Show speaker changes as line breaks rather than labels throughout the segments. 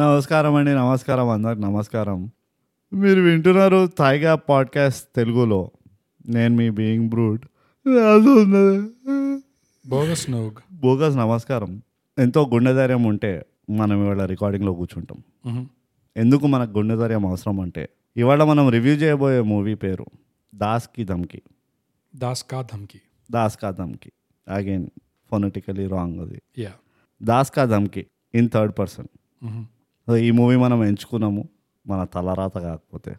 నమస్కారం అండి నమస్కారం అందరికి నమస్కారం మీరు వింటున్నారు తాయిగా పాడ్కాస్ట్ తెలుగులో నేను మీ బీయింగ్ బ్రూడ్ రాజు ఉన్నది.
బోగస్ నవ్వుగా
బోగస్ నమస్కారం ఎంతో గుండె ధైర్యం ఉంటే మనం ఇవాళ రికార్డింగ్లో కూర్చుంటాం
Mm-hmm.
ఎందుకు మనకు గుండె ధైర్యం అవసరం అంటే ఇవాళ మనం రివ్యూ చేయబోయే మూవీ పేరు దాస్ కి ధమ్కి
దాస్ కా ధమ్కి
దాస్ కా ధమ్కి అగైన్ ఫొనటికలీ రాంగ్ అది
యా
దాస్ కా Dhamki in third person
Mm-hmm.
So ఈ మూవీ మనం ఎంచుకున్నాము మన తలరాత కాకపోతే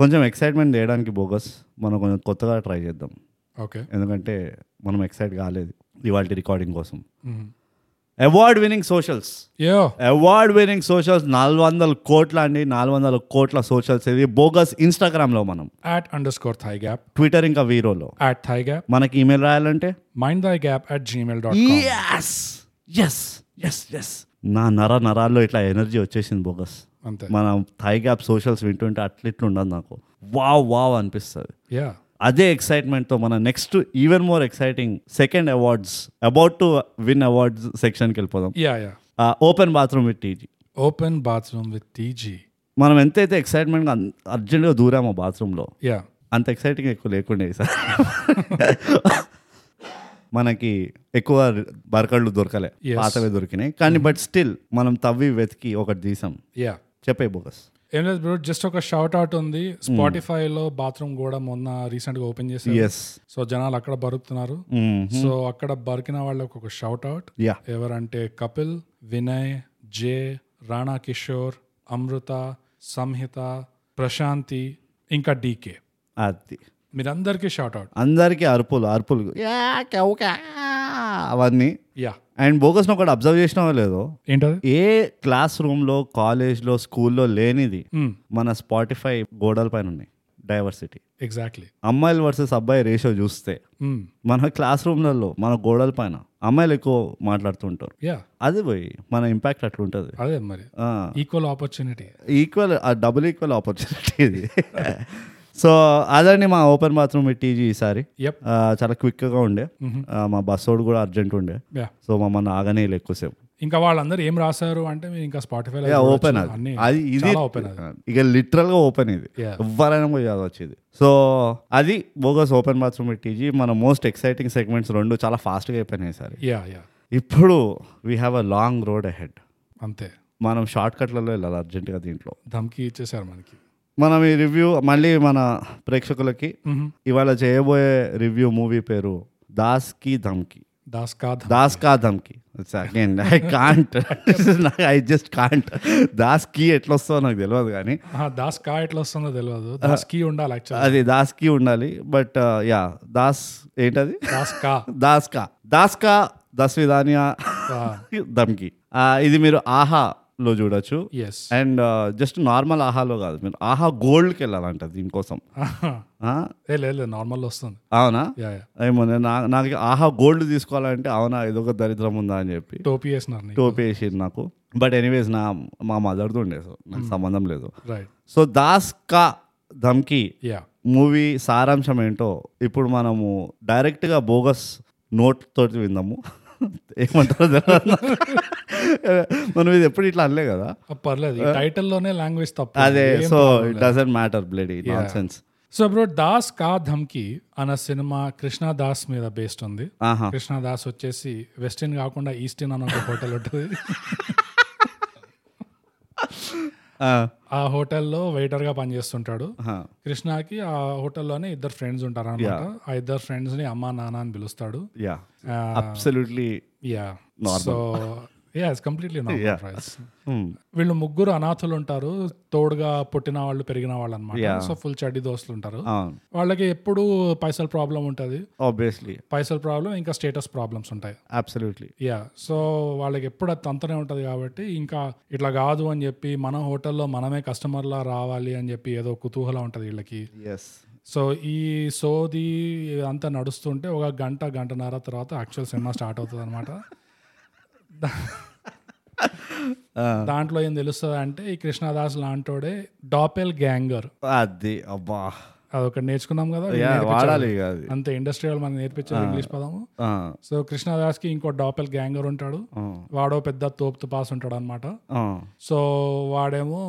కొంచెం ఎక్సైట్మెంట్ చేయడానికి బోగస్ మనం కొంచెం కొత్తగా ట్రై చేద్దాం
ఓకే
ఎందుకంటే మనం ఎక్సైట్ కాలేదు ఇవాళ రికార్డింగ్ కోసం
Mm-hmm.
Award winning socials
yo
award winning socials నాలుగు వందల కోట్ల అండి నాలుగు వందల కోట్ల సోషల్స్ ఇది బోగస్ ఇన్స్టాగ్రామ్లో మనం
at under score thigh gap
Twitter ఇంకా వీరోలో
యాట్ థై గ్యాప్
మనకి ఈమెయిల్ రాయాలంటే
mind thigh gap at Gmail dot
S S S S నా నర నరాల్లో ఇట్లా ఎనర్జీ వచ్చేసింది బోగస్
అంతే
మన థై గ్యాప్ సోషల్స్ వింటుంటే అట్లా ఉండదు నాకు వావ్ వావ్ అనిపిస్తుంది
యా
అదే ఎక్సైట్మెంట్తో మన next even more exciting second awards about to win awards సెక్షన్కి వెళ్ళిపోదాం
yeah yeah
open bathroom with TG
open bathroom with TG
మనం ఎంతైతే ఎక్సైట్మెంట్గా అర్జెంటుగా దూరామో బాత్రూంలో
యా
అంత ఎక్సైటింగ్ ఎక్కువ లేకుండే సార్ మనకి ఎక్కువ బరకళ్ళు దొరకలే
Yes.
పాతవే దొరికినాయి కానీ బట్ స్టిల్ మనం తవ్వి వెతికి ఒకటి తీసాం
యా
చెప్పే బోగస్
ఏం లేదు బ్రో జస్ట్ ఒక షౌట్ అవుట్ ఉంది Spotify లో బాత్రూమ్ కూడా మొన్న రీసెంట్ గా ఓపెన్ చేశారు
ఎస్
సో జనాలు అక్కడ బరుకుతున్నారు సో అక్కడ బరికిన వాళ్ళకి ఒక షౌట్ అవుట్
యా
ఎవరంటే కపిల్ వినయ్ జే రాణా కిషోర్ అమృత సంహిత ప్రశాంతి ఇంకా డీకే
అది
మీరందరికీ షార్ట్ అవుట్
అందరికీ అరుపులు అరుపులు యా, క్యావ్, క్యా, అవన్నీ
యా
అండ్ బోగస్ ఒకటి అబ్జర్వ్ చేసినావో లేదో
ఏంటది
ఏ క్లాస్ రూమ్లో కాలేజ్లో స్కూల్లో లేనిది మన స్పాటిఫై గోడల పైన ఉన్నాయి డైవర్సిటీ
ఎగ్జాక్ట్లీ
అమ్మాయిలు వర్సెస్ అబ్బాయి రేషియో చూస్తే మన క్లాస్ రూమ్లలో మన గోడల పైన అమ్మాయిలు ఎక్కువ మాట్లాడుతుంటారు
యా
అది పోయి మన ఇంపాక్ట్ అట్లుంటుంది
అదే మరి equal opportunity
equal double equal opportunity ఇది సో అదండి మా ఓపెన్ బాత్రూమ్ టీజీ ఈసారి
Yep.
ఆ, చాలా క్విక్గా ఉండే ఆ, మా బస్సోడు కూడా అర్జెంట్ ఉండే
యా
సో మమ్మల్ని ఆగనే లే ఎక్కువసేపు
ఇంకా వాళ్ళందరూ ఏం రాశారు అంటే మీరు ఇంకా స్పాటిఫై
ఓపెన్ అది అది ఇది
ఓపెన్ అది
ఇక లిటరల్ గా ఓపెన్ ఇది
Yeah.
ఎవరైనా పోయి చదవచ్చు ఇది సో అది బోగస్ ఓపెన్ బాత్రూమ్ టీజీ మన మోస్ట్ ఎక్సైటింగ్ సెగ్మెంట్స్ రెండు చాలా fast గా అయిపోయినాయి సార్
యా యా
ఇప్పుడు we have a long road ahead
అంతే
మనం షార్ట్ కట్లలో వెళ్ళాలి అర్జెంటుగా దీంట్లో
ధమ్కి ఇచ్చేసారు మనకి
మనం ఈ రివ్యూ మళ్ళీ మన ప్రేక్షకులకి
Mhm.
ఇవాళ చేయబోయే రివ్యూ మూవీ పేరు దాస్ కి ధమ్కి
దాస్ కా ధమ్
దాస్ కా Dhamki again I can't I just can't Das కి ఎట్లా వస్తుందో నాకు తెలియదు కానీ
ఆహా, దాస్ కా ఎట్లా వస్తుందో తెలియదు దాస్ కి ఉండాలి యాక్చువల్
అది దాస్ కి ఉండాలి బట్ యా దాస్ ఏంటది
దాస్ కా
దాస్ కా దాస్ కా దస్ విధానియా దమ్కి ఆ, Uh, ఇది మీరు ఆహాలో చూడొచ్చు
ఎస్
అండ్ జస్ట్ నార్మల్ ఆహాలో కాదు మీరు ఆహా గోల్డ్కి వెళ్ళాలంట దీనికోసం ఆ,
ఏ లేదు లేదు నార్మల్ వస్తుంది
అవునా
యా యా
ఏమో నేను నా- నాకు ఆహా గోల్డ్ తీసుకోవాలంటే అవునా ఇది ఒక దరిద్రం ఉందా అని చెప్పి
టోపీ వేసినారు నీకు
టోపీ వేసింది నాకు బట్ ఎనీవేస్ నా మా మదర్తో ఉండే సో నాకు సంబంధం లేదు
రైట్
సో దాస్ కా ధమ్కి
యా
మూవీ సారాంశం ఏంటో ఇప్పుడు మనము డైరెక్ట్గా బోగస్ నోట్ తోటి విందాము ఏమంటారో తెలియదు నాకు. మనం ఇది ఎప్పుడు ఇట్లా అనలే కదా
పర్లేదు ఈ title లోనే లాంగ్వేజ్ తప్పు
అదే so it doesn't matter bloody nonsense
so bro Das కా ధమ్కి అన్న సినిమా కృష్ణ దాస్ మీద బేస్డ్ ఉంది
ఆహా
కృష్ణ దాస్ వచ్చేసి వెస్ట్ ఇండియన్ కాకుండా ఈస్ట్ ఇండియన్ అన్న ఒక హోటల్ ఉంటుంది
ఆ,
ఆ హోటల్లో వెయిటర్ గా పనిచేస్తుంటాడు
ఆహా.
కృష్ణకి ఆ హోటల్లోనే ఇద్దరు ఫ్రెండ్స్ ఉంటారు అనమాట ఆ ఇద్దరు ఫ్రెండ్స్ ని అమ్మా నాన్న అని పిలుస్తాడు
యా
ఆ,
absolutely
yeah so yeah it's completely normal rights
Hmm.
వీళ్ళు ముగ్గురు అనాథులు ఉంటారు తోడుగా పుట్టిన వాళ్ళు పెరిగిన వాళ్ళు అనమాట సో ఫుల్ చడ్డి దోస్తులు ఉంటారు
అవును
వాళ్ళకి ఎప్పుడు పైసల ప్రాబ్లం ఉంటుంది
ఆబ్వియస్లీ
పైసల ప్రాబ్లం ఇంకా స్టేటస్ ప్రాబ్లమ్స్ ఉంటాయి
అబ్సల్యూట్లీ
యా సో వాళ్ళకి ఎప్పుడు అది తంతనే ఉంటుంది కాబట్టి ఇంకా ఇట్లా కాదు అని చెప్పి మన హోటల్లో మనమే కస్టమర్లా రావాలి అని చెప్పి ఏదో కుతూహలం ఉంటుంది వీళ్ళకి
ఎస్
సో ఈ సోది అంతా నడుస్తుంటే ఒక గంట గంటన్నర తర్వాత యాక్చువల్ సినిమా స్టార్ట్ అవుతుంది అనమాట దాంట్లో ఏం తెలుస్తుంది అంటే ఈ కృష్ణదాస్ లాంటోడే డాపెల్ గ్యాంగర్
అది అబ్బా
అదొకటి నేర్చుకున్నాం కదా వీళ్ళు
యా
నేర్పించారు.
వాడాలి ఇక అది
అంతే ఇండస్ట్రీ వాళ్ళు మనం నేర్పించారు ఇంగ్లీష్ పదము
ఆ,
సో కృష్ణదాస్కి ఇంకో డాపెల్ గ్యాంగర్ ఉంటాడు
ఆ,
వాడో పెద్ద తోపుతు పాస్ ఉంటాడు అనమాట
ఆ,
సో వాడేమో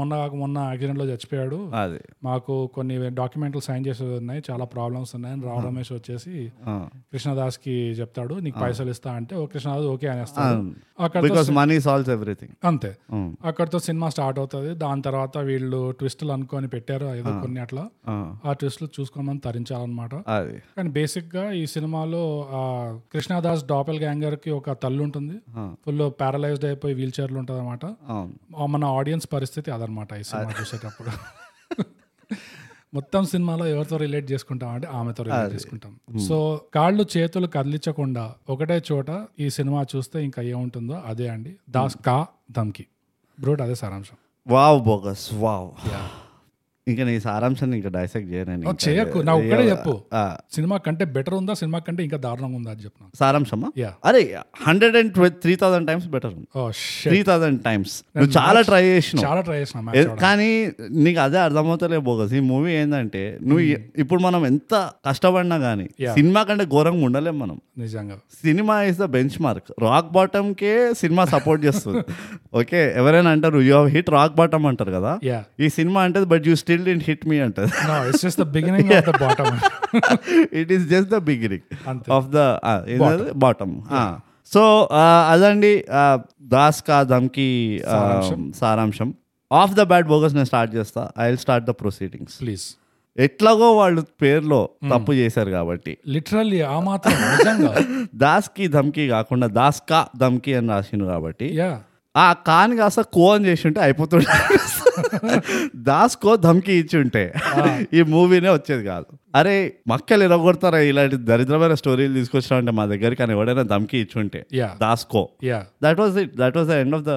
మొన్న కాక మొన్న యాక్సిడెంట్లో చచ్చిపోయాడు
అది
మాకు కొన్ని డాక్యుమెంట్లు సైన్ చేసేది ఉన్నాయి చాలా ప్రాబ్లమ్స్ ఉన్నాయని రావు రమేష్ వచ్చేసి
ఆ.
కృష్ణదాస్కి చెప్తాడు నీకు పైసలు ఇస్తా అంటే ఓ కృష్ణదాస్ ఓకే అనేస్తాడు అక్కడతో
బికాస్ మనీ సాల్వ్స్ ఎవ్రీథింగ్
అంతే అక్కడితో సినిమా స్టార్ట్ అవుతుంది దాని తర్వాత వీళ్ళు ట్విస్టులు అనుకొని పెట్టారు ఏదో కొన్ని అట్లా ఆ ట్విస్టులు చూసుకోమని తరించాలన్నమాట
అది
కానీ బేసిక్ గా ఈ సినిమాలో ఆ కృష్ణదాస్ డాపెల్ గ్యాంగర్ కి ఒక తల్లి ఉంటుంది ఫుల్ పారలైజ్డ్ అయిపోయి వీల్ చైర్లు ఉంటుంది అనమాట
అవును
మన ఆడియన్స్ పరిస్థితి అదనమాట ఈ సినిమా చూసేటప్పుడు మొత్తం సినిమాలో ఎవరితో రిలేట్ చేసుకుంటాం అంటే ఆమెతో రిలేట్ చేసుకుంటాం సో కాళ్ళు చేతులు కదిలించకుండా ఒకటే చోట ఈ సినిమా చూస్తే ఇంకా ఏముంటుందో అదే అండి దాస్ కా ధమ్కి బ్రూట్ అదే సారాంశం
వావ్ బోగస్ వావ్ ఇంకా నీ సారాంశాన్ని ఇంకా డైసెక్ట్ చేయను
ఓ, చేయకు నా ఒక్కడే చెప్పు సినిమా కంటే బెటర్ ఉందా సినిమా కంటే ఇంకా దారుణంగా ఉందా అని చెప్పిన
సారాంశమా
యా
అరే hundred and twelve three thousand times better
oh
three thousand times నువ్వు చాలా ట్రై చేసినావు
చాలా ట్రై చేసిన
ఏ-
మ్యాచ్
కానీ నీకు అదే అర్థమవుతలే బోగస్ ఈ మూవీ ఏంటంటే నువ్వు ఈ- ఇప్పుడు మనం ఎంత కష్టపడినా కానీ సినిమా కంటే ఘోరంగా ఉండలేం మనం
నిజంగా
cinema is the benchmark rock బాటమ్కే సినిమా సపోర్ట్ చేస్తుంది ఓకే ఎవరైనా అంటారు you have hit rock bottom అంటారు కదా
యా
ఈ సినిమా అంటే but you still in hit me అంటది
no it's just the beginning of the bottom
it is just the beginning
అంతే.
Of the bottom so Ah. uh, అదండి ఆ, దాస్ కా దమ్కి సారాంశం of the bad bogus నేను start చేస్తా I will start the proceedings
please
ఎట్లాగో వాళ్ళు పేర్లో తప్పు చేశారు కాబట్టి
లిటరల్లీ ఆ మాత్రం నిజంగా
దాస్ కి ధమ్కి కాకుండా దాస్ కా ధమ్కి అని రాసిండు కాబట్టి
యా
ఆ కాని కాస్త కో అని చేసి ఉంటే అయిపోతుండే దాస్ కో ధమ్కి ఇచ్చి ఉంటే ఈ మూవీనే వచ్చేది కాదు అరే మక్కలు ఎరగొడతారా ఇలాంటి దరిద్రమైన స్టోరీలు తీసుకొచ్చినా అంటే మా దగ్గరికి అని ఎవడైనా ధమ్కి ఇచ్చి ఉంటే
యా
దాస్ కో
yeah
that was it that was the end of the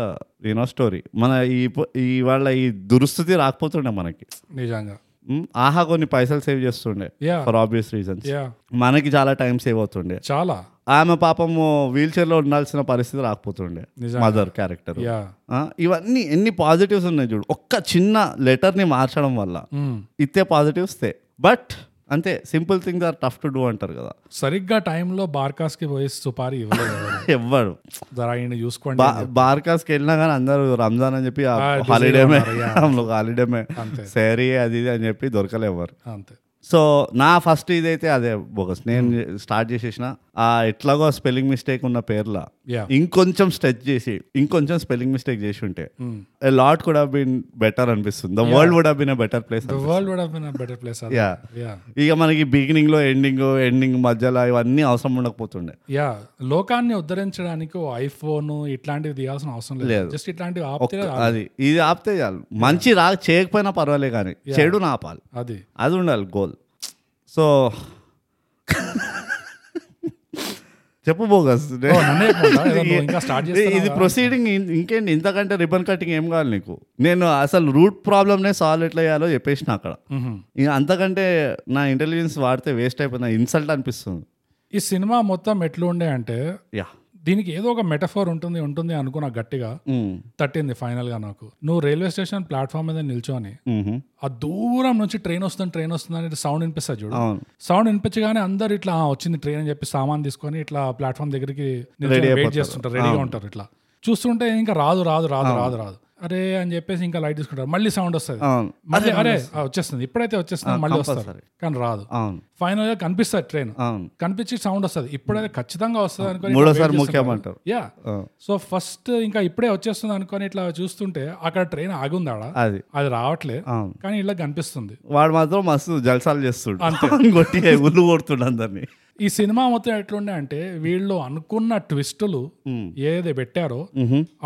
you know story మన ఈ పో- ఈ వాళ్ళ ఈ దురుస్థితి రాకపోతుండే మనకి
నిజంగా
మ్, ఆహా కొన్ని పైసలు సేవ్ చేస్తుండే
yeah
for obvious reasons
yeah
మనకి చాలా టైం సేవ్ అవుతుండే
చాలా
ఆమె పాపము వీల్ చైర్లో ఉండాల్సిన పరిస్థితి రాకపోతుండే
నిజంగా.
మదర్ క్యారెక్టర్
యా
ఇవన్నీ ఎన్ని పాజిటివ్స్ ఉన్నాయి చూడు ఒక్క చిన్న లెటర్ని మార్చడం వల్ల
మ్మ్.
ఇతే పాజిటివ్స్ తే బట్ అంతే simple things are tough to do అంటారు కదా
సరిగ్గా టైంలో బార్కాస్ కి పోయి సుపారీ ఇవ్వలేదు ఎవరు.
ఎవ్వరు
జరా ఈయన చూసుకోండి
బార్కాస్కి వెళ్ళినా కానీ అందరూ రంజాన్ అని చెప్పి
Ah, busy
హాలిడే మే
ఉన్నారు, yeah.
హాలిడే మే
అంతే
శారీ అది ఇది అని చెప్పి దొరకలేవ్వరు
అంతే
సో నా ఫస్ట్ ఇదైతే అదే బోగస్
Hmm.
నేను స్టార్ట్ చేసేసిన ఆ ఎట్లాగో స్పెల్లింగ్ మిస్టేక్ ఉన్న పేర్ల
యా
ఇంకొంచెం స్ట్రెచ్ చేసి ఇంకొంచెం స్పెల్లింగ్ మిస్టేక్ చేసి ఉంటే
మ్మ్.
లాట్ కూడా బీన్ బెటర్ అనిపిస్తుంది ద వరల్డ్ కూడా been better place
the world would have been a better place అదే
యా
యా
ఇక మనకి బిగినింగ్ లో ఎండింగ్ ఎండింగ్ మధ్యలో ఇవన్నీ అవసరం ఉండకపోతుండే
యా లోకాన్ని ఉద్ధరించడానికి ఐఫోన్ ఇట్లాంటివి తీయాల్సిన అవసరం లేదు
లేదు.
జస్ట్ ఇట్లాంటివి ఆపితే
అది ఇది ఆపితే చాలు మంచి రా చేయకపోయినా పర్వాలే కానీ చెడు ఆపాలి
అది
అది ఉండాలి గోల్ సో చెప్పు బోగస్
ఓ, నన్నే చెప్పమంటావా? Oh, ఏదో నువ్వు ఇంకా స్టార్ట్
ఇది
చేస్తా
ప్రొసీడింగ్ ఇంకేంటి ఇంతకంటే రిబన్ కటింగ్ ఏం కావాలి నీకు నేను అసలు రూట్ ప్రాబ్లమ్నే సాల్వ్ ఎట్లా చేయాలో చెప్పేసిన అక్కడ ఇక అంతకంటే నా ఇంటెలిజెన్స్ వాడితే వేస్ట్ అయిపోయిన ఇన్సల్ట్ అనిపిస్తుంది
ఈ సినిమా మొత్తం ఎట్లా ఉండే అంటే
యా
దీనికి ఏదో ఒక మెటఫోర్ ఉంటుంది ఉంటుంది అనుకున్నా గట్టిగా తట్టింది ఫైనల్ గా నాకు నువ్వు రైల్వే స్టేషన్ ప్లాట్ఫామ్ మీద నిల్చొని ఆ దూరం నుంచి ట్రైన్ వస్తుంది ట్రైన్ వస్తుంది అనేది సౌండ్ వినిపిస్తుంది చూడు
అవును
సౌండ్ వినిపించగానే అందరు ఇట్లా "ఆ, వచ్చింది ట్రైన్ అని చెప్పి సామాన్ తీసుకొని ఇట్లా ప్లాట్ఫామ్ దగ్గరికి నిల్చొని వెయిట్ చేస్తుంటారు రెడీగా ఉంటారు ఇట్లా చూస్తుంటే ఇంకా రాదు రాదు రాదు రాదు రాదు అరే అని చెప్పేసి ఇంకా లైట్ తీసుకుంటారు మళ్ళీ సౌండ్ వస్తుంది
అవును
మళ్ళీ అరే ఆ, వచ్చేస్తుంది ఇప్పుడైతే వచ్చేస్తుంది మళ్ళీ వస్తారు కానీ రాదు
అవును
ఫైనల్ గా కనిపిస్తుంది ట్రైన్
అవును
కనిపించి సౌండ్ వస్తుంది ఇప్పుడైతే ఖచ్చితంగా వస్తుంది అనుకొని
మూడోసారి ముఖ్యమంటారు
యా
ఆ.
సో ఫస్ట్ ఇంకా ఇప్పుడే వచ్చేస్తుంది అనుకొని ఇట్లా చూస్తుంటే అక్కడ ట్రైన్ ఆగుంది ఆడ
అది
అది రావట్లే
అవును
కానీ ఇలా కనిపిస్తుంది
వాడు మాత్రం మస్తు జల్సాలు చేస్తుడు కొట్టి ఉల్లు కొడుతుండు అందరినీ
ఈ సినిమా మొత్తం ఎట్లుండే అంటే వీళ్ళు అనుకున్న ట్విస్టులు ఏదైతే పెట్టారో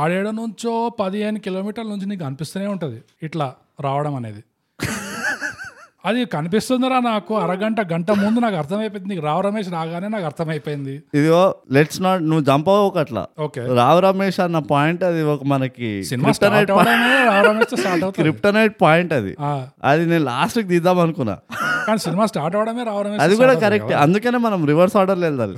ఆడేడ నుంచో పదిహేను కిలోమీటర్ల నుంచి నీకు అనిపిస్తూనే ఉంటుంది ఇట్లా రావడం అనేది అది కనిపిస్తుందిరా నాకు అరగంట గంట ముందు నాకు అర్థమైపోయింది నీకు రావు రమేష్ రాగానే నాకు అర్థమైపోయింది
ఇదిగో లెట్స్ నాట్ నువ్వు జంప్ అవ్వకు అట్లా
ఓకే
రావు రమేష్ అన్న పాయింట్ అది ఒక మనకి
సినిమా స్టార్ట్ అవడమే రావు రమేష్ స్టార్ట్ అవుతుంది
క్రిప్టనైట్ పాయింట్ అది
ఆ,
అది నేను లాస్ట్కి తీద్దాం అనుకున్నా
కానీ సినిమా స్టార్ట్ అవడమే రావు రమేష్
అది కూడా కరెక్ట్ అందుకనే మనం రివర్స్ ఆర్డర్లో వెళ్ళాలి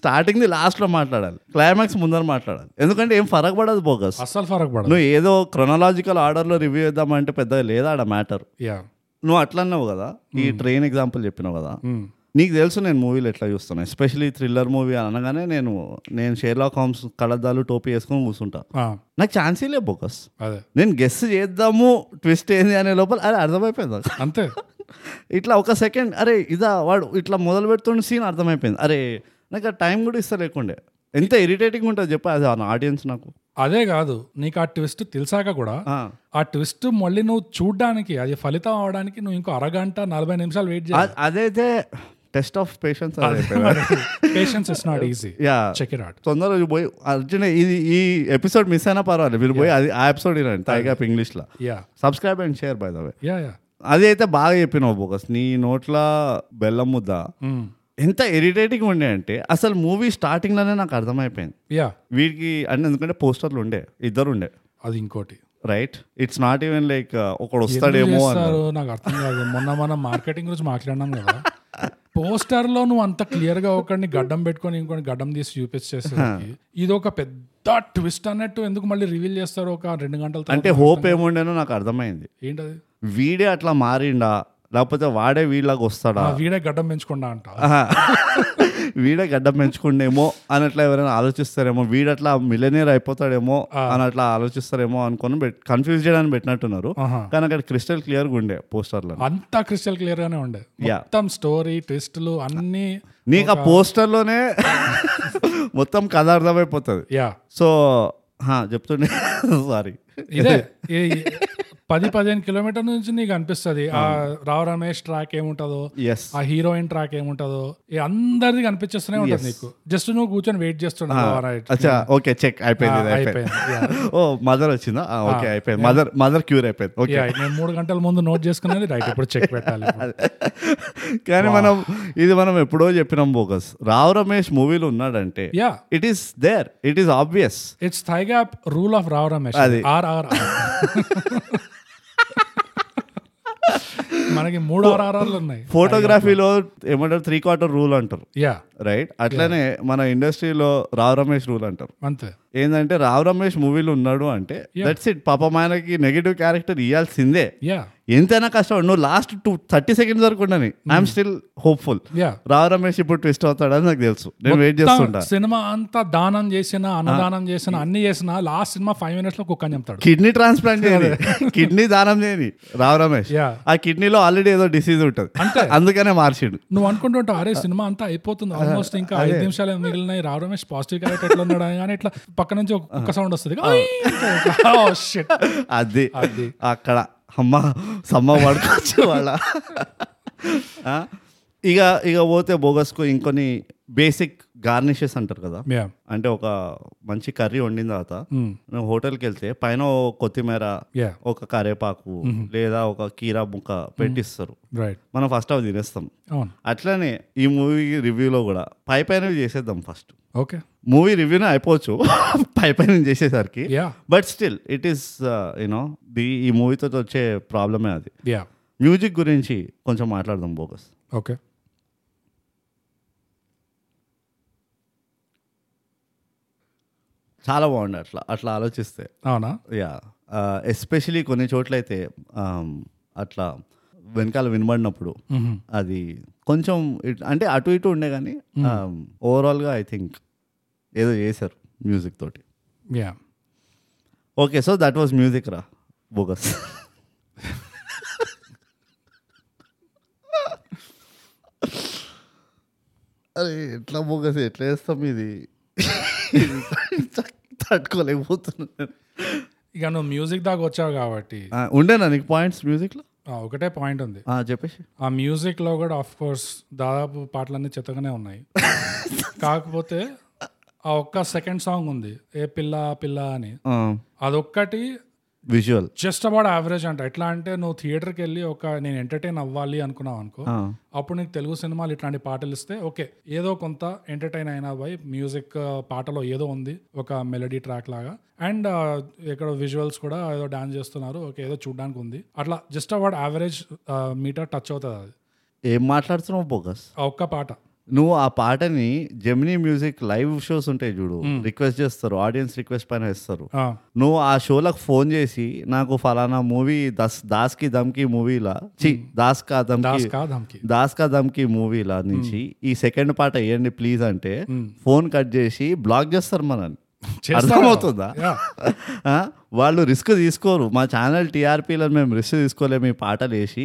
స్టార్టింగ్ది లాస్ట్లో మాట్లాడాలి క్లైమాక్స్ ముందర మాట్లాడాలి ఎందుకంటే ఏం ఫరక్ పడదు బోగస్
అస్సలు ఫరక్ పడదు
నువ్వు ఏదో క్రొనలాజికల్ ఆర్డర్లో రివ్యూ చేద్దామంటే పెద్దగా లేదా ఆడ మ్యాటర్
యా
నువ్వు అట్లా అన్నావు కదా ఈ ట్రైన్ ఎగ్జాంపుల్ చెప్పినావు కదా నీకు తెలుసు నేను మూవీలు ఎట్లా చూస్తున్నా ఎస్పెషలీ థ్రిల్లర్ మూవీ అనగానే నేను నేను షేర్లాక్ హోమ్స్ కళ్ళద్దాలు టోపీ వేసుకొని కూర్చుంటా
ఆ,
నాకు ఛాన్సే లే బోకస్
అదే
నేను గెస్ చేద్దాము ట్విస్ట్ ఏంది అనే లోపల అరే అర్థమైపోయింది నాకు.
అంతే
ఇట్లా ఒక సెకండ్ అరే ఇదా వాడు ఇట్లా మొదలు పెడుతున్న సీన్ అర్థమైపోయింది అరే నాకు ఆ టైం కూడా ఇస్తా లేకుండే ఎంత ఇరిటేటింగ్ ఉంటుంది చెప్పా అది నా ఆడియన్స్ నాకు
అదే కాదు నీకు ఆ ట్విస్ట్ తెలిసాక కూడా
ఆ,
ఆ ట్విస్ట్ మళ్ళీ నువ్వు చూడ్డానికి అది ఫలితం అవడానికి నువ్వు ఇంకో అరగంట నలభై నిమిషాలు వెయిట్
అ- అదైతే టెస్ట్ ఆఫ్ పేషెన్స్
చేయాలి patience is not easy
yeah
check it out
తొందరగా పోయి అర్జున్ ఇది ఈ ఎపిసోడ్ మిస్ అయినా పర్వాలేదు మీరు పోయి అది ఆ ఎపిసోడ్ వినండి తాయిగా ఇంగ్లీష్లో
yeah
subscribe and share by the way
yeah yeah
అది అయితే బాగా చెప్పినావు బోకస్ నీ నోట్ల బెల్లం ముద్ద
Hmm.
ఎంత ఇరిటేటింగ్ ఉండే అంటే అసలు మూవీ స్టార్టింగ్లోనే నాకు అర్థమైపోయింది
యా
వీడికి అంటే ఎందుకంటే పోస్టర్లు ఉండే ఇద్దరు ఉండే
అది ఇంకోటి
right it's not even like uh, ఒకడు
ఎందుకు
వస్తాడేమో అని
చేస్తారు నాకు అర్థం కాదు మొన్న మనం మార్కెటింగ్ గురించి మాట్లాడినాం కదా పోస్టర్ లో నువ్వు అంత క్లియర్ గా ఒకడిని గడ్డం పెట్టుకొని ఇంకొని గడ్డం తీసి చూపించేసరికి ఇది ఒక పెద్ద ట్విస్ట్ అన్నట్టు ఎందుకు మళ్ళీ రివీల్ చేస్తారు ఒక రెండు గంటల తర్వాత
అంటే హోప్ ఏముండేనో నాకు అర్థమైంది
ఏంటది
వీడే అట్లా మారిండా లేకపోతే వాడే వీళ్ళకి వస్తాడా
ఆ, వీడే గడ్డం పెంచుకుండా అంట
ఆహా. వీడే గడ్డం పెంచుకుండేమో అని అట్లా ఎవరైనా ఆలోచిస్తారేమో వీడట్లా మిలనీర్ అయిపోతాడేమో అని అట్లా ఆలోచిస్తారేమో అనుకుని కన్ఫ్యూజ్ చేయడానికి పెట్టినట్టున్నారు
ఆహా.
కానీ అక్కడ క్రిస్టల్ క్లియర్గా ఉండే పోస్టర్లో
అంతా క్రిస్టల్ క్లియర్ గానే ఉండే
Yeah.
మొత్తం స్టోరీ ట్విస్ట్లు అన్ని
నీకు ఆ పోస్టర్లోనే మొత్తం కథ అర్థమైపోతుంది
యా
సో హా, చెప్తుండే సారీ
ఇదే ఈ- పది పదిహేను కిలోమీటర్ నుంచి నీకు అనిపిస్తుంది ఆ రావు రమేష్ ట్రాక్ ఏముంటుందో
ఎస్
ఆ హీరోయిన్ ట్రాక్ ఏముంటుందో ఈ అందరిది కనిపించేస్తూనే ఉంటుంది నీకు జస్ట్ నువ్వు కూర్చొని వెయిట్ చేస్తున్నావు
అచ్చా ఓకే చెక్ అయిపోయింది ఇది అయిపోయింది
అయిపోయింది Yeah.
ఓ మదర్ వచ్చిందా ఓకే అయిపోయింది మదర్ మదర్ క్యూర్ అయిపోయింది ఓకే
Yeah, నేను మూడు గంటల ముందు నోట్ చేసుకున్నది రైట్ ఇప్పుడు చెక్ పెట్టాలి ఇప్పుడు.
కానీ మనం ఇది మనం ఎప్పుడో చెప్పినాం బోకస్ రావు రమేష్ మూవీలో ఉన్నాడంటే
yeah
it is there it is obvious
it's thigh gap rule of Rao Ramesh
అది.
ఆర్ఆర్ మనకి మూడు ఆర్ఆర్ఆర్లు ఉన్నాయి
ఫోటోగ్రఫీలో ఏమంటారు త్రీ క్వార్టర్ రూల్ అంటారు
యా
రైట్ అట్లనే మన ఇండస్ట్రీలో రావు రమేష్ రూల్ అంటారు
అంతే
ఏంటంటే రావు రమేష్ మూవీలో ఉన్నాడు అంటే దట్స్ ఇట్ పాపం ఆయనకి నెగిటివ్ క్యారెక్టర్ ఇవ్వాల్సిందే
యా
ఎంతైనా కష్టం నువ్వు లాస్ట్ టూ థర్టీ సెకండ్స్ వరకు ఉండని
Hmm.
I'm still hopeful
yeah
Rao Ramesh ఇప్పుడు ట్విస్ట్ అవుతాడని నాకు తెలుసు నేను వెయిట్ చేస్తుంటా
సినిమా అంతా దానం చేసిన అన్నదానం చేసిన అన్ని చేసిన లాస్ట్ సినిమా ఫైవ్ మినిట్స్ లో కుక్క చెప్తాడు
కిడ్నీ ట్రాన్స్ప్లాంట్ చేయని కిడ్నీ దానం చేయని రావు రమేష్
యా
ఆ కిడ్నీలో ఆల్రెడీ ఏదో డిసీజ్ ఉంటుంది
అంతే.
అందుకనే మార్చిండు
నువ్వు అనుకుంటుంటావు అరే సినిమా అంతా అయిపోతుంది ఆల్మోస్ట్ ఇంకా ఐదు నిమిషాలు మిగిలినాయి రావు రమేష్ పాజిటివ్ క్యారెక్టర్ ఎట్లా ఉన్నాడు అని కానీ ఇట్లా పక్క నుంచి ఒక కుక్క సౌండ్ వస్తుంది Oh, shit.
అది
అది.
అక్కడ అమ్మ సమ్మ పడుకోవచ్చు వాళ్ళ ఆ? ఇక ఇక పోతే బోగస్కు ఇంకొన్ని బేసిక్ గార్నిషెస్ అంటారు కదా
Yeah.
అంటే ఒక మంచి కర్రీ వండిన తర్వాత
Mm.
నువ్వు హోటల్కి వెళ్తే పైన ఓ కొత్తిమీర
Yeah.
ఒక కరేపాకు లేదా ఒక కీరా ముక్క పెట్టిస్తారు
రైట్
మనం ఫస్ట్ అవి తినేస్తాం
అవును
అట్లనే ఈ మూవీ రివ్యూలో కూడా పై పైన చేసేద్దాం ఫస్ట్
ఓకే
మూవీ రివ్యూనే అయిపోవచ్చు పై పైన చేసేసరికి
yeah
but still it is you know uh, the ఈ మూవీతో వచ్చే ప్రాబ్లమే అది
యా
మ్యూజిక్ గురించి కొంచెం మాట్లాడదాం బోగస్
ఓకే
చాలా బాగుంది అట్లా అట్లా ఆలోచిస్తే
అవునా
యా ఎస్పెషలీ Uh, కొన్ని చోట్ల అయితే um, అట్లా వెనకాల వినబడినప్పుడు అది కొంచెం ఇట్- అంటే అటు ఇటు ఉండే um, కానీ ఓవరాల్గా ఐ థింక్ ఏదో చేశారు మ్యూజిక్ తోటి
yeah
okay so that was music రా బోగస్ అరే ఎట్లా బోగస్ ఎట్లా వేస్తాం ఇది తట్టుకోలేకపోతున్నాను
ఇక నువ్వు మ్యూజిక్ దాకా వచ్చావు కాబట్టి
ఉండేనా నీకు పాయింట్స్ మ్యూజిక్లో
ఆ, ఒకటే పాయింట్ ఉంది
చెప్పేసి
ఆ మ్యూజిక్ లో కూడా ఆఫ్ కోర్స్ దాదాపు పాటలన్నీ చెత్తగానే ఉన్నాయి కాకపోతే ఆ ఒక్క సెకండ్ సాంగ్ ఉంది ఏ పిల్ల పిల్ల అని అదొక్కటి
విజువల్
జస్ట్ అబౌట్ యావరేజ్ అంట ఎట్లా అంటే నువ్వు థియేటర్కి వెళ్ళి ఒక నేను ఎంటర్టైన్ అవ్వాలి అనుకున్నావు అనుకో అప్పుడు నీకు తెలుగు సినిమాలు ఇట్లాంటి పాటలు ఇస్తే ఓకే ఏదో కొంత ఎంటర్టైన్ అయినా బై మ్యూజిక్ పాటలో ఏదో ఉంది ఒక మెలడీ ట్రాక్ లాగా అండ్ ఇక్కడ విజువల్స్ కూడా ఏదో డాన్స్ చేస్తున్నారు ఓకే ఏదో చూడడానికి ఉంది అట్లా just about average meter touch అవుతుంది అది
ఏం మాట్లాడుతున్నావు బోగస్
ఆ ఒక్క పాట
నువ్వు ఆ పాటని జెమినీ మ్యూజిక్ లైవ్ షోస్ ఉంటాయి చూడు రిక్వెస్ట్ చేస్తారు ఆడియన్స్ రిక్వెస్ట్ పైన వేస్తారు
ఆ,
నువ్వు ఆ షోలకు ఫోన్ చేసి నాకు ఫలానా మూవీ దస్ దాస్ కి దమ్కి మూవీలా చి దాస్ కా
దాస్
దమ్కి
కా ధమ్కి
దాస్ కా దమ్కి మూవీలా నుంచి ఈ సెకండ్ పాట వేయండి ప్లీజ్ అంటే ఫోన్ కట్ చేసి బ్లాక్ చేస్తారు మనల్ని
చేస్తారా?
అర్థమవుతుందా
యా.
ఆ? వాళ్ళు రిస్క్ తీసుకోరు మా ఛానల్ టీఆర్పీలను మేము రిస్క్ తీసుకోలేము ఈ పాటలు వేసి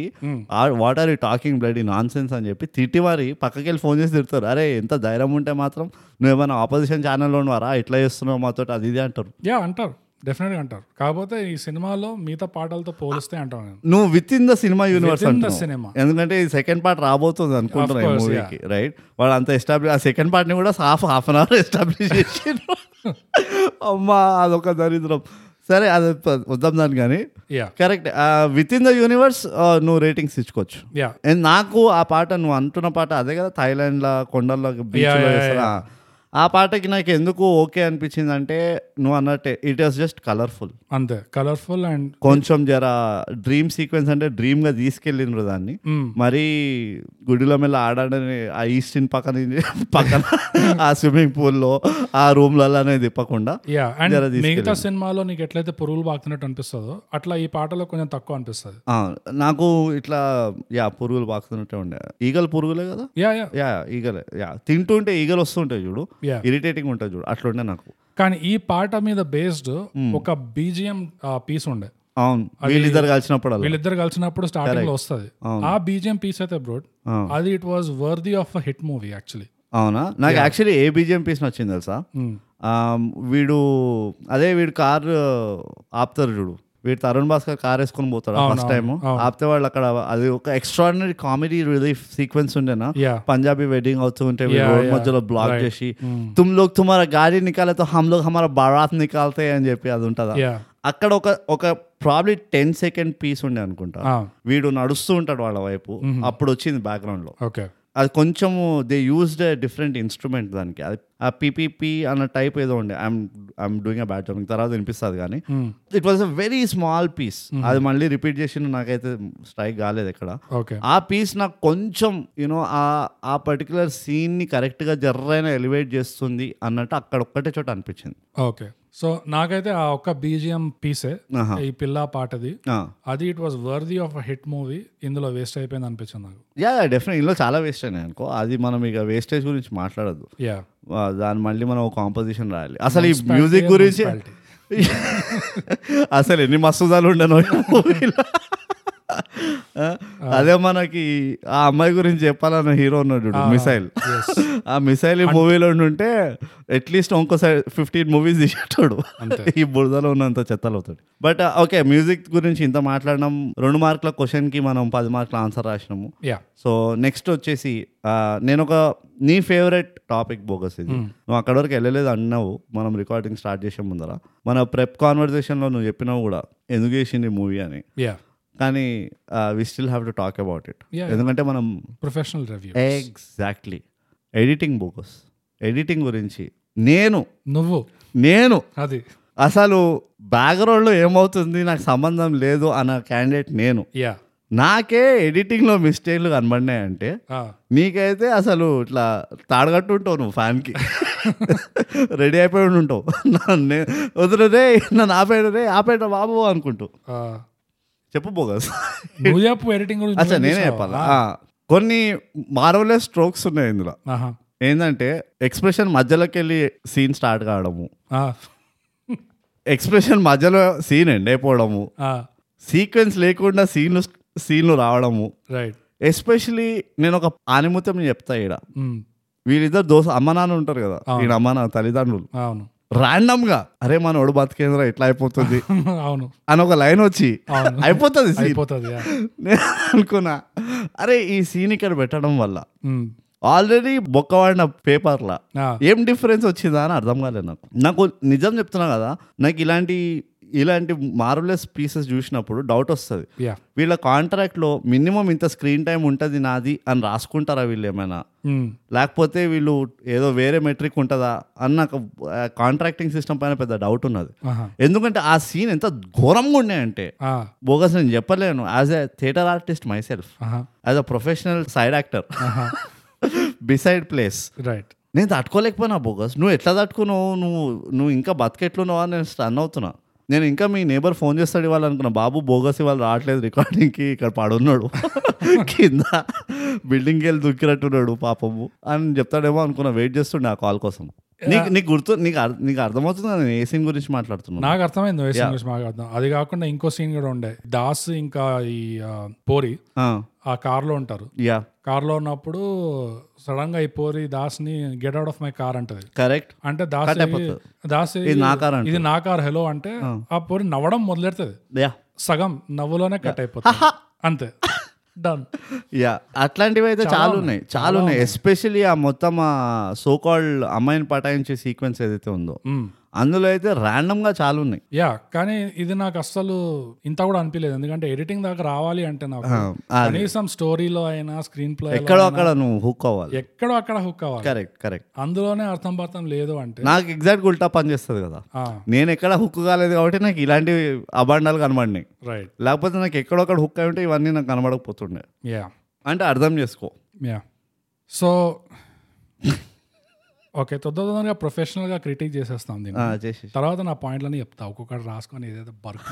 what are you talking blood ఈ నాన్ సెన్స్ అని చెప్పి తిట్టి మరి పక్కకి వెళ్ళి ఫోన్ చేసి తిడతారు అరే ఎంత ధైర్యం ఉంటే మాత్రం నువ్వేమైనా ఆపోజిషన్ ఛానల్లో ఉన్నారా ఇట్లా చేస్తున్నావు మాతో అది ఇది అంటారు
యా అంటారు డెఫినెట్గా అంటారు కాకపోతే ఈ సినిమాలో మిగతా పాటలతో పోలిస్తే అంటాను నేను
నువ్వు with in the cinema universe
Within the cinema.
అంటున్నావు ఎందుకంటే ఈ సెకండ్ పార్ట్ రాబోతుంది అనుకుంటున్నా ఈ
Of course,
మూవీకి రైట్ వాళ్ళు అంత ఎస్టాబ్లిష్ ఆ సెకండ్ పార్ట్ని కూడా half half an hour establish చేసిండ్రు అమ్మా అదొక దరిద్రం సరే అది ప- వద్దాం దాని కానీ
yeah
correct with in the universe నువ్వు రేటింగ్స్ ఇచ్చుకోవచ్చు
యా
And నాకు ఆ పాట నువ్వు అంటున్న పాట అదే కదా థాయిలాండ్లో కొండల్లో
Yeah,
బీచ్లో
yeah,
వేస్తారా ఆ పాటకి నాకు ఎందుకు ఓకే అనిపించింది అంటే నువ్వు అన్నట్టే ఇట్ వాస్ జస్ట్ కలర్ఫుల్
అంతే కలర్ఫుల్ అండ్
కొంచెం జర డ్రీమ్ సీక్వెన్స్ అంటే డ్రీమ్ గా తీసుకెళ్ళిండ్రు దాన్ని మరి గుడిలో మెల్ల ఆడాడని ఆ ఈస్టిన్ పక్కన పక్కన ఆ స్విమ్మింగ్ పూల్లో ఆ రూమ్లలోనే తిప్పకుండా
యా అండ్
జర తీసుకెళ్ళి.
మిగతా సినిమాలో నీకు ఎట్లయితే పురుగులు బాకుతున్నట్టు అనిపిస్తుందో అట్లా ఈ పాటలో కొంచెం తక్కువ అనిపిస్తుంది
ఆ, నాకు ఇట్లా యా పురుగులు పాకుతున్నట్టే ఉండే ఈగలు పురుగులే కదా
యా యా
యా ఈగలే యా తింటుంటే ఈగలు వస్తుంటాయి చూడు
Yeah.
ఇరిటేటింగ్ ఉంటుంది చూడు అట్లుండే నాకు
కానీ ఈ పాట మీద బేస్డ్ ఒక బీజిఎం పీస్ ఉండే
అవును వీళ్ళిద్దరు కలిసినప్పుడు అలా
వీళ్ళిద్దరు కలిసినప్పుడు స్టార్టింగ్ లో వస్తుంది ఆ బీజిఎం పీస్ అయితే బ్రోడ్ అది it was worthy of hit movie actually
అవునా నాకు యాక్చువల్లీ ఏ బీజిఎం పీస్ నచ్చింది తెలుసా ఆ, వీడు అదే వీడు కార్ ఆపుతారు చూడు వీడు తరుణ్ భాస్కర్ కార్ వేసుకొని పోతాడు ఫస్ట్ టైం ఆపితే వాళ్ళు అక్కడ అది ఒక ఎక్స్ట్రాడినరీ కామెడీ రిలీఫ్ సీక్వెన్స్ ఉండేనా
యా
పంజాబీ వెడ్డింగ్ అవుతూ ఉంటే వీడు
Yeah,
రోడ్
yeah. Hmm.
మధ్యలో బ్లాక్ చేసి తుమ్ లోగ్ తుమారా గాడి నికాలేతో హమ్ లోగ్ హమారా బారాత్ నికాలతే అని చెప్పి అది ఉంటుందా
యా
అక్కడ ఒక ఒక ప్రాబ్లీ టెన్ సెకండ్ పీస్ ఉండే అనుకుంటా వీడు నడుస్తూ ఉంటాడు వాళ్ళ వైపు అప్పుడు వచ్చింది బ్యాక్గ్రౌండ్ లో
ఓకే
అది కొంచెము దే యూస్డ్ డిఫరెంట్ ఇన్స్ట్రుమెంట్ దానికి అది ఆ పీపీపీ అన్న టైప్ ఏదో ఉండే I'm I'm doing a bad job తర్వాత వినిపిస్తుంది కానీ it was a very small piece అది మళ్ళీ రిపీట్ చేసిన నాకైతే స్ట్రైక్ కాలేదు ఇక్కడ
ఓకే
ఆ పీస్ నాకు కొంచెం యూనో ఆ ఆ పర్టికులర్ సీన్ని కరెక్ట్గా జర్రైన ఎలివేట్ చేస్తుంది అన్నట్టు అక్కడ ఒక్కటే చోట అనిపించింది
ఓకే సో నాకైతే ఆ ఒక్క బీజిఎం పీసే
ఆహా.
ఈ పిల్ల పాటది
ఆ.
అది it was worthy of hit movie ఇందులో వేస్ట్ అయిపోయింది అనిపించింది నాకు
యా యా డెఫినెట్ ఇందులో చాలా వేస్ట్ అయినాయి అనుకో అది మనం ఇక వేస్టేజ్ గురించి మాట్లాడద్దు
యా
దాని మళ్ళీ మనం కాంపోజిషన్ రాయాలి అసలు ఈ మ్యూజిక్ గురించి
మున్సిపాలిటీ.
అసలు ఎన్ని మసూదాలు ఉండను ఈ మూవీలో. ఆ, అదే మనకి ఆ అమ్మాయి గురించి చెప్పాలన్న హీరో ఉన్నాడు మిసైల్ ఆ మిసైల్ ఈ మూవీలో ఉంటే అట్లీస్ట్ ఇంకో సైడ్ ఫిఫ్టీన్ మూవీస్ తీసేటాడు ఈ బురదలో ఉన్నంత చెత్తలు అవుతాడు బట్ ఓకే మ్యూజిక్ గురించి ఇంత మాట్లాడడం రెండు మార్కుల క్వశ్చన్కి మనం పది మార్కుల ఆన్సర్ రాసినాము
యా
సో నెక్స్ట్ వచ్చేసి ఆ, నేను ఒక నీ ఫేవరెట్ టాపిక్ బోగస్ ఇది నువ్వు అక్కడ వరకు వెళ్ళలేదు అన్నావు మనం రికార్డింగ్ స్టార్ట్ చేసే ముందర మన ప్రెప్ కాన్వర్జేషన్లో నువ్వు చెప్పినావు కూడా ఎందుకు చేసింది మూవీ అని
యా
కానీ we still have to talk about it
Yeah.
ఎందుకంటే మనం
professional review
exactly editing bogus editing గురించి నేను
నువ్వు
నేను
అది
అసలు బ్యాక్గ్రౌండ్లో ఏమవుతుంది నాకు సంబంధం లేదు అన్న క్యాండిడేట్ నేను
యా
నాకే ఎడిటింగ్లో మిస్టేక్లు కనబడినాయంటే నీకైతే అసలు ఇట్లా తాడగట్టు ఉంటావు నువ్వు ఫ్యాన్కి రెడీ అయిపోయి ఉండి ఉంటావు నన్ను వదిలేదే నన్ను ఆపేడు రే ఆపేట బాబు అనుకుంటూ చెప్పు బోగస్
నువ్వు చెప్పు ఎడిటింగ్ గురించి
అచ్చా
నువ్వేం
నేనే
చేసావు?
చెప్పాలా ఆ, కొన్ని మారవలే స్ట్రోక్స్ ఉన్నాయి ఇందులో
ఆహా.
ఏంటంటే ఎక్స్ప్రెషన్ మధ్యలోకి వెళ్ళి సీన్ స్టార్ట్ కావడము
ఆ.
ఎక్స్ప్రెషన్ మధ్యలో సీన్ ఎండ్ అయిపోవడము
ఆ.
సీక్వెన్స్ లేకుండా సీన్లు సీన్లు రావడము
రైట్
ఎస్పెషలీ నేను ఒక ఆనిమూత్యం చెప్తా ఇక్కడ
ఉమ్.
వీళ్ళిద్దరు దోశ అమ్మ నాన్న ఉంటారు కదా ఈయన అమ్మ నాన్న తల్లిదండ్రులు
అవును
ర్యాండమ్ గా అరే మన ఒడు బతికేంద్ర ఎట్లా అయిపోతుంది
అవును
అని ఒక లైన్ వచ్చి
అవును.
అయిపోతుంది సీన్
అయిపోతుంది యా.
నేను అనుకున్నా అరే ఈ సీన్ ఇక్కడ పెట్టడం వల్ల
ఉమ్.
ఆల్రెడీ బొక్కవాడిన పేపర్లా
ఆ.
ఏం డిఫరెన్స్ వచ్చిందా అని అర్థం కాలేదు నాకు నాకు నిజం చెప్తున్నా కదా నాకు ఇలాంటి ఇలాంటి మార్వలెస్ పీసెస్ చూసినప్పుడు డౌట్ వస్తుంది
యా
వీళ్ళ కాంట్రాక్ట్లో మినిమం ఇంత స్క్రీన్ టైం ఉంటుంది నాది అని రాసుకుంటారా వీళ్ళు ఏమైనా
ఉమ్.
లేకపోతే వీళ్ళు ఏదో వేరే మెట్రిక్ ఉంటుందా అని నాకు కాంట్రాక్టింగ్ సిస్టమ్ పైన పెద్ద డౌట్ ఉన్నది
ఆహా.
ఎందుకంటే ఆ సీన్ ఎంత ఘోరంగా ఉన్నాయంటే
ఆ.
బోగస్ నేను చెప్పలేను as a theatre artist myself
ఆహా.
As a professional side actor beside place
right
నేను తట్టుకోలేకపోయినా బోగస్ నువ్వు ఎట్లా తట్టుకున్నావు నువ్వు నువ్వు ఇంకా బతికెట్లున్నావు అని నేను స్టన్ అవుతున్నా నేను ఇంకా మీ నేబర్ ఫోన్ చేస్తాడు ఇవాళ అనుకున్నా బాబు బోగస్ ఇవాళ రావట్లేదు రికార్డింగ్కి ఇక్కడ పాడున్నాడు కింద బిల్డింగ్కి వెళ్ళి దుక్కినట్టున్నాడు పాపము అని చెప్తాడేమో అనుకున్నా వెయిట్ చేస్తుండే ఆ కాల్ కోసం నీకు నీకు గుర్తు నీకు అర్- నీకు అర్థమవుతుంది నేను ఏ సీన్ గురించి మాట్లాడుతున్నాను
నాకు అర్థమైంది వయసు గురించి మాకు అర్థం అది కాకుండా ఇంకో సీన్ కూడా ఉండే దాస్ ఇంకా ఈ ఆ, పోరి
ఆ,
ఆ కార్లో ఉంటారు
యా
కార్లో ఉన్నప్పుడు సడన్ గా ఈ పోరి దాస్ని get out of my car అంటది
కరెక్ట్
అంటే దాస్ ఏది- దాస్ ఏది-
ఇది నా కార్
ఇది నా కార్ హలో అంటే ఆ పోరి నవ్వడం మొదలెడుతుంది
యా
సగం నవ్వులోనే కట్ అయిపోతుంది అంతే డన్
యా అట్లాంటివి అయితే చాలా ఉన్నాయి చాలా ఉన్నాయి ఎస్పెషలీ ఆ మొత్తం ఆ సో కాల్డ్ అమ్మాయిని పటాయించే సీక్వెన్స్ ఏదైతే ఉందో అందులో అయితే random గా చాలా ఉన్నాయి
యా కానీ ఇది నాకు అస్సలు ఇంత కూడా అనిపించలేదు ఎందుకంటే ఎడిటింగ్ దాకా రావాలి అంటే నాకు
ఆ,
కనీసం స్టోరీలో అయినా స్క్రీన్ ప్లే
ఎక్కడో అక్కడ నువ్వు హుక్ అవ్వాలి
ఎక్కడో అక్కడ హుక్ అవ్వాలి
కరెక్ట్ కరెక్ట్
అందులోనే అర్థం పర్థం లేదు అంటే
నాకు ఎగ్జాక్ట్ ఉల్టా పని చేస్తుంది కదా
ఆ,
నేను ఎక్కడ హుక్ కాలేదు కాబట్టి నాకు ఇలాంటి అబాండాలు కనబడినాయి
రైట్
లేకపోతే నాకు ఎక్కడొక్కడ హుక్ అయి ఉంటే ఇవన్నీ నాకు కనబడకపోతుండే
యా
అంటే అర్థం చేసుకో
యా సో ఓకే తొందరగా ప్రొఫెషనల్గా క్రిటిక్ చేసేస్తాం దీన్ని
ఆ, చేసి
తర్వాత నా పాయింట్లని చెప్తా ఒక్కొక్కటి రాసుకొని ఏదైతే బర్క్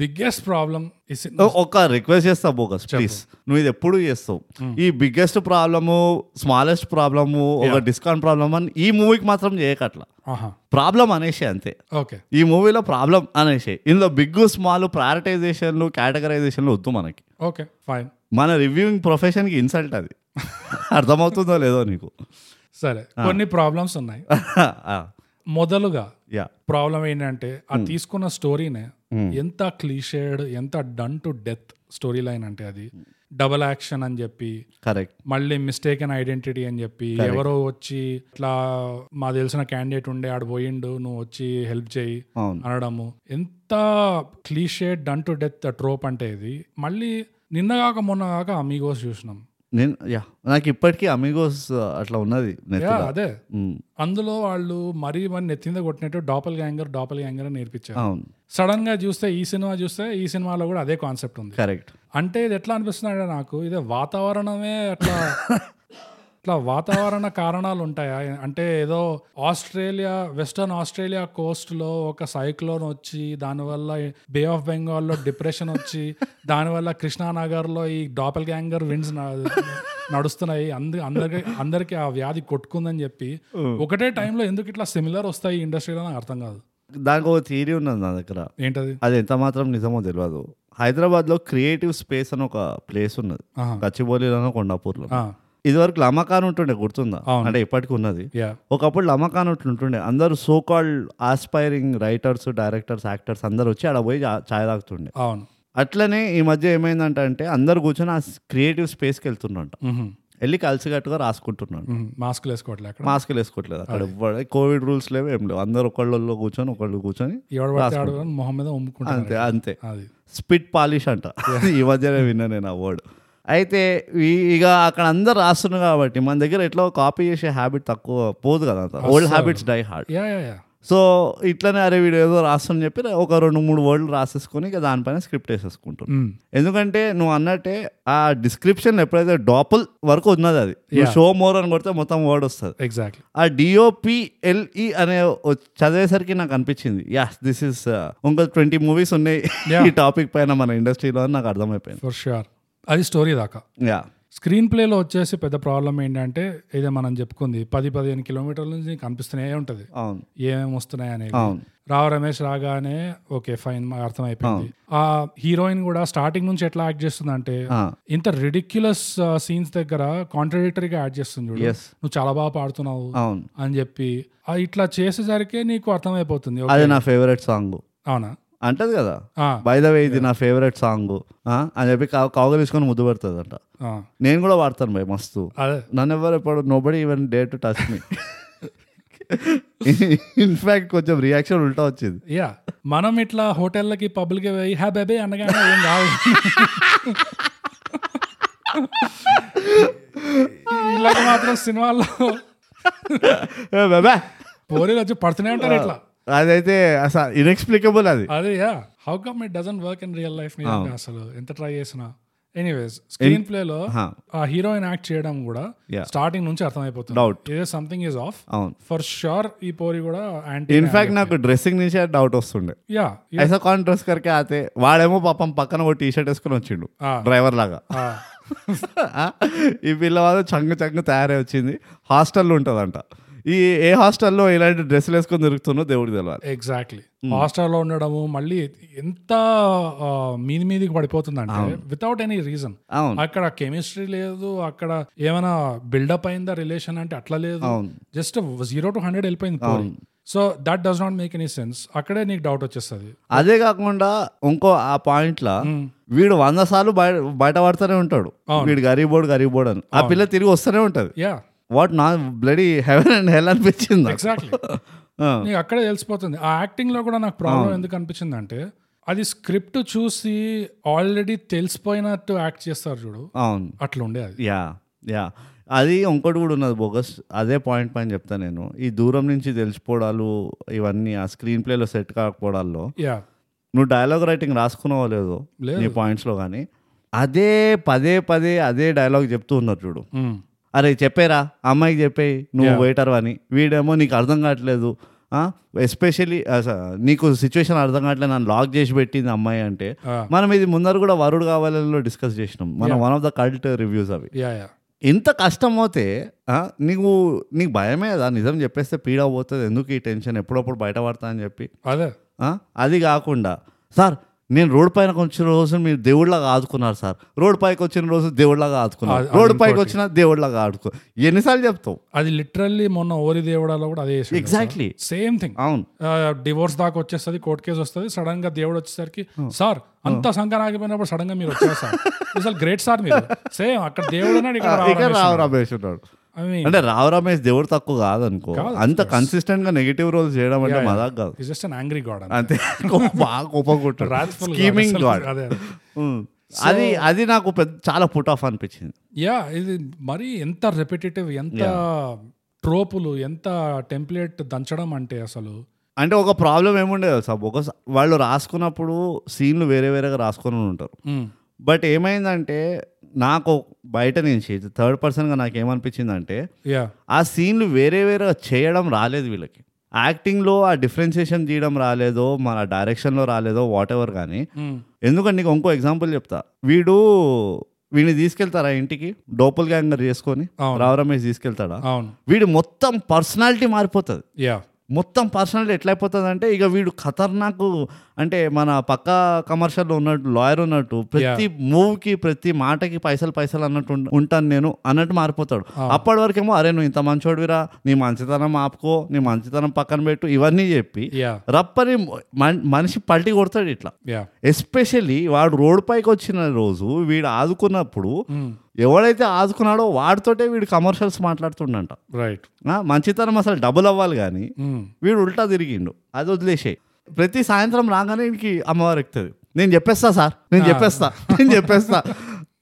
బిగ్గెస్ట్ ప్రాబ్లం ఇస్
ఓ- ఒక రిక్వెస్ట్ చేస్తా బోగస్ ప్లీజ్ నువ్వు ఇది ఎప్పుడు చేస్తావు ఈ బిగ్గెస్ట్ ప్రాబ్లము స్మాలెస్ట్ ప్రాబ్లము ఒక డిస్కౌంట్ ప్రాబ్లమ్ అని ఈ మూవీకి మాత్రం చేయకట్లా
ఆహా
ప్రాబ్లం అనేసి అంతే
ఓకే
ఈ మూవీలో ప్రాబ్లం అనేసి ఇందులో బిగ్ స్మాల్ ప్రయారిటైజేషన్లు కేటగరైజేషన్లు వద్దు మనకి
ఓకే ఫైన్
మన రివ్యూయింగ్ ప్రొఫెషన్కి ఇన్సల్ట్ అది అర్థమవుతుందో లేదో నీకు
సరే కొన్ని ప్రాబ్లమ్స్ ఉన్నాయి మొదలుగా
యా
ప్రాబ్లం ఏంటంటే ఆ తీసుకున్న స్టోరీనే ఎంత క్లీషేడ్ ఎంత done to death story line అంటే అది డబల్ యాక్షన్ అని చెప్పి
కరెక్ట్
మళ్ళీ మిస్టేక్ అండ్ ఐడెంటిటీ అని చెప్పి ఎవరో వచ్చి ఇట్లా మా తెలిసిన క్యాండిడేట్ ఉండే ఆడు పోయిండు నువ్వు వచ్చి హెల్ప్ చేయి
అవును
అనడము ఎంత cliche done to death trope అంటే ఇది మళ్ళీ నిన్న కాక మొన్న కాక అమీగోస్ చూసినాం
నేను యా నాకు ఇప్పటికీ అమిగోస్ అట్లా ఉన్నది
యా,
నెత్తిలో
అదే
ఉమ్,
అందులో వాళ్ళు మరీ మరి నెత్తింద కొట్టినట్టు డాపల్ గ్యాంగర్ డాపల్ గ్యాంగర్ అని నేర్పించారు
అవును
సడన్ గా చూస్తే ఈ సినిమా చూస్తే ఈ సినిమాలో కూడా అదే కాన్సెప్ట్ ఉంది
కరెక్ట్
అంటే ఇది ఎట్లా అనిపిస్తుంది అంటే నాకు ఇదే వాతావరణమే అట్లా ఇట్లా వాతావరణ కారణాలు ఉంటాయా అంటే ఏదో ఆస్ట్రేలియా వెస్టర్న్ ఆస్ట్రేలియా కోస్ట్ లో ఒక సైక్లోన్ వచ్చి దానివల్ల బే ఆఫ్ బెంగాల్లో డిప్రెషన్ వచ్చి దానివల్ల కృష్ణానగర్ లో ఈ డాపల్ గ్యాంగర్ విండ్స్ నడుస్తున్నాయి అందు అందరికి అందరికి ఆ వ్యాధి కొట్టుకుందని చెప్పి ఒకటే టైంలో ఎందుకు ఇట్లా సిమిలర్ వస్తాయి ఇండస్ట్రీలో నాకు అర్థం కాదు
దానికి ఒక థియరీ ఉన్నది నా దగ్గర
ఏంటది
అది ఎంత మాత్రం నిజమో తెలియదు హైదరాబాద్లో క్రియేటివ్ స్పేస్ అని ఒక ప్లేస్ ఉన్నది
ఆహా.
గచ్చిబౌలిలోనో కొండాపూర్లో
ఆ,
ఇదివరకు లమకాన్ ఉంటుండే గుర్తుందా
అవును.
అంటే ఇప్పటికి ఉన్నది
యా
ఒకప్పుడు లమకాన్ ఉంటుండే అందరూ so called aspiring writers directors actors అందరూ వచ్చి ఆడ పోయి చా- చాయ్ తాగుతుండే
అవును
అట్లనే ఈ మధ్య ఏమైందంటే అంటే అందరు కూర్చొని ఆ క్రియేటివ్ స్పేస్కి వెళ్తున్నట
మ్హూ.
వెళ్ళి కలిసికట్టుగా రాసుకుంటున్నాడు
మ్మ్. మాస్కులు వేసుకోవట్లే అక్కడ
మాస్క్లు వేసుకోవట్లేదు అక్కడ ఎవ్వరు- కోవిడ్ రూల్స్ లేవు ఏం లేవు అందరు ఒకళ్ళు కూర్చొని ఒకళ్ళు కూర్చొని
ఎవడు పడితే ఆడు మొహం మీద ఉమ్ముకుంటాను
అంతే అంతే
అది
స్పిట్ పాలిష్ అంట ఈ మధ్యనే విన్నా నేను ఆ వర్డ్ అయితే ఈ- ఇక అక్కడ అందరు రాస్తున్నారు కాబట్టి మన దగ్గర ఎట్లా కాపీ చేసే హ్యాబిట్ తక్కువ పోదు కదా అంత old habits die hard
yeah yeah yeah
so ఇట్లనే అరే వీడు ఏదో రాస్తుని చెప్పి ఒక రెండు మూడు వర్డ్లు రాసేసుకొని ఇక దానిపైన స్క్రిప్ట్ వేసేసుకుంటున్నాను
మ్మ్.
ఎందుకంటే నువ్వు అన్నట్టే ఆ డిస్క్రిప్షన్ ఎప్పుడైతే డాపుల్ వరకు ఉన్నది అది నువ్వు షో మోర్ అని కొడితే మొత్తం వర్డ్ వస్తుంది
ఎగ్జాక్ట్లీ
ఆ డిఓపిఎల్ఈ E అనే ఓ- చదివేసరికి నాకు అనిపించింది యాస్ దిస్ ఇస్ ఇంకా ట్వంటీ మూవీస్ ఉన్నాయి ఈ టాపిక్ పైన మన ఇండస్ట్రీలో అని నాకు అర్థమైపోయింది
ఫర్ ష్యూర్ అది స్టోరీ దాకా
యా
స్క్రీన్ ప్లేలో వచ్చేసి పెద్ద ప్రాబ్లం ఏంటంటే ఇదే మనం చెప్పుకుంది పది పదిహేను కిలోమీటర్ల నుంచి నీకు అనిపిస్తూనే ఉంటుంది
అవును
ఏమేమి వస్తున్నాయి అనేది
అవును
రావ రమేష్ రాగానే ఓకే ఫైన్ మాకు అర్థమైపోయింది ఆ హీరోయిన్ కూడా స్టార్టింగ్ నుంచి ఎట్లా యాక్ట్ చేస్తుంది అంటే
ఆ,
ఇంత రెడిక్యులస్ సీన్స్ దగ్గర కాంట్రడిక్టరీగా యాడ్ చేస్తుంది చూడు
Yes.
నువ్వు చాలా బాగా పాడుతున్నావు
అవును
అని చెప్పి ఆ ఇట్లా చేసేసరికే నీకు అర్థమైపోతుంది ఓకే,
అది నా ఫేవరెట్ సాంగ్
అవునా
అంటది కదా
ఆ,
బై ద వే ఇది నా ఫేవరెట్ సాంగ్ అని చెప్పి కా- కౌగలించుకొని ముద్దు పెడుతుందంట
ఆ.
నేను కూడా వాడతాను భయ్ మస్తు
అదే
నన్ను ఎవరు ఎప్పుడు nobody even dare to touch me in fact కొంచెం రియాక్షన్ ఉల్టా వచ్చింది
యా మనం ఇట్లా హోటళ్ళకి పబ్లిక్ పోయి హ్యా బేబే అనగానే ఏం కాదు ఇలాగ మాత్రం సినిమాల్లో
ఏ బాబా
పోరీలు వచ్చి పడుతూనే ఉంటారు ఇట్లా
Ah, అదైతే అసలు ఇన్ఎక్స్ప్లికబుల్ అది
అదే yeah how come it doesn't work in real life మీద అసలు ఎంత ట్రై చేసినా ఎనీవేస్ స్క్రీన్ ప్లేలో ఆ హీరోయిన్ యాక్ట్ చేయడం కూడా
Yeah.
స్టార్టింగ్ నుంచి అర్థమైపోతుంది
Doubt.
ఇదే సంథింగ్ ఈజ్ ఆఫ్
అవును
ఫర్ షూర్ ఈ పోరి కూడా యాంటీ
ఇన్ఫాక్ట్ నాకు డ్రెస్సింగ్ నుంచే డౌట్ వస్తుండే
యా
ఐసా కాన్ డ్రెస్ కరికే ఆతే వాడేమో పాపం పక్కన ఒక టీ షర్ట్ వేసుకుని వచ్చిండు
ఆ.
డ్రైవర్ లాగా
Ah,
ఆ, ఈ పిల్లవాడు చంగు చంగు తయారై వచ్చింది హాస్టల్లో ఉంటుందంట ఈ ఏ హాస్టల్లో ఇలాంటి డ్రెస్సులు వేసుకొని తిరుగుతున్నో దేవుడికి తెలియాలి
ఎగ్జాక్ట్లీ
Hmm.
హాస్టల్లో ఉండడము మళ్ళీ ఎంత ఆ, మీది మీదికి పడిపోతుందంటే వితౌట్ ఎనీ రీజన్
అవును
అక్కడ కెమిస్ట్రీ లేదు అక్కడ ఏమైనా బిల్డప్ అయిందా రిలేషన్ అంటే అట్లా లేదు
అవును
జస్ట్ జీరో టు హండ్రెడ్ వెళ్ళిపోయింది పోరి so that does not make any sense అక్కడే నీకు డౌట్ వచ్చేస్తుంది
అదే కాకుండా ఇంకో ఆ పాయింట్లా వీడు వంద సార్లు బయట బయట పడుతూనే ఉంటాడు వీడు గరీబోడు గరీబోడు అని ఆ పిల్ల తిరిగి వస్తూనే ఉంటది
యా
వాట్ నా బ్లడీ హెవెన్ అండ్ హెల్ అనిపించింది నాకు.
ఎగ్జాక్ట్లీ
ఆ,
నీకు అక్కడే తెలిసిపోతుంది ఆ యాక్టింగ్ లో కూడా నాకు ప్రాబ్లం ఎందుకు అనిపించింది అంటే అది స్క్రిప్ట్ చూసి ఆల్రెడీ తెలిసిపోయినట్టు యాక్ట్ చేస్తారు చూడు
అవును
అట్లా ఉండే అది
యా యా అది ఇంకోటి కూడా ఉన్నది బోగస్ అదే పాయింట్ పైన చెప్తా నేను ఈ దూరం నుంచి తెలిసిపోవడాలు ఇవన్నీ ఆ స్క్రీన్ ప్లేలో సెట్ కాకపోవడాల్లో
యా
నువ్వు డైలాగ్ రైటింగ్ రాసుకున్నావో లేదో
లేదు.
నీ పాయింట్స్లో కానీ అదే పదే పదే అదే డైలాగ్ చెప్తూ ఉన్నారు చూడు అరే చెప్పేరా అమ్మాయికి చెప్పేయి నువ్వు వెయిటర్ అని వీడేమో నీకు అర్థం కావట్లేదు ఎస్పెషలీ నీకు సిచ్యువేషన్ అర్థం కావట్లేదు నన్ను లాక్ చేసి పెట్టింది అమ్మాయి అంటే
Uh,
మనం ఇది ముందర కూడా వరుడు కావాలలో డిస్కస్ చేసినాం మనం one of the cult reviews అవి
యా యా
ఇంత కష్టం అవుతే ఆ, నీకు నీకు భయమే కదా నిజం చెప్పేస్తే పీడ పోతుంది ఎందుకు ఈ టెన్షన్ ఎప్పుడప్పుడు బయటపడతా అని చెప్పి
అదే
ఆ, అది కాకుండా సార్ నేను రోడ్ పైన వచ్చిన రోజు మీరు దేవుడిలాగా ఆదుకున్నారు సార్ రోడ్ పైకి వచ్చిన రోజు దేవుడిలాగా ఆదుకున్నారు
అది- అది
రోడ్ పైకి వచ్చిన దేవుడిలాగా ఆడుకో ఎన్నిసార్లు చెప్తావు
అది లిటరల్లీ మొన్న ఓరి దేవుడాలో కూడా అదే
ఎగ్జాక్ట్లీ
సేమ్ థింగ్
అవును
డివోర్స్ Uh, దాకా వచ్చేస్తుంది కోర్ట్ కేసు వస్తుంది సడన్ గా దేవుడు వచ్చేసరికి సార్ అంత సంఘం ఆగిపోయినప్పుడు సడన్ గా మీరు వచ్చారు సార్ అసలు గ్రేట్ సార్ మీరు సేమ్ అక్కడ దేవుడు ఉన్నాడు, ఇక్కడ
ఇక
రావడం
రావు రమేష్ ఉన్నాడు
I mean,
అంటే రావు రమేష్ దేవుడు తక్కువ కాదనుకో అంత కన్సిస్టెంట్ గా నెగిటివ్ రోల్స్ చేయడం అంటే మదాక్ కాదు
he's just an angry god అంతే.
అంతే కో- బాగా కోపం కొట్టాడు
Wrathful god
స్కీమింగ్
అసలు.
గాడ్
అదే అదే.
అది అది నాకు పెద్ద చాలా పుట్ ఆఫ్ అనిపించింది
యా ఇది మరీ ఎంత రెపిటేటివ్ ఎంత ట్రోపులు ఎంత టెంప్లెట్ దంచడం అంటే అసలు
అంటే ఒక ప్రాబ్లం ఏముండే తెలుసా ఒక వాళ్ళు రాసుకున్నప్పుడు సీన్లు వేరే వేరేగా రాసుకొని ఉంటారు
మ్,
బట్ ఏమైందంటే నాకు బయట నుంచి థర్డ్ పర్సన్గా నాకు ఏమనిపించిందంటే
యా
ఆ సీన్లు వేరే వేరేగా చేయడం రాలేదు వీళ్ళకి యాక్టింగ్లో ఆ డిఫరెన్సియేషన్ తీయడం రాలేదో మన డైరెక్షన్లో రాలేదో వాట్ ఎవర్ కానీ
మ్,
ఎందుకంటే నీకు ఇంకో ఎగ్జాంపుల్ చెప్తా వీడు వీడిని తీసుకెళ్తారా ఇంటికి డోపుల్ గ్యాంగర్ చేసుకొని
అవును.
రావు రమేష్ తీసుకెళ్తాడా
అవును
వీడి మొత్తం పర్సనాలిటీ మారిపోతుంది
యా
మొత్తం పర్సనాలిటీ ఎట్లా అయిపోతుంది అంటే ఇక వీడు ఖతర్నాకు అంటే మన పక్క కమర్షియల్లో ఉన్నట్టు లాయర్ ఉన్నట్టు ప్రతి మూవ్కి ప్రతి మాటకి పైసలు పైసలు అన్నట్టు ఉండ- ఉంటాను నేను అన్నట్టు మారిపోతాడు అప్పటి వరకేమో అరే నువ్వు ఇంత మంచోడివిరా నీ మంచితనం ఆపుకో నీ మంచితనం పక్కన పెట్టు ఇవన్నీ చెప్పి
యా
రప్పని మన్- మనిషి పల్టి కొడతాడు ఇట్లా
యా
ఎస్పెషల్లీ వాడు రోడ్ పైకి వచ్చిన రోజు వీడు ఆదుకున్నప్పుడు ఎవడైతే ఆదుకున్నాడో వాడితోటే వీడు కమర్షియల్స్ మాట్లాడుతుండంట
రైట్
ఆ, మంచితనం అసలు డబుల్ అవ్వాలి కానీ
Hmm.
వీడు ఉల్టా తిరిగిండు అది వదిలేసే ప్రతి సాయంత్రం రాగానే వీడికి అమ్మవారు ఎక్కుతుంది నేను చెప్పేస్తా సార్ నేను చెప్పేస్తా నేను చెప్పేస్తా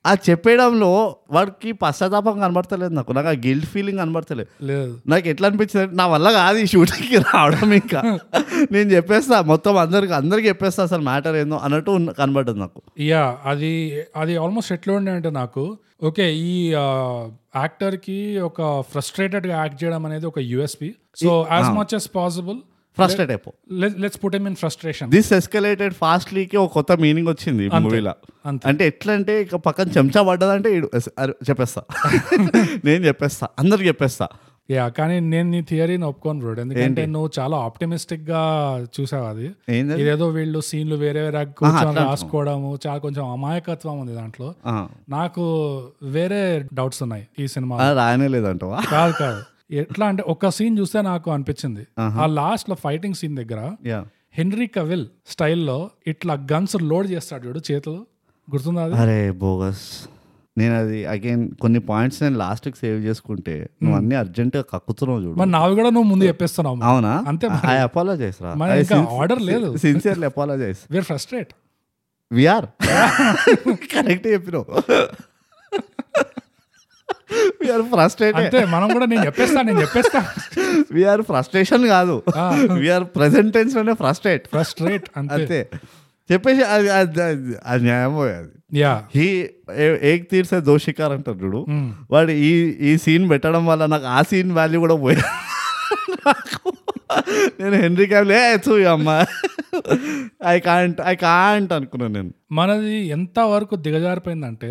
ఆ చెప్పేయడంలో వాడికి పశ్చాత్తాపం కనబడతలేదు నాకు నాకు ఆ గిల్ట్ ఫీలింగ్ కనబడతలేదు
లేదు
నాకు ఎట్లా అనిపించింది అంటే, నా వల్ల కాదు ఈ షూటింగ్కి రావడం ఇంకా నేను చెప్పేస్తా మొత్తం అందరికి అందరికి చెప్పేస్తా అసలు మ్యాటర్ ఏందో అన్నట్టు ఉన్న- కనబడ్డది నాకు
యా అది అది ఆల్మోస్ట్ ఎట్లా ఉండే అంటే నాకు ఓకే ఈ యాక్టర్ కి ఒక ఫ్రస్ట్రేటెడ్ గా యాక్ట్ చేయడం అనేది ఒక USP so as much as possible
frustrate అయిపో
let's put in frustration
this escalated ఫాస్ట్లీకి ఒక కొత్త మీనింగ్ వచ్చింది ఈ మూవీలో
అంతే.
అంటే ఎట్లా అంటే ఇక పక్కన చెంచా పడ్డదంటే ఈడు ఎస్- అరే చెప్పేస్తా నేను చెప్పేస్తా అందరికి చెప్పేస్తా
యా కానీ నేను నీ థియరీని ఒప్పుకోను బ్రోడ్ ఎందుకంటే నువ్వు చాలా ఆప్టిమిస్టిక్ గా చూసావు అది
ఏంది
ఇదేదో వీళ్ళు సీన్లు వేరే వేరే కూర్చొని రాసుకోవడము చాలా కొంచెం అమాయకత్వం ఉంది దాంట్లో
ఆ,
నాకు వేరే డౌట్స్ ఉన్నాయి ఈ సినిమా
అది రాయనే లేదంటవా
కాదు కాదు ఎట్లా అంటే ఒక సీన్ చూస్తే నాకు అనిపించింది ఆ లాస్ట్ లో ఫైటింగ్ సీన్ దగ్గర
యా
హెన్రీ కవిల్ స్టైల్లో ఇట్లా గన్స్ లోడ్ చేస్తాడు చూడు చేతులు గుర్తుందా అది
అరే బోగస్ నేను అది అగైన్ కొన్ని పాయింట్స్ నేను లాస్ట్కి సేవ్ చేసుకుంటే నువ్వు అన్ని అర్జెంట్గా కక్కుతున్నావు చూడు
మరి నావి కూడా నువ్వు ముందు చెప్పేస్తున్నావు
అవునా
అంతే
ఐ అపాలజైస్ రా
మరి ఇంకా ఆర్డర్ లేదు
sincerely apologise
we are frustrate
we are correct చెప్పినావు విఆర్ ఫ్రస్ట్రేటెడ్
అంతే మనం కూడా నేను చెప్పేస్తా నేను చెప్పేస్తా
విఆర్ ఫ్రస్ట్రేషన్ కాదు విఆర్ ప్రెసెంట్ టెన్స్ లోనే ఫ్రస్ట్రేట్
ఫ్రస్ట్రేట్ అంతే
అంతే చెప్పేసి అది అది- అది- అది న్యాయమో అది
యా
హీ ఏ- ఏక్ తీర్సే దోషికార్ అంటారు చూడు వాడు ఈ ఈ సీన్ పెట్టడం వల్ల నాకు ఆ సీన్ వాల్యూ కూడా పోయి నేను హెన్రీ క్యాబ్లే చూ అమ్మ ఐ కాంట్ ఐ కాంట్ అనుకున్నాను నేను
మనది ఎంత వరకు దిగజారిపోయిందంటే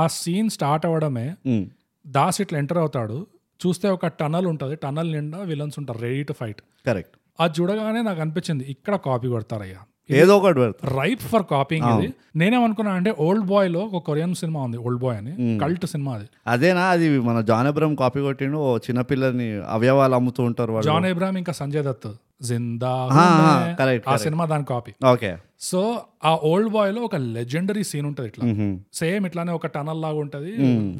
ఆ సీన్ స్టార్ట్ అవ్వడమే
ఉమ్,
దాస్ ఇట్లా ఎంటర్ అవుతాడు చూస్తే ఒక టనల్ ఉంటుంది టనల్ నిండా విలన్స్ ఉంటారు రెడీ టు ఫైట్
కరెక్ట్
అది చూడగానే నాకు అనిపించింది ఇక్కడ కాపీ కొడతారయ్యా
ఏదో ఒకటి పెడతా
రైప్ ఫర్ కాపింగ్ ఇది నేనేమనుకున్నా అంటే ఓల్డ్ బాయ్ లో ఒక కొరియన్ సినిమా ఉంది ఓల్డ్ బాయ్ అని కల్ట్ సినిమా అది
అదేనా అది మన జాన్ అబ్రహం కాపీ కొట్టిండు ఓ చిన్నపిల్లని అవయవాలు అమ్ముతూ ఉంటారు వాళ్ళు
జాన్ ఇబ్రాహిం ఇంకా సంజయ్ దత్ జిందా
ఆ, ఆ,
హూమే.
correct,
ఆ సినిమా దాని కాపీ
ఓకే
సో ఆ ఓల్డ్ బాయ్ లో ఒక లెజెండరీ సీన్ ఉంటది ఇట్లా సేమ్ ఇట్లానే ఒక టనల్ లాగా ఉంటది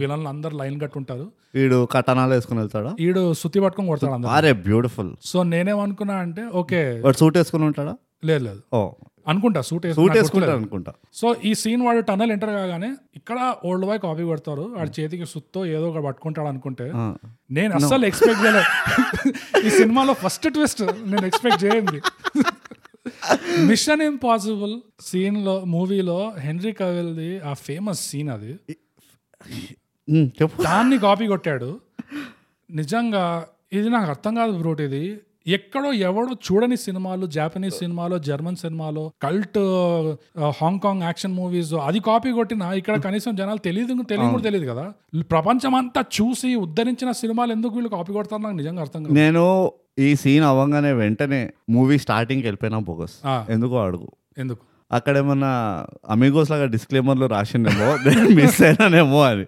విలన్లు అందరు లైన్ కట్టు ఉంటారు
వీడు కటనాలు వేసుకుని వెళ్తాడా
ఈడు సుత్తి పట్టుకొని కొడతాడు అందరు
అరే బ్యూటిఫుల్
సో నేనేమనుకున్నా అంటే ఓకే
వాడు సూట్ వేసుకుని ఉంటాడా
లేదు లేదు
ఓ
అనుకుంటా సూట్
సూట్ వేసుకుంటాడు అనుకుంటా
సో ఈ సీన్ వాడు టనల్ ఎంటర్ కాగానే ఇక్కడ ఓల్డ్ బాయ్ కాపీ కొడతారు వాడి చేతికి సుత్తో ఏదో ఒకటి పట్టుకుంటాడు అనుకుంటే
ఆ.
నేను అస్సలు ఎక్స్పెక్ట్ చేయలేదు ఈ సినిమాలో ఫస్ట్ ట్విస్ట్ నేను ఎక్స్పెక్ట్ చేయండి మిషన్ ఇంపాసిబుల్ సీన్ లో మూవీలో హెన్రీ కవిల్ ది ఆ ఫేమస్ సీన్ అది
ఉమ్, చెప్పు
దాన్ని కాపీ కొట్టాడు నిజంగా ఇది నాకు అర్థం కాదు బ్రోట్ ఇది ఎక్కడో ఎవడో చూడని సినిమాలు జాపనీస్ సినిమాలో జర్మన్ సినిమాలో కల్ట్ హాంకాంగ్ యాక్షన్ మూవీస్ అది కాపీ కొట్టినా ఇక్కడ కనీసం జనాలు తెలియదు తెలియదు కూడా తెలియదు కదా ప్రపంచం అంతా చూసి ఉద్ధరించిన సినిమాలు ఎందుకు వీళ్ళు కాపీ కొడతారు నాకు నిజంగా అర్థం కాదు
నేను ఈ సీన్ అవ్వగానే వెంటనే మూవీ స్టార్టింగ్ వెళ్ళిపోయినా బోగస్
ఆ.
ఎందుకో అడుగు
ఎందుకు
అక్కడ ఏమన్నా అమిగోస్ లాగా disclaimer లో రాసిందేమో నేను మిస్ అయినానేమో అని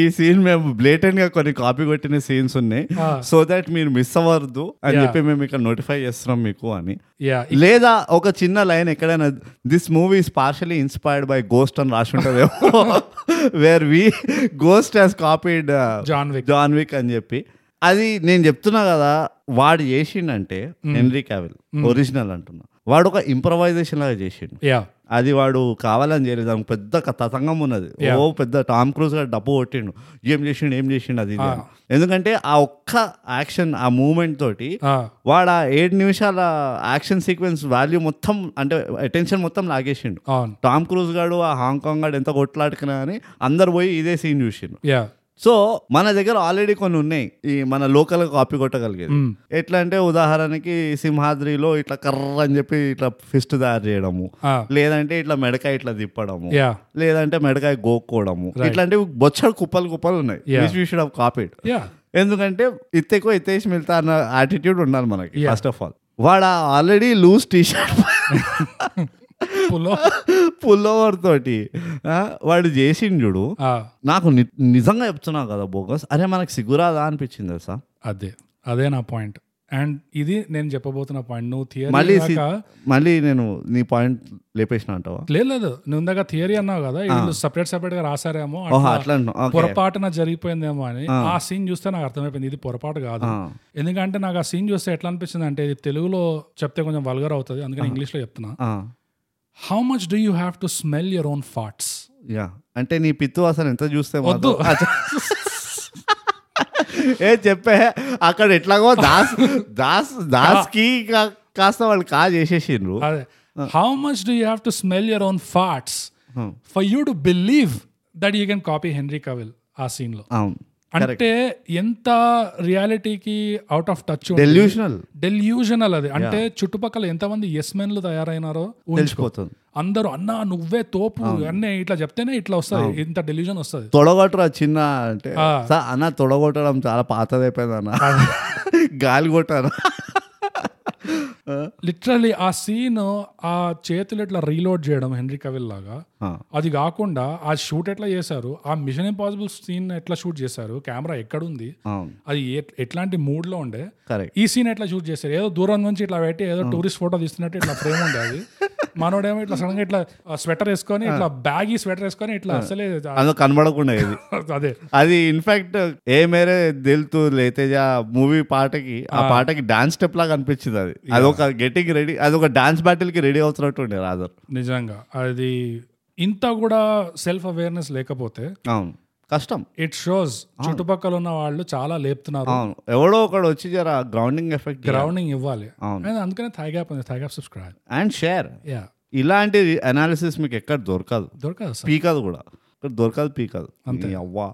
ఈ సీన్ మేము blatant గా కొన్ని కాపీ కొట్టిన సీన్స్ ఉన్నాయి
ఆ.
సో దట్ మీరు మిస్ అవ్వద్దు అని
Yeah.
చెప్పి మేము ఇక్కడ నోటిఫై చేస్తున్నాం మీకు అని
యా
లేదా ఒక చిన్న లైన్ ఎక్కడైనా this movie is partially inspired by ghost అని రాసి ఉంటుందేమో wear we ghost has copied
John Wick
John Wick అని చెప్పి అది నేను చెప్తున్నా కదా వాడు చేసిండంటే హెన్రీ క్యావిల్ ఒరిజినల్ అంటున్నా వాడు ఒక ఇంప్రవైజేషన్ లాగా చేసిండు
యా
అది వాడు కావాలని చేయలేదు దానికి పెద్ద క- తతంగం ఉన్నది
Yeah.
ఓ పెద్ద టామ్ క్రూజ్ గారు డబ్బు కొట్టిండు ఏం చేసిండు ఏం చేసిండు అది ఇది అని. ఎందుకంటే ఆ ఒక్క యాక్షన్ ఆ మూమెంట్ తోటి
ఆ,
వాడు ఆ ఏడు నిమిషాల యాక్షన్ సీక్వెన్స్ వాల్యూ మొత్తం అంటే అటెన్షన్ మొత్తం లాగేసిండు
అవును
టామ్ క్రూజ్ గాడు ఆ హాంకాంగ్ గాడు ఎంత కొట్లాడుకున్నా అని అందరు పోయి ఇదే సీన్ చూసిండు
యా
సో మన దగ్గర ఆల్రెడీ కొన్ని ఉన్నాయి ఈ మన లోకల్ కాపీ కొట్టగలిగేది
Mm.
ఎట్లా అంటే ఉదాహరణకి సింహాద్రిలో ఇట్లా కర్ర అని చెప్పి ఇట్లా ఫిస్ట్ తయారు చేయడము
ఆ,
లేదంటే ఇట్లా మెడకాయ ఇట్లా తిప్పడము
యా
లేదంటే మెడకాయ గోక్కోవడము ఇట్లాంటివి బొచ్చడు కుప్పలు కుప్పలు ఉన్నాయి
Yeah.
Which we should have copied
yeah
ఎందుకంటే ఇత్తెక్కువ ఇత్తేసి మిగతా అన్న యాటిట్యూడ్ ఉండాలి మనకి ఫస్ట్ ఆఫ్ ఆల్ వాడు ఆల్రెడీ లూజ్ టీ షర్ట్
పుల్లో
పుల్ ఓవర్ తోటి ఆ, వాడు చేసిండు చూడు
ఆ,
నాకు ని- నిజంగా చెప్తున్నా కదా బోగస్ అరే మనకు సిగ్గురాదా అనిపించింది తెలుసా
అదే అదే నా పాయింట్ అండ్ ఇది నేను చెప్పబోతున్న పాయింట్ నువ్వు
మళ్ళీ
థియరీ
సి- మళ్ళీ నేను నీ పాయింట్ లేపేసిన అంటావా
లేదు లేదు నువ్వు ఇందాక థియరీ అన్నావు కదా వీళ్ళు సపరేట్ సపరేట్ గా రాసారేమో
ఓహో
అట్లా
అట్లా అంటున్నావు. Okay.
పొరపాటున జరిగిపోయిందేమో అని ఆ సీన్ చూస్తే నాకు అర్థమైపోయింది ఇది పొరపాటు కాదు
ఆ.
ఎందుకంటే నాకు ఆ సీన్ చూస్తే ఎట్లా అనిపించింది అంటే ఇది తెలుగులో చెప్తే కొంచెం వల్గర్ అవుతుంది అందుకని ఇంగ్లీష్ లో చెప్తున్నా
ఆ,
how much do you have to smell your own farts
yeah అంటే నీ పిత్తు అసలు ఎంత చూస్తే
వద్దు.
మాత్రం- అచ్చా. ఏ చెప్పే అక్కడ ఎట్లాగో దాస్ దాస్ దాస్ కి కా- కాస్త వాళ్ళు కా చేసేసిండ్రు
అదే how much do you have to smell your own farts for you to believe that you can copy Henry Cavill ఆ సీన్ లో
అవును
అంటే ఎంత రియాలిటీకి out of touch
delusional
delusional అది అంటే చుట్టుపక్కల ఎంతమంది ఎస్ మెన్లు తయారైనారో ఊహించుకో
తెలిసిపోతుంది
అందరూ అన్నా నువ్వే తోపు అన్నీ ఇట్లా చెప్తేనే ఇట్లా వస్తుంది ఇంత డెలిజన్ వస్తుంది
తొడగొట్టరా చిన్న అంటే
ఆ.
"సార్, అన్న తొడగొట్టడం చాలా పాతదైపోయింది అన్న గాలి కొట్టారా
లిటరలీ ఆ సీన్ ఆ చేతులు ఇట్లా రీలోడ్ చేయడం హెన్రీ కవిల్ లాగా
ఆ.
అది కాకుండా ఆ షూట్ ఎట్లా చేశారు ఆ మిషన్ ఇంపాసిబుల్ సీన్ ఎట్లా షూట్ చేశారు కెమెరా ఎక్కడుంది
అవును
అది ఎట్- ఎట్లాంటి మూడ్ లో ఉండే
కరెక్ట్
ఈ సీన్ ఎట్లా షూట్ చేశారు ఏదో దూరం నుంచి ఇట్లా పెట్టి ఏదో టూరిస్ట్ ఫోటో తీస్తున్నట్టు ఇట్లా ఫ్రేమ్ ఉండేది మనోడేమో ఇట్లా సడన్ గా ఇట్లా స్వెటర్ వేసుకొని ఇట్లా బ్యాగీ స్వెటర్ వేసుకొని ఇట్లా అసలే
అందులో కనబడకుండా ఇది
అదే
అది ఇన్ఫాక్ట్ ఏ మేరే దిల్తూ లేతేజా మూవీ పాటకి ఆ పాటకి డాన్స్ స్టెప్ లాగా అనిపించింది అది అదొక గెటింగ్ రెడీ అదొక డాన్స్ బ్యాటిల్ కి రెడీ అవుతున్నట్టు ఉండే రాదర్
నిజంగా అది ఇంత కూడా సెల్ఫ్ అవేర్నెస్ లేకపోతే
అవును కష్టం
ఇట్ షోస్ చుట్టుపక్కల ఉన్న వాళ్ళు చాలా లేపుతున్నారు
అవును ఎవడో ఒకడు వచ్చి జర గ్రౌండింగ్ ఎఫెక్ట్
గ్రౌండింగ్ ఇవ్వాలి
అవును.
And అందుకనే థైగ్యాప్ ఉంది thigh gap subscribe
and share
yeah
ఇలాంటి అనాలిసిస్ మీకు ఎక్కడ దొరకదు
దొరకదు అసలు
పీకదు కూడా ఇక్కడ దొరకదు పీకదు అంతే అవ్వా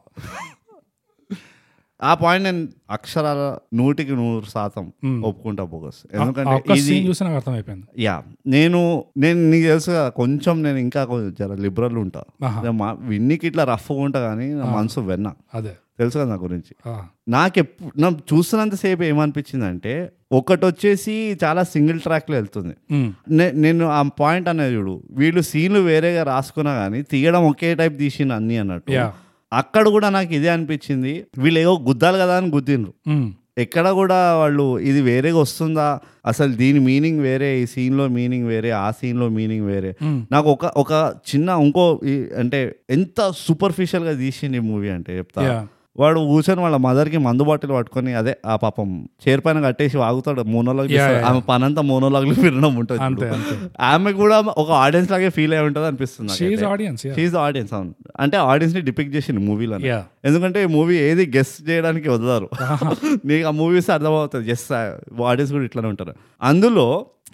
ఆ పాయింట్ నేను అక్షరాల నూటికి నూరు శాతం ఒప్పుకుంటా బోగస్ ఎందుకంటే
ఒక్క
ఇది
సీన్ చూసి నాకు అర్థమైపోయింది
యా నేను నేను నీకు తెలుసు కదా కొంచెం నేను ఇంకా కొంచెం జర లిబరల్ ఉంటా
ఆహా.
నేను మా- విన్నికి ఇట్లా రఫ్గా ఉంటా కానీ నా మనసు వెన్న
అదే
తెలుసు కదా నా గురించి
ఆ,
నాకెప్పుడు నా చూస్తున్నంతసేపు ఏమనిపించింది అంటే ఒకటి వచ్చేసి చాలా సింగిల్ ట్రాక్లో వెళ్తుంది
ఉమ్,
నే- నేను ఆ పాయింట్ అనేది చూడు వీళ్ళు సీన్లు వేరేగా రాసుకున్నా కానీ తీయడం ఒకే టైప్ తీసిన అన్ని అన్నట్టు
యా
అక్కడ కూడా నాకు ఇదే అనిపించింది వీళ్ళు ఏవో గుద్దాలి కదా అని గుద్దిండ్రు
ఉమ్,
ఎక్కడ కూడా వాళ్ళు ఇది వేరేగా వస్తుందా అసలు దీని మీనింగ్ వేరే ఈ సీన్లో మీనింగ్ వేరే ఆ సీన్లో మీనింగ్ వేరే
ఉమ్,
నాకు ఒక ఒక చిన్న ఇంకో ఈ- అంటే ఎంత సూపర్ఫిషియల్గా తీసింది ఈ మూవీ అంటే చెప్తా
యా
వాడు కూర్చొని వాళ్ళ మదర్కి మందు బాటిల్ పట్టుకొని అదే ఆ పాపం చైర్ పైన కట్టేసి వాగుతాడు మోనోలాగ్
Yeah, yeah.
ఆమె పనంతా మోనోలాగ్లు వినడం ఉంటుంది
అంతే
ఇప్పుడు.
అంతే
ఆమె కూడా ఒక ఆడియన్స్ లాగే ఫీల్ అయి ఉంటుంది అనిపిస్తుంది
she audience yeah
she audience అవును అంటే ఆడియన్స్ ని డిపిక్ట్ చేసింది మూవీలో
యా
ఎందుకంటే ఈ మూవీ ఏది గెస్ చేయడానికి వదలరు నీకు ఆ మూవీస్ అర్థమవుతుంది ఎస్ ఆడియన్స్ కూడా ఇట్లానే ఉంటారు అందులో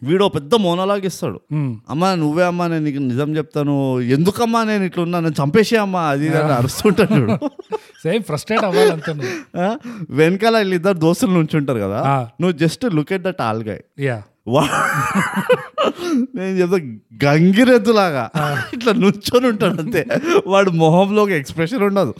వీడు ఓ పెద్ద మోనోలాగ్ ఇస్తాడు
ఉమ్,
అమ్మా నువ్వే అమ్మా నేను నీకు నిజం చెప్తాను ఎందుకమ్మా నేను ఇట్లున్నా నేను చంపేసే అమ్మా అది ఇది అని అరుస్తుంటాడు చూడు.
సేమ్ ఫ్రస్ట్రేట్ అవ్వాలి అంతే నువ్వు.
ఆ? వెనకాల వీళ్ళిద్దరు దోస్తులు నుంచుంటారు కదా
ఆ.
నువ్వు జస్ట్ లుక్ ఎట్ దట్ ఆల్గాయ్
యా
వా నేను చెప్తా గంగిరెద్దులాగా ఇట్లా నుంచొని ఉంటాడు అంతే వాడు మొహంలో ఒక ఎక్స్ప్రెషన్ ఉండదు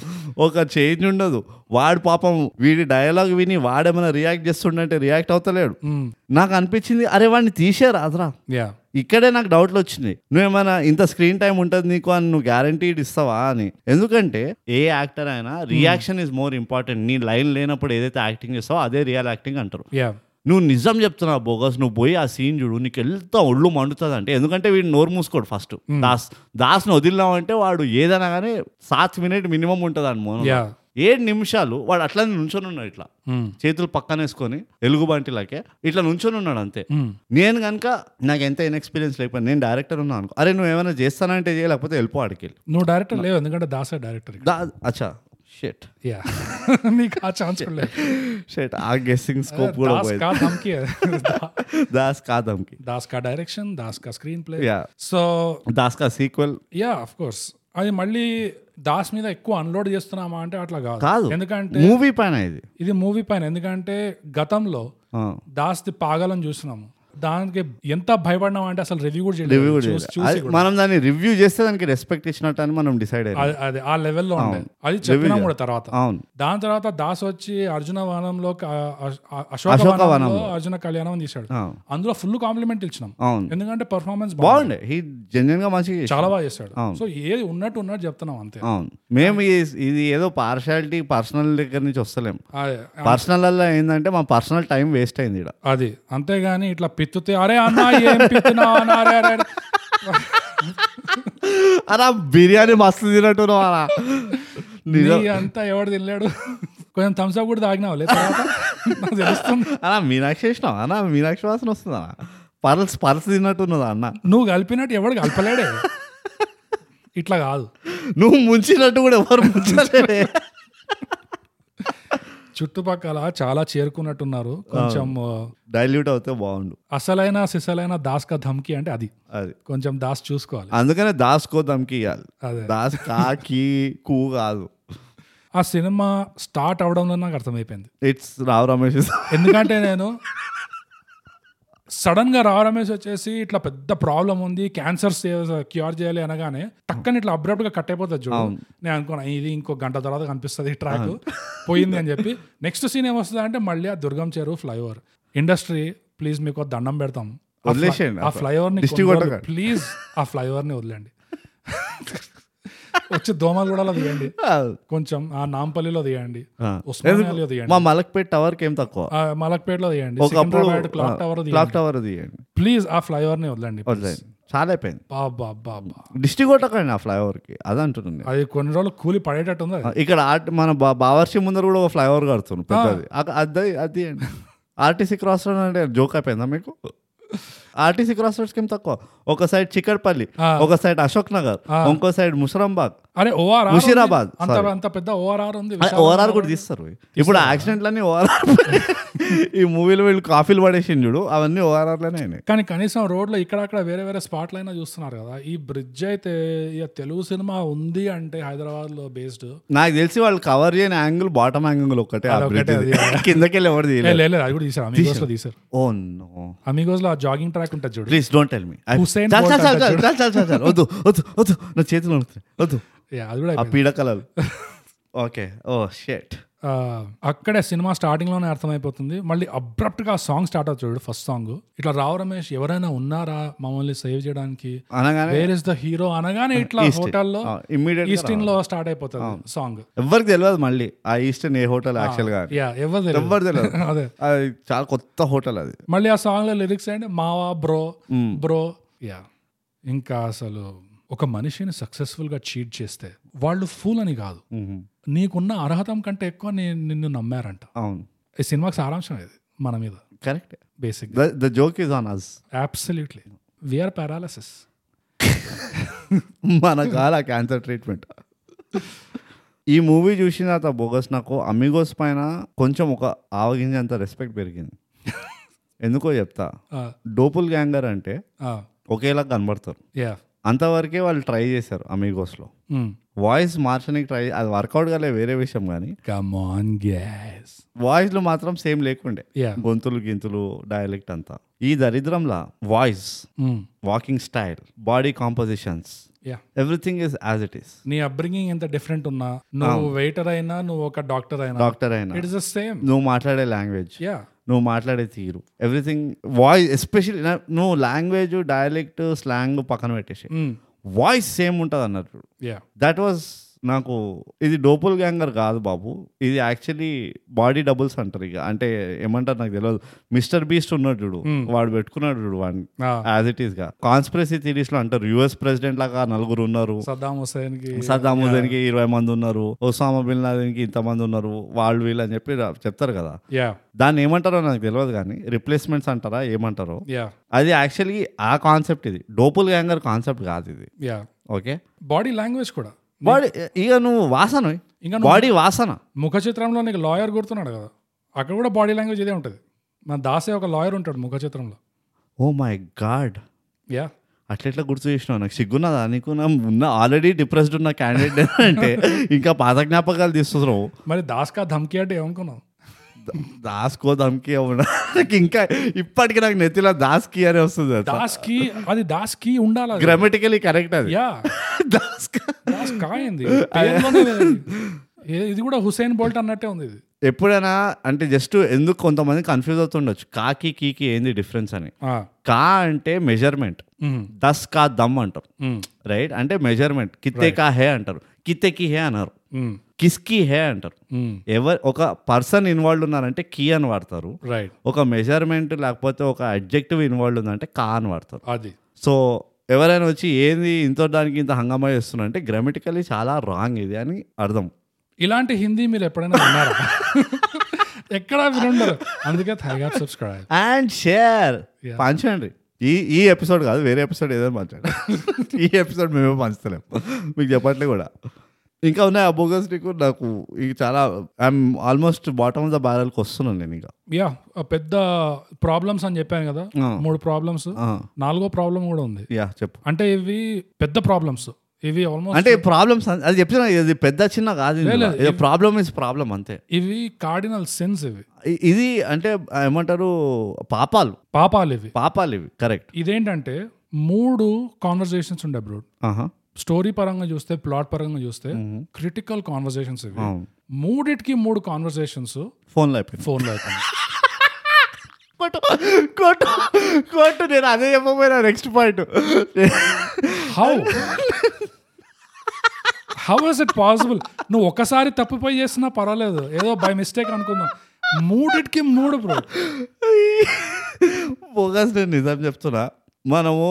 ఒక చేంజ్ ఉండదు వాడు పాపం వీడి డైలాగ్ విని వాడేమైనా రియాక్ట్ చేస్తుండంటే రియాక్ట్ అవుతలేడు
ఉమ్,
నాకు అనిపించింది అరే వాడిని తీసేరు అదరా
యా
ఇక్కడే నాకు డౌట్లు వచ్చింది నువ్వేమైనా ఇంత స్క్రీన్ టైం ఉంటుంది నీకు అని నువ్వు గ్యారంటీడ్ ఇస్తావా అని ఎందుకంటే ఏ యాక్టర్ అయినా రియాక్షన్ ఇస్ మోర్ ఇంపార్టెంట్ నీ లైన్ లేనప్పుడు ఏదైతే యాక్టింగ్ చేస్తావో అదే రియల్ యాక్టింగ్ అంటారు
యా
నువ్వు నిజం చెప్తున్నావు బోగస్ నువ్వు పోయి ఆ సీన్ చూడు నీకు ఎంత ఒళ్ళు మండుతుంది అంటే ఎందుకంటే వీడు నోరు మూసుకోడు ఫస్ట్ దాస్ దాస్ను వదిలినామంటే వాడు ఏదైనా కానీ సాత్ మినిట్ మినిమం ఉంటుంది అని మోన
యా
ఏడు నిమిషాలు వాడు అట్లానే నుంచొని ఉన్నాడు ఇట్లా
ఉమ్,
చేతులు పక్కన వేసుకొని ఎలుగుబంటిలాకే ఇట్లా నుంచొని ఉన్నాడు అంతే
ఉమ్,
నేను కనుక నాకు ఎంత ఇన్ఎక్స్పీరియన్స్ లేకపోయినా నేను డైరెక్టర్ ఉన్నా అనుకో అరే నువ్వు ఏమైనా చేస్తానంటే చేయ లేకపోతే వెళ్ళిపో ఆడికి వెళ్ళి
నువ్వు డైరెక్టర్ లేవు ఎందుకంటే దాసే డైరెక్టర్
దా అచ్చా షెట్
యా నీకు ఆ ఛాన్స్ కూడా లేదు
షెట్ ఆ గెస్సింగ్ స్కోప్ కూడా
దాస్
పోయింది
కా ధమ్కి
దాస్ కాదంకి
దాస్ కా డైరెక్షన్ దాస్ కా screenplay
yeah
so
Das కా సీక్వెల్
యా అఫ్ కోర్స్ అది మళ్ళీ దాస్ మీద ఎక్కువ అన్లోడ్ చేస్తున్నామా అంటే అట్లా
కాదు.
కాదు ఎందుకంటే
మూవీ పైన ఇది
ఇది మూవీ పైన ఎందుకంటే గతంలో
ఆ,
దాస్ ది పాగలని చూసినాము దానికి ఎంత భయపడినాం అంటే అసలు రివ్యూ కూడా
review
చేయలేదు
కూడా
చూసి-
చేయాలి. అది మనం దాన్ని రివ్యూ చేస్తే దానికి రెస్పెక్ట్ ఇచ్చినట్టు అని మనం డిసైడ్ అయ్యాం
అది- అది ఆ లెవెల్లో ఉండే అది చెప్పినాం కూడా తర్వాత
అవును
దాని తర్వాత దాస్ వచ్చి అర్జున వనంలో క- అశ్- అ- అశోక
అశోక
వనంలో
వనంలో.
అర్జున కళ్యాణం అని తీశాడు
ఆ,
అందులో ఫుల్ కాంప్లిమెంట్ ఇచ్చినాం
అవును
ఎందుకంటే పర్ఫార్మెన్స్
బాగుండే హీ జెన్యున్ గా మంచిగా చేసిండు.
చాలా బాగా చేశాడు
అవును.
సో ఏది ఉన్నట్టు ఉన్నట్టు చెప్తున్నాం అంతే
అవును మేము ఈ- ఇది ఏదో పార్షాలిటీ పర్సనల్ దగ్గర నుంచి వస్తలేం
అదే,
పర్సనల్ అలా ఏంటంటే మా పర్సనల్ టైం వేస్ట్ అయింది ఇక్కడ
అది అంతేగాని ఇట్లా పిత్తుతే అరే అన్న ఏం పిత్తున్నావు అన్న అరే అరే అరే."
అలా బిర్యానీ మస్తు తినట్టు అలా నిజం
నీ అంతా ఎవడు తినలేడు కొంచెం థమ్స్అప్ కూడా తాగినావు లేదు తర్వాత నాకు తెలుస్తుంది
అలా మీనాక్షి చేసినాం అన్న మీనాక్షి వాసన వస్తుందా పర్ల్స్ పర్ల్స్ తిన్నట్టు ఉన్నదా అన్న
నువ్వు కలిపినట్టు ఎవడు కలపలేడే ఇట్లా కాదు
నువ్వు ముంచినట్టు కూడా ఎవరు ముంచలేదే
చుట్టుపక్కల చాలా చేరుకున్నట్టున్నారు కొంచెం ఆ,
డైల్యూట్ అవుతే బాగుండు
అసలైన సిసలైన దాస్ కా ధమ్కి అంటే అది
అది
కొంచెం దాస్ చూసుకోవాలి
అందుకనే దాస్ కో దమ్కి ఇవ్వాలి
అదే
దాస్ కాకి కూ కాదు
ఆ సినిమా స్టార్ట్ అవడంలో నాకు అర్థమైపోయింది
ఇట్స్ రావు రమేష్
ఎందుకంటే నేను సడన్ గా రావు రమేష్ వచ్చేసి ఇట్లా పెద్ద ప్రాబ్లం ఉంది క్యాన్సర్ క్యూర్ చేయాలి అనగానే టక్కని ఇట్లా అబ్రప్ట్ గా కట్ అయిపోతుంది చూడు నేను అనుకున్నా ఇది ఇంకో గంట తర్వాత కనిపిస్తుంది ఈ ట్రాక్ పోయింది అని చెప్పి నెక్స్ట్ సీన్ ఏమొస్తుంది అంటే మళ్ళీ ఆ Durgam Cheruvu flyover industry please మీకు ఒక దండం పెడతాం ఆ ఫ్లై-
వదిలేసేయండి
ఆ ఫ్లైఓవర్ ని
District
కొనుగోలు-
కొట్టకండి.
ప్లీజ్ ఆ ఫ్లైఓవర్ ని వదిలేండి వచ్చి దోమలు కూడా తీయండి కొంచెం ఆ నాంపల్లిలో తీయండి ఉస్మానియాలో తీయండి
మా మలక్పేట్ టవర్కి ఏం తక్కువ
ఆ మలక్పేటలో తీయండి
ఒకప్పుడు
Secunderabad clock tower
clock tower తీయండి
ప్లీజ్ ఆ ఫ్లైఓవర్ ని వదలండి
వదిలేయండి. చాలా అయిపోయింది
బాబా బాబా
డిస్ట్రిక్ట్ కొట్టకండి ఆ ఫ్లైఓవర్కి అది అంటున్నాను నేను.
అది కొన్ని రోజులు కూలి పడేటట్టు ఉంది అది
ఇక్కడ ఆర్ట్ మన బా- బావర్షి ముందర కూడా ఒక ఫ్లైఓవర్ కడుతున్నాం పెద్దది అక- అది అది అండి ఆర్టీసీ క్రాస్ రోడ్ అంటే జోక్ అయిపోయిందా మీకు ఆర్టీసీ క్రాస్ రోడ్స్కి ఏం తక్కువ ఒక సైడ్ చిక్కడపల్లి
ఆ.
ఒక సైడ్ అశోక్ నగర్ ఇంకో సైడ్ ముసరాంబాగ్
అరే ఓఆర్
ముషీరాబాద్,
అంత అంత పెద్ద ఓఆర్ఆర్ ఉంది విశాల్
ఓఆర్ఆర్ కూడా తీస్తారు ఇప్పుడు యాక్సిడెంట్లన్నీ ఓఆర్ఆర్ ఈ మూవీలో వీళ్ళు కాఫీలు పడేసిండు చూడు అవన్నీ ఓఆర్ఆర్లోనే అయినాయి
కానీ కనీసం రోడ్లో ఇక్కడ అక్కడ వేరే వేరే స్పాట్లు అయినా చూస్తున్నారు కదా ఈ బ్రిడ్జ్ అయితే ఇక తెలుగు సినిమా ఉంది అంటే హైదరాబాద్ లో బేస్డ్
నాకు తెలిసి వాళ్ళు కవర్ చేయని యాంగిల్ బాటమ్ యాంగిల్ ఒకటే ఆ
అదొకటే,
bridge ఇది. కిందకెళ్ళి ఎవరు తీయలేదు
లేదు అది కూడా తీసారు అమీగోస్ లో తీసారు
ఓ నో
అమీగోస్ లో ఆ జాగింగ్ ట్రాక్ ఉంటుంది చూడు
please don't tell me
Hussain
చాలు చాలు
బోల్ట్
చాలు చాలు చాలు చాలు చాలు వద్దు వద్దు వద్దు నా చేతులు వణుకుతాయి. వద్దు
Yeah, అది కూడా
ఆ
అయిపోయింది.
పీడకలలు ఓకే ఓ షెట్
ఆ, అక్కడే సినిమా స్టార్టింగ్ లోనే అర్థమైపోతుంది మళ్ళీ అబ్రప్ట్ గా సాంగ్ స్టార్ట్ అవుతుంది చూడు ఫస్ట్ సాంగ్ ఇట్లా రావు రమేష్ ఎవరైనా ఉన్నారా మమ్మల్ని సేవ్ చేయడానికి
అనగానే
వేర్ ఇస్ ద హీరో అనగానే ఇట్లా హోటల్లో
ఇమ్మీడియట్
ఈస్టిన్ లో స్టార్ట్ అయిపోతుంది సాంగ్
ఎవరికి తెలియదు మళ్ళీ ఆ ఈస్టర్న్ ఏ హోటల్ యాక్చువల్ గా
యా ఎవరు తెలియదు.
ఎవరు తెలియదు
అదే
అది చాలా కొత్త హోటల్ అది
మళ్ళీ ఆ సాంగ్ లో లిరిక్స్ ఏంటి మావా బ్రో బ్రో యా ఇంకా అసలు ఒక మనిషిని సక్సెస్ఫుల్ గా చీట్ చేస్తే వాళ్ళు ఫూల్ అని కాదు
మ్మ్.
నీకున్న అర్హతం కంటే ఎక్కువ నీ- నిన్ను నమ్మారంట
అవును
ఈ సినిమాకి సారాంశం ఇది మన మీద
correct
basic
the joke is on us
absolutely we're paralysis
మన కాల క్యాన్సర్ ట్రీట్మెంట్ ఈ మూవీ చూసిన ఆ బోగస్ నాకు అమిగోస్ పైన కొంచెం ఒక ఆవగించేంత రెస్పెక్ట్ పెరిగింది ఎందుకో చెప్తా డోపుల్ గ్యాంగర్ అంటే ఒకేలా కనబడతారు
యా
అంతవరకే వాళ్ళు ట్రై చేశారు అమిగోస్లో వాయిస్ మార్చడానికి ట్రై అది వర్కౌట్ కాలే వేరే విషయం కానీ
కమ్ ఆన్ గ్యాస్
వాయిస్లు మాత్రం సేమ్ లేకుండే
యా
గొంతులు గింతులు డైలెక్ట్ అంతా ఈ దరిద్రంలా voice
Mm.
Walking style body compositions
yeah
everything is as it is
నీ అబ్రింగింగ్ ఎంత డిఫరెంట్ ఉన్నా నువ్వు వెయిటర్ అయినా నువ్వు ఒక డాక్టర్ అయినా
డాక్టర్ అయినా Mm.
ఇట్స్ ద సేమ్
నువ్వు మాట్లాడే లాంగ్వేజ్
యా
నువ్వు మాట్లాడే తీరు ఎవ్రీథింగ్ వాయిస్ ఎస్పెషల్లీ నువ్వు లాంగ్వేజ్ డైలెక్ట్ స్లాంగ్ పక్కన పెట్టేసి
Mm.
వాయిస్ సేమ్ ఉంటుంది అన్నట్టు
యా
దట్ వాజ్ నాకు ఇది డోపుల్ గ్యాంగర్ కాదు బాబు ఇది యాక్చువల్లీ బాడీ డబుల్స్ అంటారు ఇక అంటే ఏమంటారు నాకు తెలియదు మిస్టర్ బీస్ట్ ఉన్నాడు చూడు వాడు పెట్టుకున్నాడు చూడు వాడిని
Ah,
యాజ్ ఇట్ ఈస్ గా కాన్స్పిరసీ థిరీస్ లో అంటారు యుఎస్ ప్రెసిడెంట్ లాగా నలుగురు ఉన్నారు
సద్దాం హుసేన్ కి
సద్దాం హుసేన్ కి ఇరవై మంది ఉన్నారు ఒసామా బిన్ లాదెన్ కి ఇంతమంది ఉన్నారు వాళ్ళు వీళ్ళు అని చెప్పి రా- చెప్తారు కదా
యా
దాన్ని ఏమంటారో నాకు తెలియదు కానీ రిప్లేస్మెంట్స్ అంటారా ఏమంటారో
యా
అది యాక్చువల్లీ ఆ కాన్సెప్ట్ ఇది డోపుల్ గ్యాంగర్ కాన్సెప్ట్ కాదు ఇది
యా
ఓకే
బాడీ లాంగ్వేజ్ కూడా
బాడీ ఇక నువ్వు వాసన
ఇంకా
బాడీ వాసన
ముఖ చిత్రంలో నీకు లాయర్ గుర్తున్నాడు కదా అక్కడ కూడా బాడీ లాంగ్వేజ్ ఇదే ఉంటుంది మన దాసే ఒక లాయర్ ఉంటాడు ముఖ చిత్రంలో
oh my god
yeah
Oh అట్లెట్లా గుర్తు చేసినావు నాకు సిగ్గున్నదా నీకు నా ఉన్న ఆల్రెడీ డిప్రెస్డ్ ఉన్న క్యాండిడేట్ అంటే ఇంకా పాత జ్ఞాపకాలు తీస్తున్నావు
మరి దాస్కా ధమ్కి అంటే ఏమనుకున్నావు
ద- దాస్కో దమ్కి అవునా నాకు ఇంకా ఇప్పటికీ నాకు నెత్తిలో దాస్కి అని వస్తుంది
దాస్కి అది దాస్కి ఉండాలి అది.
గ్రామటికలీ కరెక్ట్ అది
యా
దాస్క
దాస్ కాయింది పేరులోనే లేదు అది. ఏ- ఇది కూడా హుసేన్ బోల్ట్ అన్నట్టే ఉంది ఇది
ఎప్పుడైనా అంటే జస్ట్ ఎందుకు కొంతమంది కన్ఫ్యూజ్ అవుతుండొచ్చు కాకి కీకి ఏంది డిఫరెన్స్ అని
ఆ,
కా అంటే మెజర్మెంట్
ఉమ్,
దస్ కా దమ్ అంటాం
ఉమ్,
రైట్ అంటే మెజర్మెంట్ కిత్తే కా హే అంటారు కిత్తే కి హే అన్నారు
ఉమ్,
కిస్కి హే అంటారు
ఉమ్,
ఎవరు ఒక పర్సన్ ఇన్వాల్వ్ ఉన్నారంటే కీ అని వాడతారు
రైట్
ఒక మెజర్మెంట్ లేకపోతే ఒక అడ్జెక్టివ్ ఇన్వాల్వ్ ఉందంటే కా అని వాడతారు
అది
సో ఎవరైనా వచ్చి ఏంది ఇంత దానికి ఇంత హంగామా చేస్తున్నారంటే గ్రామటికలీ చాలా రాంగ్ ఇది అని అర్థం
ఇలాంటి హిందీ మీరు ఎప్పుడైనా విన్నారా ఎక్కడా వినుండరు అందుకే థైగా సబ్స్క్రైబ్
అండ్ షేర్ పంచండి ఈ ఈ ఎపిసోడ్ కాదు వేరే ఎపిసోడ్ ఏదైనా పంచండి ఈ ఎపిసోడ్ మేమే పంచుతలేం మీకు చెప్పట్లే కూడా ఇంకా ఉన్నాయి ఆ బోగస్ నీకు నాకు ఇక చాలా I'm almost bottom of the బ్యారల్కి వస్తున్నాను నేను ఇంకా
యా పెద్ద ప్రాబ్లమ్స్ అని చెప్పాను కదా
ఆ.
మూడు ప్రాబ్లమ్స్
ఆ,
నాలుగో ప్రాబ్లం కూడా ఉంది
యా చెప్పు
అంటే ఇవి పెద్ద ప్రాబ్లమ్స్ ఇవి ఆల్మోస్ట్
అంటే ప్రాబ్లమ్స్ అది చెప్తున్నా ఇది పెద్ద చిన్న కాదు ఇది ప్రాబ్లమ్ ఇస్ ప్రాబ్లం అంతే
ఇవి కార్డినల్ సెన్స్ ఇవి
ఇ- ఇది అంటే ఏమంటారు పాపాలు
పాపాలు ఇవి
పాపాలు ఇవి కరెక్ట్
ఇదేంటంటే మూడు కాన్వర్జేషన్స్ ఉండే బ్రో
ఆహా
స్టోరీ పరంగా చూస్తే ప్లాట్ పరంగా చూస్తే క్రిటికల్ కాన్వర్జేషన్స్ ఇవి మూడిటికి మూడు కాన్వర్జేషన్స్
ఫోన్లో అయిపోయింది
ఫోన్ లో అవుతాయి.
కొట్టు కొట్టు కొట్టు నేను అదే చెప్పబోయినా next point
how how is it possible నువ్వు ఒకసారి తప్పిపోయి చేసినా పర్వాలేదు ఏదో బై మిస్టేక్ అనుకుందాం మూడిటికి మూడు బ్రో
బోగస్ నేను నిజం చెప్తున్నా మనము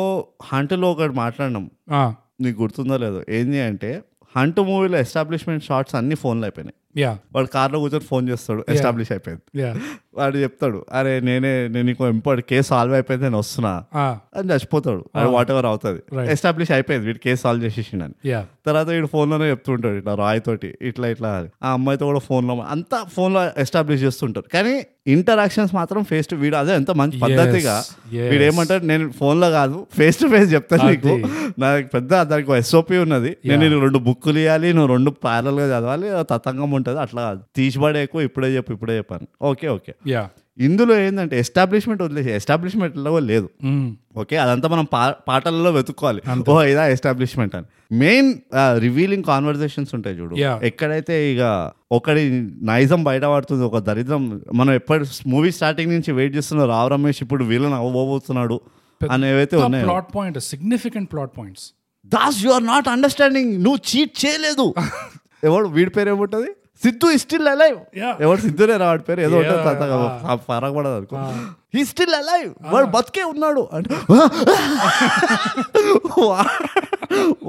హంటలో ఒకటి మాట్లాడినాం
Ah,
నీకు గుర్తుందో లేదో ఏంది అంటే హంట్ మూవీలో ఎస్టాబ్లిష్మెంట్ షార్ట్స్ అన్ని ఫోన్లో అయిపోయినాయి
యా
వాడు కార్లో కూర్చొని ఫోన్ చేస్తాడు ఎస్టాబ్లిష్ అయిపోయింది
యా
వాడు చెప్తాడు అరే నేనే నేను ఇంకో ఇంపార్ట్ కేసు సాల్వ్ అయిపోయింది నేను వస్తున్నా
ah,
అని చచ్చిపోతాడు వాట్ ఎవర్ అవుతుంది
Right.
ఎస్టాబ్లిష్ అయిపోయింది వీడు కేసు సాల్వ్ చేసేసిండని
యా
తర్వాత వీడు ఫోన్లోనే చెప్తుంటాడు ఇట్లా రాయ్ తోటి ఇట్లా ఇట్లా అని ఆ అమ్మాయితో కూడా ఫోన్లో అంతా ఫోన్లో ఎస్టాబ్లిష్ చేస్తుంటారు కానీ ఇంటరాక్షన్స్ మాత్రం ఫేస్ టు వీడు అదే ఎంత మంచి పద్ధతిగా
yes.
వీడు ఏమంటాడు నేను ఫోన్లో కాదు ఫేస్ టు ఫేస్ చెప్తాను నీకు
అది.
నాకు పెద్ద దానికి ఎస్ఓపి ఉన్నది నేను నీకు రెండు బుక్కులు ఇవ్వాలి నువ్వు రెండు parallel గా చదవాలి తతంగం ఉంటుంది అట్లా కాదు తీసిపడే ఎక్కువ ఇప్పుడే చెప్పు ఇప్పుడే చెప్పాను ఓకే ఓకే
యా
ఇందులో ఏంటంటే ఎస్టాబ్లిష్మెంట్ వదిలేసి ఎస్టాబ్లిష్మెంట్లో లేదు ఓకే అదంతా మనం పా- పాటలలో వెతుక్కోవాలి ఓ ఇదా ఎస్టాబ్లిష్మెంట్ అని మెయిన్ రివీలింగ్ కాన్వర్సేషన్స్ ఉంటాయి చూడు
Yeah.
ఎక్కడైతే ఇక ఒకటి నైజం బయట పడుతుంది ఒక దరిద్రం మనం ఎప్పటి మూవీ స్టార్టింగ్ నుంచి వెయిట్ చేస్తున్న రావు రమేష్ ఇప్పుడు వీళ్ళని అవ్వబోతున్నాడు అనేవైతే ఉన్నాయి
plot point significant plot points
Das you are not understanding నువ్వు చీట్ చేయలేదు ఎవడు వీడి పేరు ఏముంటది సిద్ధు స్టిల్ అలైవ్
Yeah.
ఎవడు సిద్ధునే రావాడి పేరు ఏదో ఉంటుంది
Yeah. Ah.
తాత కదా, ఆ ఫరక్ పడదు అనుకో హీ స్టిల్ అలైవ్ వాడు బతికే ఉన్నాడు అంటే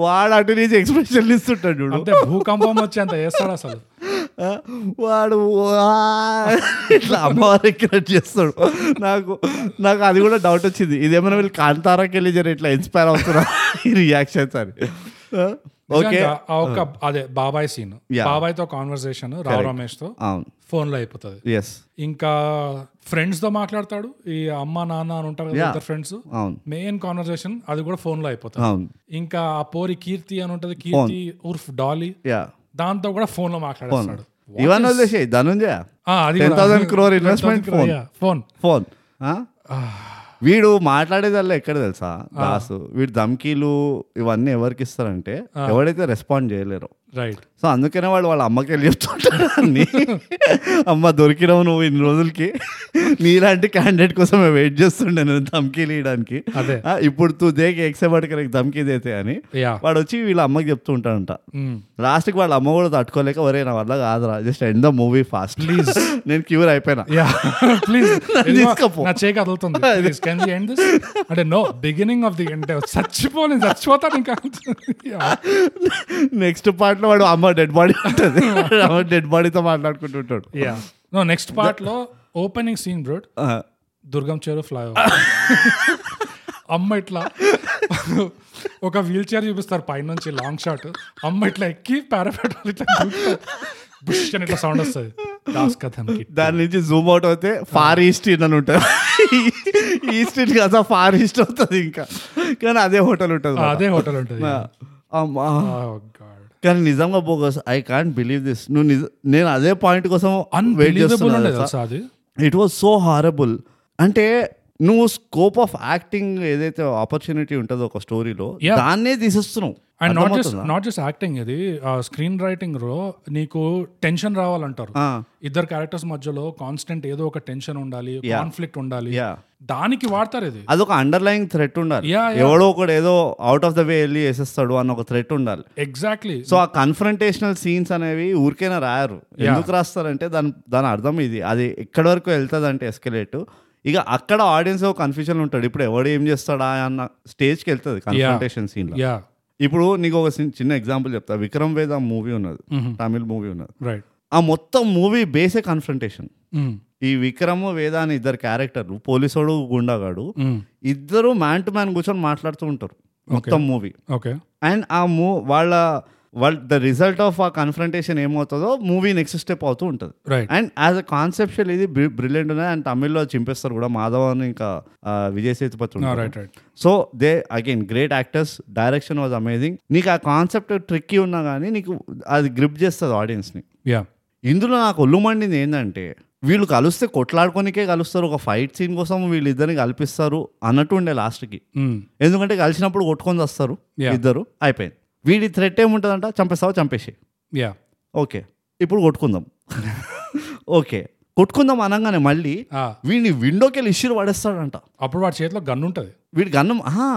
వాడు అటు నుంచి ఎక్స్ప్రెషన్ ఇస్తుంటాడు చూడు
అంతే భూకంపం వచ్చేంత చేస్తాడు అసలు
ఆ, వాడు ఆ ఇట్లా అమ్మవారు ఎక్కడ చేస్తాడు నాకు నాకు అది కూడా డౌట్ వచ్చింది ఇదేమైనా వీళ్ళు కాంతారాకి వెళ్ళి జర ఇట్లా ఇన్స్పైర్ అవుతున్నా ఈ రియాక్షన్స్ అని ఓకే
నిజంగా ఆ ఒక్క అదే బాబాయ్ సీన్
Ah. Yeah.
బాబాయ్ తో కాన్వర్సేషన్ రావు రమేష్ తో
అవును
ఫోన్ లో అయిపోతుంది
ఎస్
ఇంకా ఫ్రెండ్స్ తో మాట్లాడతాడు ఈ అమ్మ నాన్న అని ఉంటారు కదా
Yeah.
ఇద్దరు ఫ్రెండ్స్
అవును
మెయిన్ కాన్వర్సేషన్ అది కూడా ఫోన్ లో అయిపోతుంది
అవును
ఇంకా ఆ పోరి కీర్తి అని ఉంటది కీర్తి ఉర్ఫ్ డాలీ
యా
దాంతో కూడా ఫోన్ లో మాట్లాడేస్తాడు
ఇవన్నీ వదిలేసి ధనుంజయ
ఆ, అది
టెన్
కూడా.
Thousand crore
10,000
investment
crore,
phone
yeah, phone
phone వీడు మాట్లాడేదల్లా ఎక్కడ తెలుసా దాసు వీడు ధమ్కీలు ఇవన్నీ ఎవరికి ఇస్తారంటే ఎవడైతే రెస్పాండ్ చేయలేరు
రైట్
సో అందుకనే వాడు వాళ్ళ అమ్మకి వెళ్ళి చెప్తుంటాడు అన్ని. అమ్మ దొరికినావు నువ్వు ఇన్ని రోజులకి నీలాంటి క్యాండిడేట్ కోసం వెయిట్ చేస్తుండే నేను ధమ్కీలు ఇవ్వడానికి
అదే
ఆ, ఇప్పుడు తూ దేకి ఎక్సబడికి ధమ్కీ దేతే అని
యా
వాడు వచ్చి వీళ్ళ అమ్మకి చెప్తూ ఉంటాడంట లాస్ట్కి వాళ్ళ అమ్మ కూడా తట్టుకోలేక ఒరే నా వల్ల కాదురా just end the movie fast please నేను క్యూర్ అయిపోయినా
యా ప్లీజ్
తీసుకపో.
నా చేయి కదులుతుంది please can we end this అంటే నో బిగినింగ్ ఆఫ్ ది అంటే చచ్చిపోలేను చచ్చిపోతాను ఇంకా Yeah.
నెక్స్ట్ పార్ట్లో వాడు అమ్మ డెడ్ బాడీ ఉంటుంది అమ్మ డెడ్ బాడీతో మాట్లాడుకుంటుంటాడు
యా నో నెక్స్ట్ పార్ట్ లో ఓపెనింగ్ సీన్ బ్రోడ్
ఆ,
దుర్గం చేరు ఫ్లై అమ్మ ఇట్లా ఒక వీల్ చైర్ చూపిస్తారు పైనుంచి లాంగ్ షాట్ అమ్మ ఇట్లా ఎక్కి పారాపెట్రోల్ ఇట్లా దూకుతారు. బుష్ అని ఇట్లా సౌండ్ వస్తుంది దాస్ కథంకి
దాని నుంచి జూమ్ అవుట్ అయితే ఫార్ ఈస్ట్ ఇన్ అని ఉంటుంది ఈస్ట్ ఇన్ కాదు ఫార్ ఈస్ట్ అవుతుంది ఇంకా కానీ అదే హోటల్ ఉంటుంది మన.
అదే హోటల్ ఉంటుంది
ఆ, అమ్మా
Oh God.
కానీ నిజంగా bogus I can't believe this నువ్వు నిజ- నేను అదే పాయింట్ కోసం వెయిట్
Unbelievable
చేస్తున్నా
ఉండేది
తెలుసా?
తెలుసా అది
ఇట్ వాజ్ సో హారబుల్ అంటే నువ్వు స్కోప్ ఆఫ్ యాక్టింగ్ ఏదైతే ఆపర్చునిటీ ఉంటుందో ఒక స్టోరీలో
Yeah.
దాన్నే తీసేస్తున్నావు
అండ్ నాట్ జస్ట్
అర్థమవుతుందా?
నాట్ జస్ట్ యాక్టింగ్ ఇది స్క్రీన్ రైటింగ్ లో నీకు టెన్షన్ రావాలంటారు
ఆ,
ఇద్దరు క్యారెక్టర్స్ మధ్యలో కాన్స్టెంట్ ఏదో ఒక టెన్షన్ ఉండాలి కాన్ఫ్లిక్ట్ ఉండాలి
yeah.
దానికి వాడతారు ఇది
అదొక అండర్లైన్ థ్రెట్ ఉండాలి
Yeah, yeah.
ఎవడో ఒకడు ఏదో అవుట్ ఆఫ్ ద వే వెళ్ళి వేసేస్తాడు అన్న ఒక థ్రెట్ ఉండాలి
ఎగ్జాక్ట్లీ
సో ఆ కన్ఫ్రంటేషనల్ సీన్స్ అనేవి ఊరికైనా రాయరు ఎందుకు రాస్తారంటే దాని దాని అర్థం ఇది అది ఎక్కడి వరకు వెళ్తుంది అంటే ఎస్కలేట్ ఇక అక్కడ ఆడియన్స్ ఒక కన్ఫ్యూజన్ ఉంటాడు ఇప్పుడు ఎవడు ఏం చేస్తాడా అన్న స్టేజ్కి వెళ్తుంది కన్ఫ్రంటేషన్ సీన్
యా
ఇప్పుడు నీకు ఒక చిన్న- చిన్న ఎగ్జాంపుల్ చెప్తా విక్రమ్ వేద మూవీ ఉన్నది తమిళ్ మూవీ ఉన్నది
రైట్
ఆ మొత్తం మూవీ బేసే కన్ఫ్రంటేషన్
Mm,
ఈ విక్రమ్ వేద అని ఇద్దరు క్యారెక్టర్లు పోలీసోడు గుండాగాడు
mm.
ఇద్దరు మ్యాన్ టు మ్యాన్ కూర్చొని మాట్లాడుతూ ఉంటారు మొత్తం మూవీ
ఓకే
అండ్ ఆ మూ వాళ్ళ వాళ్ళ ద రిజల్ట్ ఆఫ్ ఆ కన్ఫ్రంటేషన్ ఏమవుతుందో మూవీ నెక్స్ట్ స్టెప్ అవుతూ ఉంటుంది
right
and as a conceptual ఇది బ్రిలియంట్ ఉన్నాయి అండ్ తమిళ్లో చింపేస్తారు కూడా మాధవ్ అని ఇంకా ఆ, విజయ్ సేతుపతి ఉంటారు.
Right right
so they again great actors direction was amazing నీకు ఆ కాన్సెప్ట్ ట్రిక్కీ ఉన్నా కానీ నీకు అది గ్రిప్ చేస్తుంది ఆడియన్స్ని
యా
ఇందులో నాకు ఒళ్ళుమండింది ఏంటంటే వీళ్ళు కలిస్తే కొట్లాడుకోనికే కలుస్తారు ఒక ఫైట్ సీన్ కోసం వీళ్ళిద్దరిని కల్పిస్తారు అన్నట్టు ఉండే లాస్ట్కి ఎందుకంటే కలిసినప్పుడు కొట్టుకొని వస్తారు
Mm, Yeah.
ఇద్దరు అయిపోయింది వీడి థ్రెట్ ఏముంటుందంట చంపేస్తావు చంపేసి
యా
ఓకే ఇప్పుడు కొట్టుకుందాం ఓకే కొట్టుకుందాం అనగానే మళ్ళీ వీడిని విండోకి వెళ్ళి ఇష్యూలు పడేస్తాడంట
Ah, అప్పుడు వాడి చేతిలో గన్ ఉంటుంది
వీడి గన్ను ఆహా,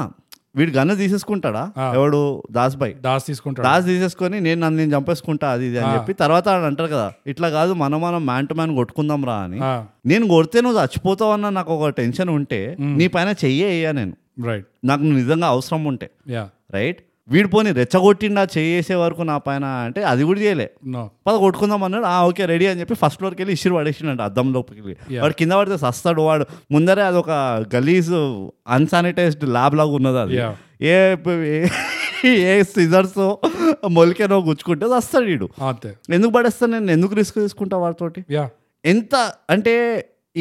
వీడి గన్ను తీసేసుకుంటాడా ఎవడు దాస్ భాయ్
దాస్ తీసుకుంటాడు
దాస్ తీసేసుకొని నేను నన్ను నేను చంపేసుకుంటా అది ఇది అని చెప్పి తర్వాత వాడు అంటారు కదా ఇట్లా కాదు మనం మనం మ్యాన్ టు మ్యాన్ కొట్టుకుందాం రా అని
Ah,
నేను కొడితే నువ్వు చచ్చిపోతావు అన్న నాకు ఒక టెన్షన్ ఉంటే నీ పైన చెయ్యే వేయ నేను
రైట్
నాకు నువ్వు నిజంగా అవసరం ఉంటే
యా
రైట్ వీడి పోని రెచ్చగొట్టిండా చేసే వరకు నా పైన అంటే అది కూడా చేయలే
నో
పద కొట్టుకుందాం అన్నాడు ఆ ఓకే రెడీ అని చెప్పి ఫస్ట్ ఫ్లోర్కి వెళ్ళి ఇసురు పడేసిండంట అద్దం లోపలికి వెళ్ళి.
Yeah.
వాడు కింద పడితే సస్తాడు వాడు ముందరే అదొక గలీజ్ అన్సానిటైజ్డ్ ల్యాబ్ లాగా ఉన్నది అది
Yeah.
ఏ ఏ- ఏ సిజర్స్ మొలికెనో గుచ్చుకుంటే సస్తాడు వీడు
అంతే
ఎందుకు పడేస్తాను నేను ఎందుకు రిస్క్ తీసుకుంటా వాడితోటి
యా
ఎంత అంటే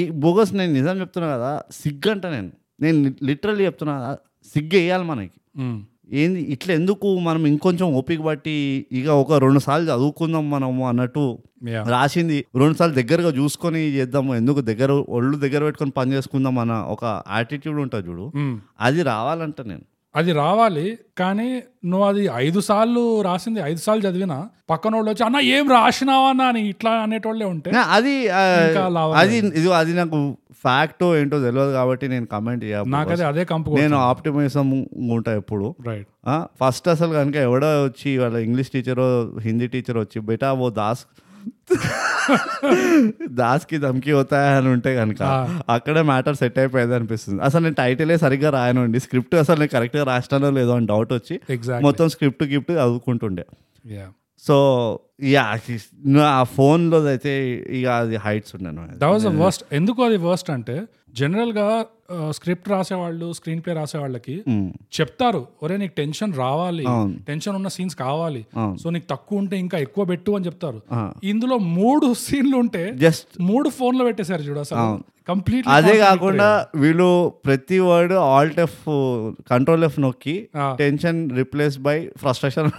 ఈ బోగస్ నేను నిజం చెప్తున్నా కదా సిగ్గు అంట నేను నేను లిటరల్లీ చెప్తున్నా కదా, సిగ్గు వేయాలి మనకి
ఉమ్.
ఏంది ఇట్లా ఎందుకు మనం ఇంకొంచెం ఓపిక బట్టి ఇక ఒక రెండు సార్లు చదువుకుందాం మనము అన్నట్టు
యా
రాసింది రెండు సార్లు దగ్గరగా చూసుకొని చేద్దాము ఎందుకు దగ్గర ఒళ్ళు దగ్గర పెట్టుకొని పని చేసుకుందాం అన్న ఒక యాటిట్యూడ్ ఉంటుంది చూడు
ఉమ్.
అది రావాలంట నేను
Mm. అది రావాలి కానీ నువ్వు అది ఐదు సార్లు రాసింది ఐదు సార్లు చదివినా పక్కన వాళ్ళు వచ్చి అన్న ఏం రాసినావా అన్న అని ఇట్లా అనేటోళ్ళే ఉంటే
నా- అది ఆ,
ఇంకా లావు
అది ఇది అది నాకు ఫ్యాక్టో ఏంటో తెలియదు కాబట్టి నేను కమెంట్
నాకు
చేయాలి
అది అదే కంపు
నేను ఆప్టిమిజం ఉంటా ఎప్పుడు
రైట్
ఆ, ఫస్ట్ అసలు కనుక ఎవడో వచ్చి వాళ్ళ ఇంగ్లీష్ టీచరో హిందీ టీచర్ వచ్చి బేటా ఓ దాస్ దాస్కి ధమ్కి అవుతాయి అని ఉంటే కనుక అక్కడే మ్యాటర్ సెట్ అయిపోయేది అనిపిస్తుంది అసలు నేను టైటిలే సరిగ్గా రాయనండి స్క్రిప్ట్ అసలు నేను కరెక్ట్గా రాసినానో లేదో అని డౌట్ వచ్చి
ఎగ్జాక్ట్
మొత్తం స్క్రిప్ట్ గిఫ్ట్ చదువుకుంటుండే
యా
సో యా నా ఫోన్లో అయితే ఇక అది హైట్స్ ఉన్నాను
దట్ వాజ్ ద వర్స్ట్ ఎందుకు అది వర్స్ట్ అంటే జనరల్ గా స్క్రిప్ట్ రాసేవాళ్ళు స్క్రీన్ ప్లే రాసేవాళ్ళకి చెప్తారు ఒరే నీకు టెన్షన్ రావాలి టెన్షన్ ఉన్న సీన్స్ కావాలి సో నీకు తక్కువ ఉంటే ఇంకా ఎక్కువ పెట్టు అని చెప్తారు ఇందులో మూడు సీన్లు ఉంటే
జస్ట్
మూడు ఫోన్ లో పెట్టేశారు చూడ అసలు కంప్లీట్
అదే కాకుండా వీళ్ళు ప్రతి word alt F control F నొక్కి
ఆ.
టెన్షన్ రిప్లేస్ బై ఫ్రస్ట్రేషన్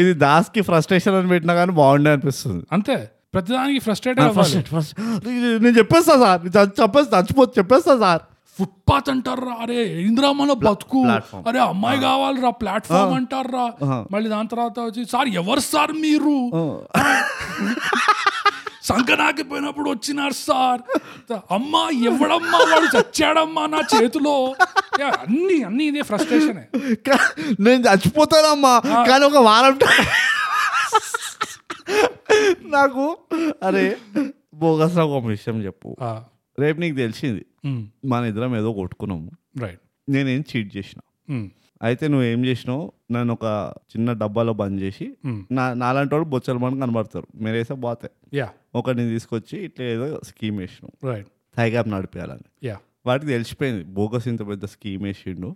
ఇది దాస్ కి ఫ్రస్ట్రేషన్ అని పెట్టినా కానీ బాగుండే అనిపిస్తుంది
అంతే ప్రతిదానికి ఫ్రస్ట్రేట్ అవ్వాలి
ఇది నేను చెప్పేస్తా సార్ ఇది చ- చెప్పేస్తా చచ్చిపోతే చెప్పేస్తా సార్
ఫుట్పాత్ అంటారా అరే ఇంద్రామల బతుకు
platform.
అరే అమ్మాయి కావాలరా ప్లాట్ఫామ్ అంటారా మళ్ళీ దాని తర్వాత వచ్చి సార్ ఎవరు సార్ మీరు సంకనాకి పోయినప్పుడు వచ్చినారు సార్ అమ్మా ఎవడమ్మా వాడు చచ్చాడమ్మా నా చేతిలో యా, అన్ని అన్ని ఇదే ఫ్రస్ట్రేషన్
కా- నేను చచ్చిపోతానమ్మా కానీ ఒక వారం టై- నాకు అరే బోగస్ నాకు ఒక విషయం చెప్పు రేపు నీకు తెలిసింది మన ఇద్దరం ఏదో కొట్టుకున్నాము
రైట్
నేనేం చీట్ చేసిన అయితే నువ్వు ఏం చేసినావు నన్ను ఒక చిన్న డబ్బాలో బంద్ చేసి నా నాలాంటి వాడు బొచ్చల బండి కనబడతారు మీరేసే బాతే
యా
ఒకరిని తీసుకొచ్చి ఇట్లా ఏదో స్కీమ్ వేసినావు
రైట్
థైగ్యాప్ నడిపేయాలని
యా
వాటికి తెలిసిపోయింది బోగస్ ఇంత పెద్ద స్కీమ్ వేసిండు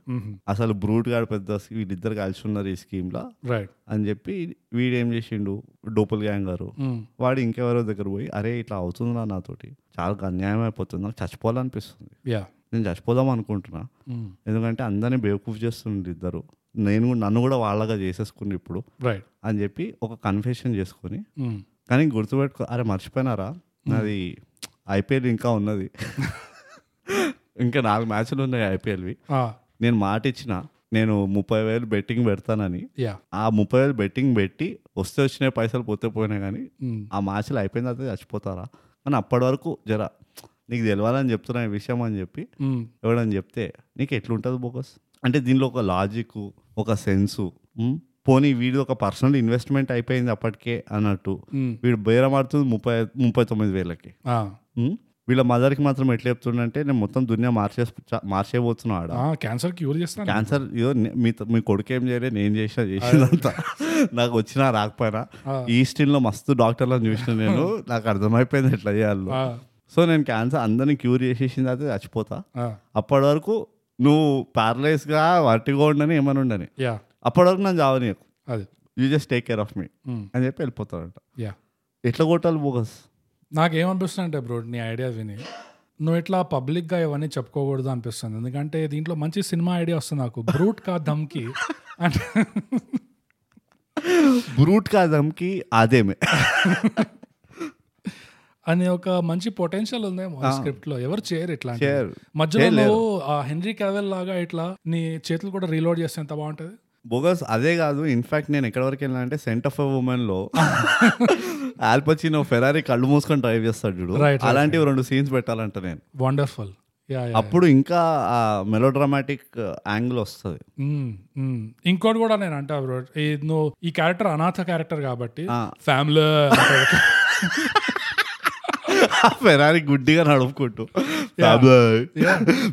అసలు బ్రూట్ గాడు పెద్ద వీళ్ళిద్దరు కలిసి ఉన్నారు ఈ స్కీమ్లో
రైట్
అని చెప్పి వీడేం చేసిండు డోపుల్ గ్యాంగ్ గారు వాడు ఇంకెవరో దగ్గర పోయి అరే ఇట్లా అవుతుందిరా నాతోటి చాలా అన్యాయం అయిపోతుంది నాకు చచ్చిపోవాలనిపిస్తుంది
యా
నేను చచ్చిపోదాం అనుకుంటున్నా ఎందుకంటే అందరినీ బేవకూఫ్ చేస్తుండ్రు ఇద్దరు నేను కూడా- నన్ను కూడా వాళ్ళగా చేసేసుకుని ఇప్పుడు
రైట్
అని చెప్పి ఒక కన్ఫెషన్ చేసుకొని కానీ గుర్తుపెట్టుకో అరే మర్చిపోయినారా నాది ఐపీఎల్ ఇంకా ఉన్నది ఇంకా నాలుగు మ్యాచ్లు ఉన్నాయి ఐపీఎల్వి నేను మాట ఇచ్చిన నేను ముప్పై వేలు బెట్టింగ్ పెడతానని
యా
ఆ ముప్పై వేలు బెట్టింగ్ పెట్టి వస్తే వచ్చిన పైసలు పోతే పోయినా కానీ ఆ మ్యాచ్లు అయిపోయిన తర్వాత చచ్చిపోతారా కానీ అప్పటి వరకు జరా నీకు తెలవాలని చెప్తున్నా ఈ విషయం అని చెప్పి ఎవడని చెప్తే నీకు ఎట్లుంటుంది బోకస్ అంటే దీనిలో ఒక లాజిక్ ఒక సెన్సు ఉమ్, పోనీ వీడి ఒక పర్సనల్ ఇన్వెస్ట్మెంట్ అయిపోయింది అప్పటికే అన్నట్టు వీడు బేరం ఆడుతుంది ముప్పై ముప్పై తొమ్మిది వేలకి ఉమ్, వీళ్ళ మదర్కి మాత్రం ఎట్లా చెప్తుండంటే నేను మొత్తం దునియా మార్చే మార్చేయబోతున్నా ఆడ
క్యాన్సర్ క్యూర్ చేస్తాను
క్యాన్సర్ ఇదో నే- మీ మీ కొడుకు ఏం చేయలేదు నేను చేసిన చేసిందంతా నాకు వచ్చినా రాకపోయినా ఈస్టిన్లో మస్తు డాక్టర్లను చూసిన నేను నాకు అర్థమైపోయింది ఎట్లా చేయాలో
ఆ,
సో నేను క్యాన్సర్ అందరిని క్యూర్ చేసేసిన తర్వాత చచ్చిపోతా
ఆ,
అప్పటి వరకు నువ్వు ప్యారలైజ్గా వట్టిగా ఉండని ఏమని ఉండని
యా
అప్పటి వరకు నన్ను జావని
అది
you just take care of me
um,
అని చెప్పి వెళ్ళిపోతాడంట
యా
ఎట్లా కొట్టాలి బోగస్
నాకేమనిపిస్తుంది అంటే బ్రో నీ ఐడియా విని నువ్వు ఇట్లా పబ్లిక్గా ఇవన్నీ చెప్పుకోకూడదు అనిపిస్తుంది ఎందుకంటే దీంట్లో మంచి సినిమా ఐడియా వస్తుంది నాకు బ్రూట్ కా ధమ్కి అంటే
బ్రూట్ కాదంకి అదేమే
అని ఒక మంచి పొటెన్షియల్ ఉందేమో స్క్రిప్ట్ లో ఎవరు చేయరు ఇట్లా
చేయరు.
మధ్యలో నువ్వు ఆ హెన్రీ క్యావెల్ లాగా ఇట్లా నీ చేతులు కూడా రీలోడ్ చేస్తే ఎంత బాగుంటది
బోగస్ అదే కాదు ఇన్ఫాక్ట్ నేను ఎక్కడి వరకు వెళ్ళినా అంటే సెంట్ ఆఫ్ ఉమెన్ లో ఆల్పచినో ఫెరారీ కళ్ళు మూసుకొని డ్రైవ్ చేస్తాడు చూడు
Right, right,
అలాంటివి రెండు సీన్స్ పెట్టాలంట నేను
వండర్ఫుల్ యా యా
అప్పుడు ఇంకా ఆ మెలో డ్రామాటిక్ యాంగిల్ వస్తుంది
మ్మ్, మ్మ్. ఇంకోటి కూడా నేను అంటా బ్రో ఈ నువ్వు ఈ క్యారెక్టర్ అనాథ క్యారెక్టర్ కాబట్టి
ఆ.
ఫ్యామిలీ
ఫెరారీ గుడ్డిగా నడుపుకుంటూ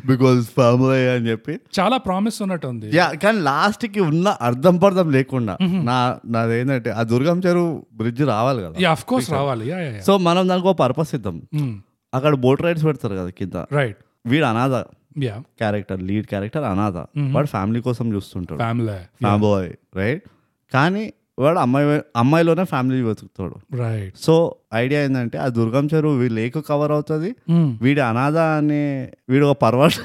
బికాస్ ఫ్యామిలీ అని చెప్పి
చాలా ప్రామిస్ ఉన్నట్టు ఉంది
యా కానీ లాస్ట్ కి ఉన్న అర్థం పర్థం లేకుండా నా నాది ఏంటంటే ఆ దుర్గం చెరువు బ్రిడ్జ్ రావాలి కదా
యా అఫ్ కోర్స్ రావాలి యా యా
సో మనం దానికి ఒక పర్పస్ ఇద్దాం
Hmm.
అక్కడ బోట్ రైడ్స్ పెడతారు కదా కింద
రైట్
వీడు అనాథ
యా
క్యారెక్టర్ లీడ్ క్యారెక్టర్ అనాథ వాడు ఫ్యామిలీ కోసం చూస్తుంటాడు
ఫ్యామిలీ
బాయ్ రైట్ కానీ వాడు అమ్మాయి అమ్మాయిలోనే ఫ్యామిలీ వెతుకుతాడు
రైట్
సో ఐడియా ఏంటంటే ఆ దుర్గం చెరువు వీ- లేక్ కవర్ అవుతుంది వీడి అనాథ అనే వీడు ఒక పర్వట్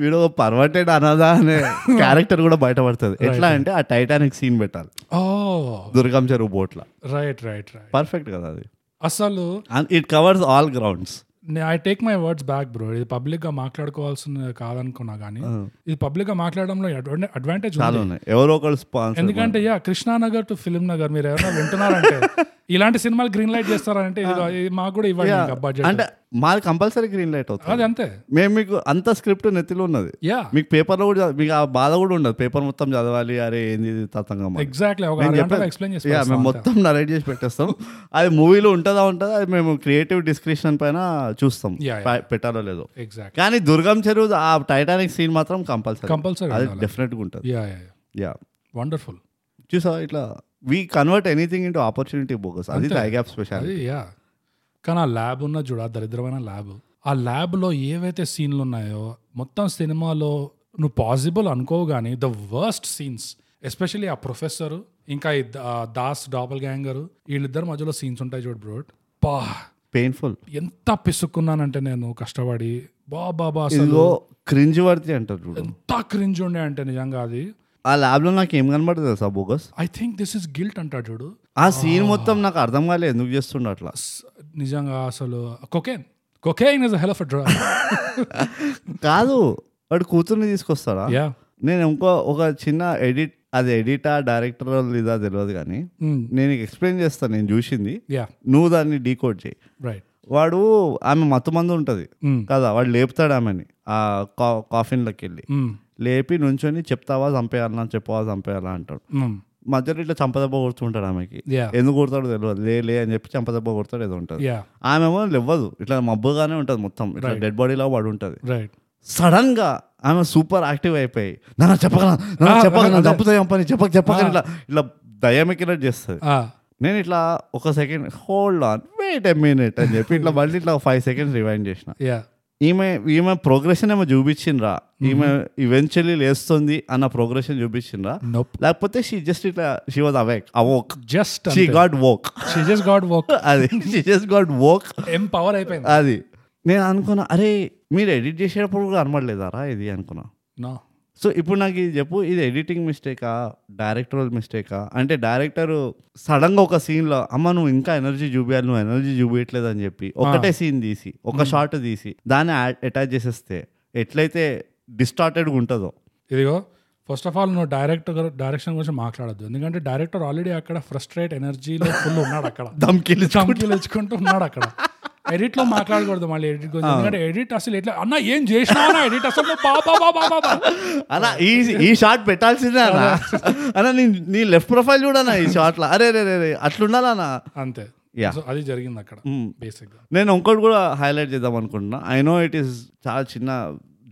వీడు ఒక పర్వర్టెడ్ అనాథ అనే క్యారెక్టర్ కూడా బయటపడుతుంది ఎట్లా అంటే ఆ టైటానిక్ సీన్ పెట్టాలి
ఓ Oh,
దుర్గం చెరువు బోట్ల
రైట్ రైట్ రైట్
పర్ఫెక్ట్ కదా అది
అసలు
and it covers all grounds
I take my words back bro ఇది పబ్లిక్ గా మాట్లాడుకోవాల్సిన కాదనుకున్నా కానీ ఇది పబ్లిక్ గా మాట్లాడడంలో అడ్వాంటేజ్
చాలా ఉన్నాయి ఎవరో ఒకరు స్పాన్సర్
ఎందుకంటే yeah Krishnanagar to film Nagar మీరు ఎవరైనా వింటున్నారంటే ఇలాంటి సినిమాలు గ్రీన్ లైట్ చేస్తారంటే ఇది- ఇది మాకు కూడా ఇవ్వండి బడ్జెట్
అంటే మాది కంపల్సరీ గ్రీన్ లైట్ అవుతుంది
అది అంతే
మేము మీకు అంత స్క్రిప్ట్ నెత్తిలో ఉన్నది
యా
మీకు పేపర్లో కూడా చదవ- మీకు ఆ బాధ కూడా ఉండదు పేపర్ మొత్తం చదవాలి అరే ఏంది ఇది తతంగం అని.
ఎగ్జాక్ట్లీ ఒక
నేను
అరగంటలో
చెప్పాను.
ఎక్స్ప్లెయిన్
Yeah, మేము
చేస్తాం
మొత్తం నరేట్ చేసి పెట్టేస్తాం అది మూవీలో ఉంటుందా ఉంటుందా అది మేము క్రియేటివ్ డిస్క్రిప్షన్ పైన చూస్తాం
Yeah, yeah.
ప- పెట్టాలో లేదో
ఎగ్జాక్ట్
కానీ దుర్గం చెరువు ఆ టైటానిక్ సీన్ మాత్రం కంపల్సరీ
కంపల్సరీ
అది డెఫినెట్ గా ఉంటుంది
యా యా
యా
వండర్ఫుల్
చూసావా ఇట్లా we convert anything into opportunity bogus అది టైగ్యాప్ స్పెషల్
అది యా కానీ ఆ ల్యాబ్ ఉన్న చూడ దరిద్రమైన ల్యాబ్ ఆ ల్యాబ్ లో ఏవైతే సీన్లు ఉన్నాయో మొత్తం సినిమాలో నువ్వు పాసిబుల్ అనుకోవు కానీ ద వర్స్ట్ సీన్స్ ఎస్పెషల్లీ ఆ ప్రొఫెసర్ ఇంకా ఈ ద- ఆ దాస్ డాబల్ గ్యాంగర్ వీళ్ళిద్దరి మధ్యలో సీన్స్ ఉంటాయి చూడు బ్రోడ్ పా
పెయిన్ఫుల్
ఎంత పిసుక్కున్నానంటే నేను కష్టపడి బా బాబా అసలు
ఇదిగో క్రింజ్ వర్తి అంటారు చూడు
ఎంత క్రింజ్ ఉండే అంటే నిజంగా అది
ఆ ల్యాబ్ లో నాకు ఏం కనబడుతుంది తెలుసా bogus
I think this is guilt అంటాడు చూడు
ఆ సీన్ మొత్తం నాకు అర్థం కాలేదు ఎందుకు చేస్తుండ అట్లా
స్- నిజంగా అసలు cocaine cocaine is hell of drug
కాదు వాడు కూతుర్ని తీసుకొస్తాడా
యా
నేను ఇంకో ఒక చిన్న ఎడిట్ అది ఎడిటా డైరెక్టర్ లేదా తెలియదు కానీ నేను ఎక్స్ప్లెయిన్ చేస్తాను నేను చూసింది
యా
నువ్వు దాన్ని డీకోడ్ చేయి
రైట్
వాడు ఆమె మత్తు మందు ఉంటుంది
Mm.
కదా వాడు లేపుతాడు ఆమెని ఆ కా- కాఫిన్లోకి వెళ్ళి
మ్మ్.
లేపి నుంచొని చెప్తావా చంపేయాలా చెప్పవా చంపేయాలా అంటాడు
మ్మ్.
మధ్యలో ఇట్లా చంపదెబ్బ కొడుతుంటాడు ఆమెకి
యా
ఎందుకు కొడతాడో తెలియదు లే లే అని చెప్పి చంపదెబ్బ కొడతాడు ఏదో ఉంటుంది
యా
ఆమె ఏమో లేవ్వదు ఇట్లా మబ్బుగానే ఉంటుంది మొత్తం ఇట్లా డెడ్ బాడీలా వాడు ఉంటుంది
రైట్
సడన్ గా ఆమె సూపర్ యాక్టివ్ అయిపోయి నా చెప్పకనా నా చెప్పకనా చంపుతాయి చంపని చెప్పక చెప్పకని ఇట్లా ఇట్లా దయమెక్కినట్టు చేస్తుంది
ఆ,
నేను ఇట్లా ఒక second hold on wait a minute అని చెప్పి ఇట్లా మళ్ళీ ఇట్లా ఫైవ్ సెకండ్స్ రివైండ్ చేసిన
యా
ఈమె ఈమె ప్రోగ్రెషన్ ఏమో చూపించిండ్రా ఈమె ఈవెన్చువల్లీ లేస్తుంది అన్న ప్రోగ్రెషన్ చూపించిండ్రా
నోప్
లేకపోతే షీ జస్ట్ ఇట్లా she was awake awoke
just
she got woke
she just got work
అది she just got woke
empower అయిపోయింది
అది నేను అనుకున్నా అరే మీరు ఎడిట్ చేసేటప్పుడు కూడా అనమలేదారా ఇది అనుకున్నా
నో
సో ఇప్పుడు నాకు ఇది చెప్పు ఇది ఎడిటింగ్ మిస్టేకా డైరెక్టర్ మిస్టేకా అంటే డైరెక్టర్ సడన్గా ఒక సీన్లో అమ్మ నువ్వు ఇంకా ఎనర్జీ చూపించాలి నువ్వు ఎనర్జీ చూపించట్లేదు అని చెప్పి ఒకటే సీన్ తీసి ఒక షార్ట్ తీసి దాన్ని అటాచ్ చేసేస్తే ఎట్లయితే డిస్టార్టెడ్గా ఉంటుందో
ఇదిగో ఫస్ట్ ఆఫ్ ఆల్ నువ్వు డైరెక్టర్ డైరెక్షన్ గురించి మాట్లాడద్దు ఎందుకంటే డైరెక్టర్ ఆల్రెడీ అక్కడ ఫ్రస్ట్రేట్ ఎనర్జీలో ఫుల్ ఉన్నాడు అక్కడ
దమ్కిల్
చంకీలు ఇచ్చుకుంటూ ఉన్నాడు అక్కడ ఎడిట్ లో మాట్లాడకూడదు మళ్ళీ ఎడిట్ గురించి ఎందుకంటే ఎడిట్ అసలు ఎట్లా అన్న ఏం చేసినావు ఎడిట్ అసలు నువ్వు బాబా బాబా బాబా
అలా ఈ ఈ షార్ట్ పెట్టాల్సిందే అన్న అన్న నీ నీ లెఫ్ట్ ప్రొఫైల్ చూడనా ఈ షార్ట్లో అరే రే రే రే అట్లుండాలన్నా
అంతే
Yeah. Hmm.
So అది జరిగింది అక్కడ బేసిక్ గా
నేను ఇంకోటి కూడా హైలైట్ చేద్దాం అనుకుంటున్నా ఐ నో ఇట్ ఈస్ చాలా చిన్న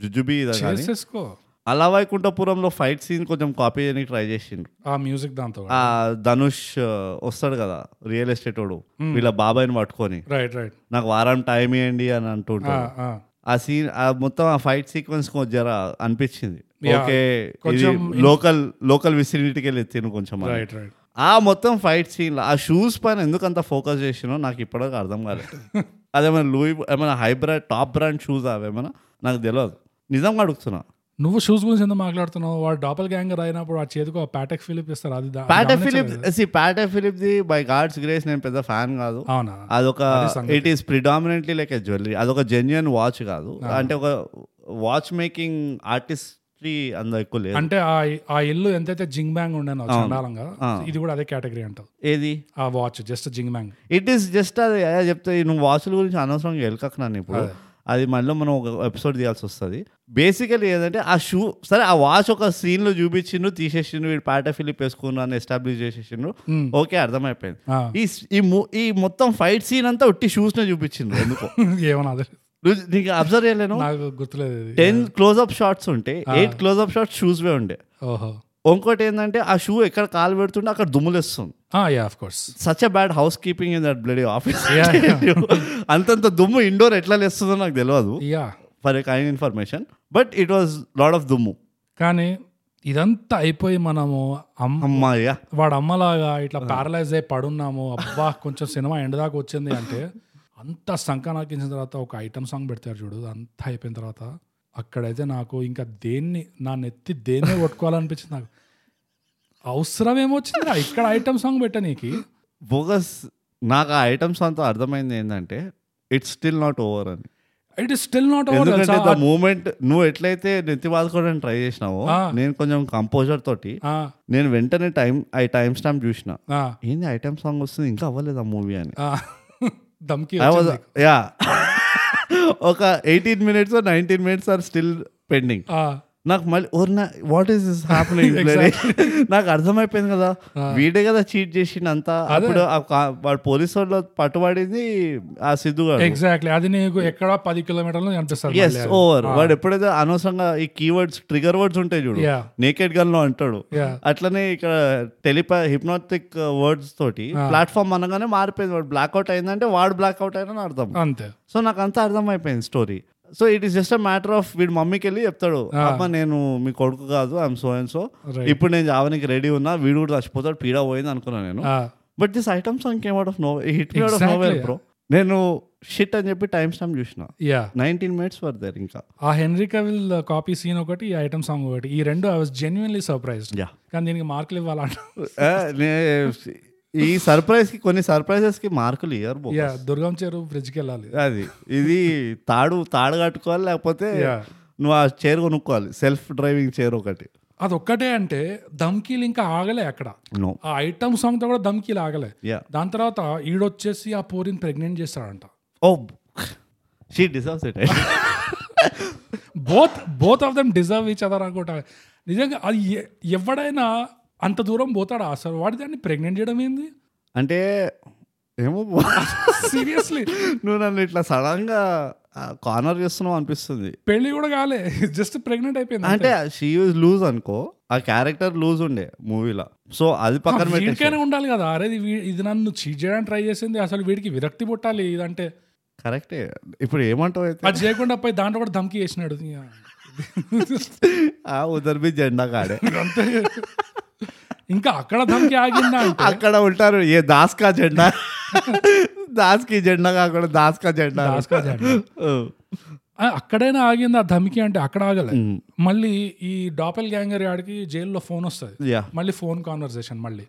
జుజుబీ ఇది కానీ
చేసేసుకో
అలా వైకుంఠపురంలో ఫైట్ సీన్ కొంచెం కాపీ చేయడానికి ట్రై చేసిండ్రు
ఆ మ్యూజిక్ దాంతో
ఆ ధనుష్ ఆ, వస్తాడు కదా రియల్ ఎస్టేట్ వాడు వీళ్ళ బాబాయ్ని పట్టుకొని
రైట్ రైట్
నాకు వారం టైం ఇవ్వండి అని అంటుంటాడు ఆ సీన్ ఆ మొత్తం ఆ ఫైట్ సీక్వెన్స్ కొంచెం జర అనిపించింది
Yeah.
ఓకే ఇది
కొంచెం
లోకల్ లోకల్ విసిడిటీకి వెళ్ళి తిను కొంచెం అని.
రైట్ రైట్
ఆ మొత్తం ఫైట్ సీన్ ఆ షూస్ పైన ఎందుకు అంత ఫోకస్ చేసినో నాకు ఇప్పటివరకు అర్థం కాలేదు అదేమైనా లూయి ఏమైనా high brand top brand shoes అవేమైనా నాకు తెలియదు నిజంగా అడుగుతున్నా
నువ్వు షూస్ గురించి ఎందుకు మాట్లాడుతున్నావు వాడు డాపల్ గ్యాంగర్ అయినప్పుడు ఆ చేతికి ఆ ప్యాటెక్ ఫిలిప్ ఇస్తారు అది దా-
ప్యాటే ఫిలిప్
గమనించలేదు.
C Patek Philippe the by God's grace నేను పెద్ద ఫ్యాన్ కాదు
అవునా
అదొక
సంగతి.
It is predominantly like a jewellery అదొక జెన్యున్ వాచ్ కాదు అంటే ఒక వాచ్ మేకింగ్ ఆర్టిస్ట్రీ అంత ఎక్కువ లేదు
అంటే ఆ ఆ ఇల్లు ఎంతైతే జింగ్ బ్యాంగ్ ఉండేనో చండాలంగా ఇది కూడా అదే కేటగిరీ అంటావు
ఏది
ఆ వాచ్ జస్ట్ జింగ్ బ్యాంగ్
ఇట్ ఈస్ జస్ట్ అది అదే చెప్తే ఈ నువ్వు వాచ్ల గురించి అనవసరంగా వెళ్ళకన్నాను ఇప్పుడు అది మళ్ళీ మనం ఒక ఎపిసోడ్ తీయాల్సి వస్తుంది బేసికలీ ఏంటంటే ఆ షూ సరే ఆ వాచ్ ఒక సీన్లో చూపించిండు తీసేసిండు వీడు పాట ఫిలిప్ వేసుకున్నా అని ఎస్టాబ్లిష్ చేసేసిండు ఓకే అర్థమైపోయింది
ఆ.
ఈ స్- ఈ mo- ఈ మొత్తం ఫైట్ సీన్ అంతా ఉట్టి షూస్నే చూపించిండు ఎందుకో
ఏమన్నా అదే
నువ్వు నీకు అబ్జర్వ్ చేయలేను
నాకు గుర్తులేదు ఇది
టెన్ క్లోజ్అప్ షాట్స్ ఉంటే ఎయిట్ క్లోజ్అప్ షాట్స్ షూస్వే ఉండే
ఓహో
ఇంకోటి ఏంటంటే ఆ షూ ఎక్కడ కాలు పెడుతుంటే అక్కడ దుమ్ములేస్తుంది
yeah of course
such a bad house keeping in that bloody office
Yeah,
అంతంత దుమ్ము ఇండోర్ ఎట్లా లేస్తుందో నాకు తెలియదు
yeah
for kind information but it was load of దుమ్ము
కానీ ఇదంతా అయిపోయి మనము అమ్-
అమ్మాయ్యా
వాడు అమ్మలాగా ఇట్లా పారలైజ్ అయి పడున్నాము అబ్బా కొంచెం సినిమా ఎండ్ దాకా వచ్చింది అంటే అంత సంకనాకించిన తర్వాత ఒక ఐటమ్ సాంగ్ పెడతారు చూడు అంతా అయిపోయిన తర్వాత అక్కడైతే నాకు ఇంకా దేన్ని నా నెత్తి దేన్ని కొట్టుకోవాలనిపించింది నాకు అవసరం ఏమొచ్చిందిరా ఇక్కడ ఐటమ్ సాంగ్ పెట్ట నీకు
బోగస్ నాకు ఆ ఐటమ్స్ అంతా అర్థమైంది ఏంటంటే ఇట్స్ స్టిల్ నాట్ ఓవర్ అని
ఇట్ ఇస్ స్టిల్ నాట్
ఎందుకంటే ద
ఓవర్
మూమెంట్ నువ్వు ఎట్లయితే నెత్తి బాదుకోవడానికి ట్రై చేసినావో
ఆ.
నేను కొంచెం కంపోజర్ తోటి నేను వెంటనే టైం ఐ టైం స్టాంప్ చూసిన ఏంది ఐటమ్ సాంగ్ వస్తుంది ఇంకా అవ్వలేదు ఆ మూవీ అని
దమ్కి
I was- yeah. ఒక eighteen minutes nineteen minutes are still pending నాకు మళ్ళీ or what is this happening నాకు అర్థమైపోయింది కదా వీడే కదా చీట్ చేసిండంతా అప్పుడు ఆ కా- వాడు పోలీస్ వాళ్ళు పట్టుబడింది ఆ సిద్ధు గారు
ఎగ్జాక్ట్లీ అది నీకు ఎక్కడ పది కిలోమీటర్లు కనిపిస్తారు
ఎస్ ఓవర్ వాడు ఎప్పుడైతే అనవసరంగా ఈ కీవర్డ్స్ ట్రిగర్ వర్డ్స్ ఉంటాయి చూడు
Yeah.
నేకెడ్ గన్ లో అంటాడు
Yeah.
అట్లనే ఇక్కడ టెలిపా హిప్నాటిక్ వర్డ్స్ తోటి ప్లాట్ఫామ్ అనగానే మారిపోయింది వాడు బ్లాక్అవుట్ అయిందంటే వాడు బ్లాక్అవుట్ అయినా అర్థం
అంతే
సో నాకు అంతా అర్థమైపోయింది story so it is just a matter of వీడి మమ్మీకి వెళ్ళి చెప్తాడు అమ్మ నేను మీ కొడుకు కాదు I'm so and so
Right.
ఇప్పుడు నేను జావనికి రెడీ ఉన్నా వీడు కూడా చచ్చిపోతాడు పీడ పోయింది అనుకున్నాను నేను
ఆ,
but this item song came out of no hit me out of
Exactly.
Nowhere bro నేను షిట్ అని చెప్పి టైం స్టాంప్ చూసిన
yeah
nineteen minutes were there ఇంకా
ఆ హెన్రీ కవిల్ కాపీ సీన్ ఒకటి ఈ ఐటమ్ సాంగ్ ఒకటి ఈ రెండు I was genuinely surprised
Yeah.
కానీ దీనికి మార్కులు ఇవ్వాలంట
ఆ, నే- ఈ సర్ప్రైజ్ కి కొన్ని సర్ప్రైజెస్ కి మార్కులు ఇయర్ బో
యా దుర్గం చెరువు బ్రిడ్జ్కి వెళ్ళాలి
అది ఇది తాడు తాడు కట్టుకోవాలి లేకపోతే
Yeah.
నువ్వు ఆ చైర్ కొనుక్కోవాలి సెల్ఫ్ డ్రైవింగ్ చైర్ ఒకటి
అది ఒక్కటే అంటే దమ్కీలు ఇంకా ఆగలే అక్కడ
నో
ఆ ఐటమ్ సాంగ్ తో కూడా దమ్కీలు ఆగలే
యా
దాని తర్వాత ఈడొచ్చేసి ఆ పోరిని ప్రెగ్నెంట్ చేస్తాడంట
oh she deserves it
both both of them deserve each other అనుకుంటా నిజంగా అది ఎ- ఎవడైనా అంత దూరం పోతాడా అసలు వాడి దాన్ని ప్రెగ్నెంట్ చేయడం ఏంది
అంటే ఏమో
సీరియస్లీ
నువ్వు నన్ను ఇట్లా సడన్ గా కార్నర్ చేస్తున్నావు అనిపిస్తుంది
పెళ్లి కూడా కాలే జస్ట్ ప్రెగ్నెంట్ అయిపోయింది
అంటే షీ యూజ్ లూజ్ అనుకో ఆ క్యారెక్టర్ లూజ్ ఉండే మూవీలో సో అది పక్కన పెట్టేసి
Ah, వీడికైనా ఉండాలి కదా అరే ఇది వీ- ఇది నన్ను చీట్ చేయడానికి ట్రై చేసింది అసలు వీడికి విరక్తి పుట్టాలి ఇదంటే
కరెక్టే ఇప్పుడు ఏమంటావు అయితే
అది చేయకుండా పోయి దాంట్లో కూడా ధమ్కి వేసినాడు
ఆ ఉదర్ బి జెండా కాడే
అంతే ఇంకా అక్కడ ధమ్కి ఆగిందా అంటే
అక్కడ ఉంటారు ఏ దాస్ కా జెండా దాస్ కి జెండా కాకుండా దాస్ కా జెండా
దాస్ కా జెండా.
ఓ.
ఆ, అక్కడైనా ఆగిందా ధమ్కి అంటే అక్కడ ఆగలే మళ్ళీ ఈ డాపెల్ గ్యాంగర్ ఆడికి జైల్లో ఫోన్ వస్తుంది
యా
మళ్ళీ ఫోన్ కాన్వర్సేషన్ మళ్ళీ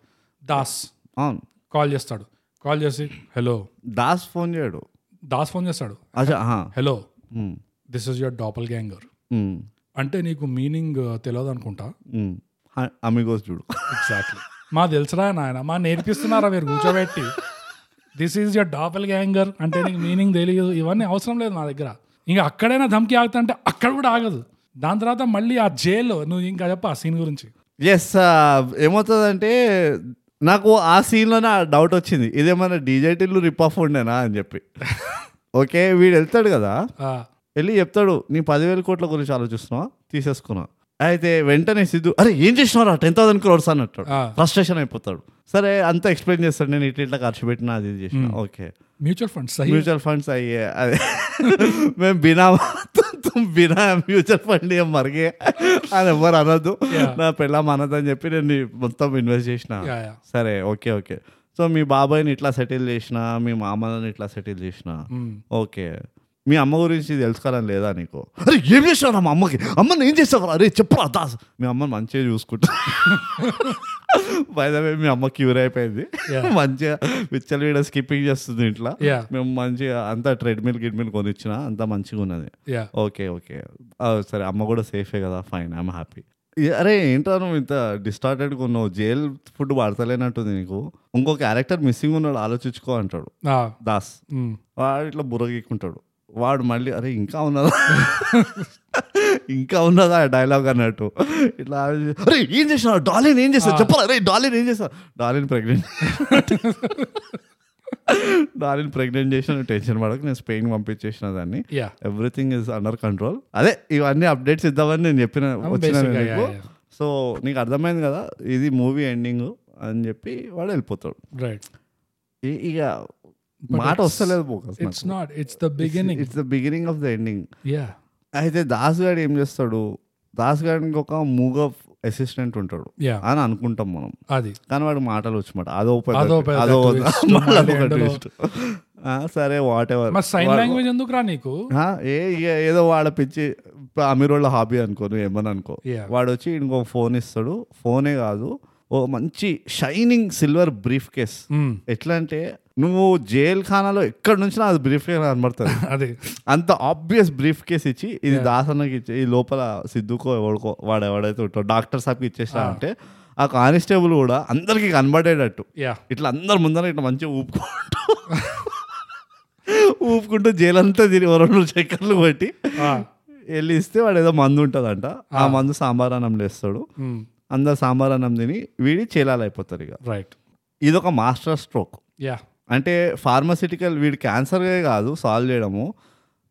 దాస్
అవును
కాల్ చేస్తాడు కాల్ చేసి హలో
దాస్ ఫోన్ చేయడు
దాస్ ఫోన్ చేస్తాడు
అచ్చా ఆహా.
Hello
um,
this is your doppelganger
um,
అంటే నీకు మీనింగ్ తెలియదు అనుకుంటా
ఉమ్. హ- అమిగోస్ చూడు
ఎగ్జాక్ట్లీ మా తెలుసురా నాయన మా నేర్పిస్తున్నారా మీరు కూర్చోబెట్టి this is your doppelganger అంటే నీకు మీనింగ్ తెలియదు ఇవన్నీ అవసరం లేదు నా దగ్గర ఇంకా అక్కడైనా ధమ్కి ఆగుతా అంటే అక్కడ కూడా ఆగదు దాని తర్వాత మళ్ళీ ఆ జైల్లో నువ్వు ఇంకా చెప్పు ఆ సీన్ గురించి
ఎస్ ఏమవుతుందంటే నాకు ఆ సీన్లోనే ఆ డౌట్ వచ్చింది ఇదేమన్నా డీజేటీలు రిప్ ఆఫ్ ఉండేనా అని చెప్పి ఓకే వీడు వెళ్తాడు కదా
ఆ,
వెళ్ళి చెప్తాడు నీ పదివేల కోట్ల గురించి ఆలోచిస్తున్నావా తీసేసుకున్నా అయితే వెంటనే సిద్ధు అరే ఏం చేసినారా టెన్ థౌసండ్ క్రోర్స్ అని అంటాడు
ఆ.
ఫ్రస్ట్రేషన్ అయిపోతాడు సరే అంతా ఎక్స్ప్లెయిన్ చేస్తాడు నేను ఇట్లా ఇట్లా ఖర్చు పెట్టినా అది ఇది చేసిన ఓకే
మ్యూచువల్ ఫండ్స్ అయ్యి
म्यूचुअल फंड्स आई है अरे मैं बिना तुम बिना म्यूचुअल फंड ये मर गए అని ఎవరు అనద్దు
Yeah.
నా పెళ్ళం అనదని చెప్పి నేను ఈ మొత్తం ఇన్వెస్ట్ చేసిన
Yeah, yeah.
సరే ఓకే ఓకే సో మీ బాబాయ్ని ఇట్లా సెటిల్ చేసిన మీ మామని ఇట్లా సెటిల్ చేసిన ఓకే మీ అమ్మ గురించి తెలుసుకోవాలని లేదా నీకు అరే ఏం చేసావు మా అమ్మకి అమ్మని ఏం చేసావు అరే చెప్పు దాస్ మీ అమ్మని మంచిగా చూసుకుంటా బయదవే మీ అమ్మ క్యూర్ అయిపోయింది
Yeah.
మంచిగా విచ్చలు వీడ స్కిప్పింగ్ చేస్తుంది ఇంట్లో
Yeah.
మేము మంచిగా అంతా ట్రెడ్మిల్ గిడ్మిల్ కొనిచ్చిన అంతా మంచిగా ఉన్నది
యా
ఓకే ఓకే ఆ, సరే అమ్మ కూడా సేఫే కదా ఫైన్ ఐమ్ హ్యాపీ అరే ఏంటో నువ్వు ఇంత డిస్టార్టెడ్గా ఉన్నావు జైల్ ఫుడ్ వాడతలేనట్టుంది నీకు
mm,
ఇంకో క్యారెక్టర్ మిస్సింగ్ ఉన్నాడు ఆలోచించుకో అంటాడు దాస్ వాడు ఇట్లా బుర్రగీక్కుంటాడు వాడు మళ్ళీ అరే ఇంకా ఉన్నదా ఇంకా ఉన్నదా ఆ డైలాగ్ అన్నట్టు ఇట్లా ఆలోచి- అరే ఏం చేసినావు డాలిన్ ఏం చేస్తావు చెప్పాలి అరే డాలిన్ ఏం చేస్తావు డాలిన్ ప్రెగ్నెంట్ డాలిన్ ప్రెగ్నెంట్ చేసిన టెన్షన్ పడక నేను స్పెయిన్ పంపించేసిన దాన్ని
yeah
everything is under control అదే ఇవన్నీ అప్డేట్స్ ఇద్దామని నేను చెప్పిన వచ్చిన
basic గా,
నీకు.
yeah, yeah.
సో నీకు అర్థమైంది కదా ఇది మూవీ ఎండింగ్ అని చెప్పి వాడు వెళ్ళిపోతాడు
రైట్
ఇ- ఇక మాట వస్తలేదు focus
it's not it's the beginning
it's the beginning of the ending
yeah
అయితే దాస్ గారు ఏం చేస్తాడు దాస్ గారికి ఒక మూగ అసిస్టెంట్ ఉంటాడు
యా
అని అనుకుంటాం మనం
అది
కానీ వాడు మాటలు వచ్చి మాట అదో పెద్ద-
అదో పెద్ద
అదో
twist,
మళ్ళీ
మళ్ళీ
ఒక
ఎండలో.
twist. ఆ, సరే వాట్ ఎవర్
మరి సైన్ లాంగ్వేజ్ ఎందుకు రా నీకు
ఆ, ఏ ఏ- ఏదో వాడ పిచ్చి అమీర్ వాళ్ళ హాబీ అనుకో నువ్వు ఏమని అనుకో
Yeah.
వాడు వచ్చి ఇంకో ఫోన్ ఇస్తాడు ఫోనే కాదు ఓ మంచి షైనింగ్ సిల్వర్ బ్రీఫ్ కేస్
మ్మ్.
ఎట్లా అంటే నువ్వు జైల్ ఖానాలో ఎక్కడి నుంచి అది బ్రీఫ్ కేస్ కనబడుతుంది
అది
అంత ఆబ్వియస్ బ్రీఫ్ కేస్ ఇచ్చి ఇది దాసన్నకి ఇచ్చే ఈ లోపల సిద్ధుకో ఎవడుకో వాడు ఎవడైతే ఉంటాడు డాక్టర్ సాబ్కి ఇచ్చేసా అంటే ఆ కానిస్టేబుల్ కూడా అందరికీ కనబడేటట్టు
యా
ఇట్లా అందరు ముందర ఇట్లా మంచిగా ఊపుకుంటూ ఊపుకుంటూ జైలు అంతా తిరిగి ఓ రెండు చక్కర్లు కొట్టి వెళ్ళి ఇస్తే వాడు ఏదో మందు ఉంటుందంట ఆ మందు సాంబార్ అన్నం లేస్తాడు
mm,
అందరు సాంబార్ అన్నం తిని వీడి చీలాలు అయిపోతారు ఇక
రైట్
ఇదొక మాస్టర్ స్ట్రోక్
యా
అంటే ఫార్మసిటికల్ వీడి క్యాన్సర్ కాదు సాల్వ్ చేయడము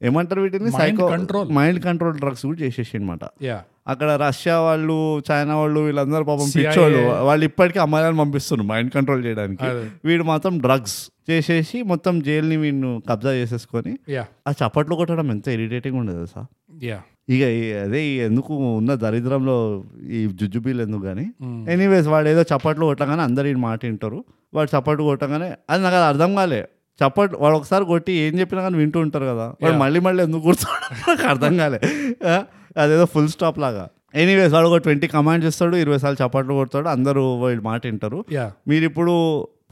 ఏమంటారు వీటిని
Mind control.
Mind control drugs కూడా చేసేసి అనమాట
యా
అక్కడ రష్యా వాళ్ళు చైనా వాళ్ళు వీళ్ళందరూ పాపం
CIA.
పిచ్చోళ్ళు వాళ్ళు ఇప్పటికీ అమ్మాయిలను పంపిస్తున్నారు మైండ్ కంట్రోల్ చేయడానికి
అదే.
వీడు మాత్రం డ్రగ్స్ చేసేసి మొత్తం జైల్ని వీడిని కబ్జా చేసేసుకొని
యా
ఆ చప్పట్లు కొట్టడం ఎంత ఇరిటేటింగ్ ఉండదు తెలుసా
యా
ఇక ఈ- అదే ఈ ఎందుకు ఉన్న దరిద్రంలో ఈ జుజుబీలు ఎందుకు కానీ ఎనీవేస్ వాడు ఏదో చప్పట్లు కొట్టగానే అందరు ఈ మాట వింటారు వాడు చప్పట్లు కొట్టగానే అది నాకు అది అర్థం కాలే చప్పట్లు వాడు ఒకసారి కొట్టి ఏం చెప్పినా కానీ వింటూ ఉంటారు కదా వాడు మళ్ళీ మళ్ళీ ఎందుకు కూర్చోడు నాకు అర్థం కాలే ఆ, అదేదో ఫుల్ స్టాప్ లాగా ఎనీవేస్ వాడు ఒక ట్వంటీ కమాండ్ చేస్తాడు ఇరవై సార్లు చప్పట్లు కొడతాడు అందరూ వాడి మాట వింటారు
యా
మీరు ఇప్పుడు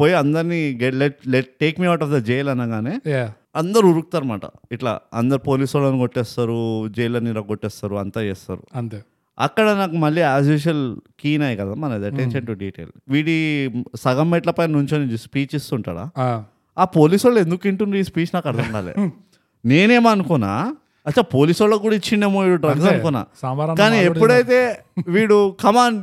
పోయి అందరినీ get let let take me out of the jail అనగానే
యా
అందరూ ఉరుకుతారు అనమాట ఇట్లా అందరు పోలీసు వాళ్ళని కొట్టేస్తారు జైళ్ళని కొట్టేస్తారు అంతా చేస్తారు
అంతే
అక్కడ నాకు మళ్ళీ యాజ్ యూజువల్ కీన్ అయ్యి కదా మనది అటెన్షన్ టు డీటెయిల్ వీడి సగం మెట్ల పైన నుంచొని స్పీచ్ ఇస్తుంటాడా
ఆ,
ఆ పోలీసు వాళ్ళు ఎందుకు వింటుండ్రు ఈ స్పీచ్ నాకు అర్థం కాలే నేనేమనుకున్నా అచ్చా పోలీసు వాళ్ళకు కూడా ఇచ్చిండేమో వీడు డ్రగ్స్ అనుకున్నా
సాంబార్ అన్నం
కానీ
ఆల్రెడీ
ఎప్పుడైతే వీడు కమాన్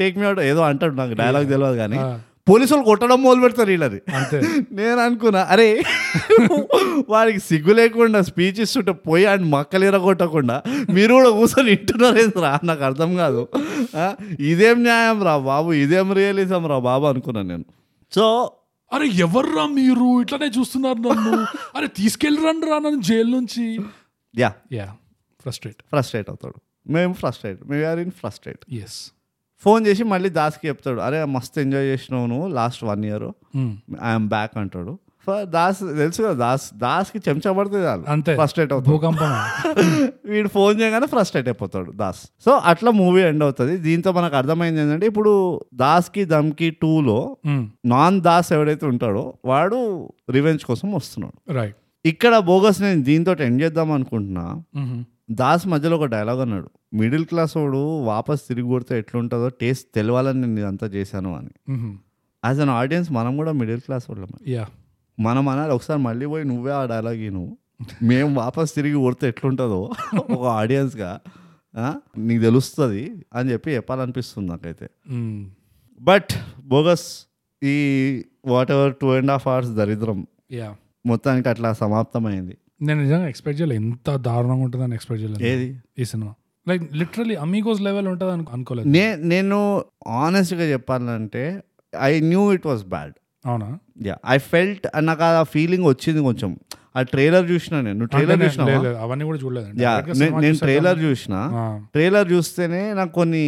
టేక్ మీ అవుట్ ఏదో అంటాడు నాకు డైలాగ్ తెలియదు కానీ పోలీసు వాళ్ళు కొట్టడం మొదలు పెడతారు వీళ్ళది
అంతే
నేను అనుకున్నా అరే వాడికి సిగ్గు లేకుండా స్పీచ్ ఇస్తుంటే పోయి ఆయన మక్కలు ఇరగొట్టకుండా మీరు కూడా కూర్చొని వింటున్నారేంద్రా నాకు అర్థం కాదు ఆ, ఇదేం న్యాయం రా బాబు ఇదేం రియలిజం రా బాబు అనుకున్నాను నేను సో
అరే ఎవర్రా మీరు ఇట్లానే చూస్తున్నారు నన్ను అరే తీసుకెళ్ళరండి రా నన్ను జైలు నుంచి
యా
యా ఫ్రస్ట్రేట్
ఫ్రస్ట్రేట్ అవుతాడు మేము frustrate are in frustrate
yes
phone చేసి మళ్ళీ దాస్కి చెప్తాడు అరే మస్తు ఎంజాయ్ చేసినావు నువ్వు last one year
Hmm.
I'm back అంటాడు సో దాస్ తెలుసు కదా దాస్ దాస్కి చెంచా పడితే చాలు
అంతే.
ఫ్రస్ట్రేట్ అవుతాడు
భూకంపం
వీడు ఫోన్ చేయగానే ఫ్రస్ట్రేట్ అయిపోతాడు దాస్ సో అట్లా మూవీ ఎండ్ అవుతుంది దీంతో మనకు అర్థమైంది ఏంటంటే ఇప్పుడు దాస్కి దమ్కి టూలో
Hmm,
నాన్ దాస్ ఎవడైతే ఉంటాడో వాడు రివెంజ్ కోసం వస్తున్నాడు
రైట్
ఇక్కడ బోగస్ నేను దీంతో ఎండ్ చేద్దాం అనుకుంటున్నా
Mm-hmm.
దాస్ మధ్యలో ఒక డైలాగ్ అన్నాడు మిడిల్ క్లాస్ వాడు వాపస్ తిరిగి కొడితే ఎట్లుంటుందో టేస్ట్ తెలవాలని నేను ఇదంతా చేశాను అని
Mm-hmm.
యాజ్ అన్ ఆడియన్స్ మనం కూడా మిడిల్ క్లాస్ వాళ్ళం
యా
మనం అనాలి ఒకసారి మళ్ళీ పోయి నువ్వే ఆ డైలాగ్ నువ్వు మేము వాపస్ తిరిగి కొడితే ఎట్లుంటుందో ఒక ఆడియన్స్గా ఆ, నీకు తెలుస్తుంది అని చెప్పి చెప్పాలనిపిస్తుంది నాకైతే
Hmm,
బట్ బోగస్ ఈ whatever two and half hours దరిద్రం
యా
మొత్తానికి అట్లా సమాప్తమైంది
నేను నిజంగా ఎక్స్పెక్ట్ చేయలేదు ఎంత దారుణంగా ఉంటుందని ఎక్స్పెక్ట్ చేయలేదు
ఏది
ఈ సినిమా లైక్ లిటరలీ అమీగోస్ లెవెల్ ఉంటుంది అను అనుకోలేదు
నే నేను ఆనెస్ట్గా చెప్పాలంటే I knew it was bad
అవునా
యా ఐ ఫెల్ట్ నాకు ఆ ఫీలింగ్ వచ్చింది కొంచెం ఆ ట్రైలర్ చూసిన నేను ట్రైలర్
అంటే
చూసిన
లేదు, లేదు, అవన్నీ కూడా చూడలేదండి
యా
Direct గా
నే-
సినిమా
నేను
చూసాక-
ట్రైలర్ చూసిన
ఆ,
ట్రైలర్ చూస్తేనే నాకు కొన్ని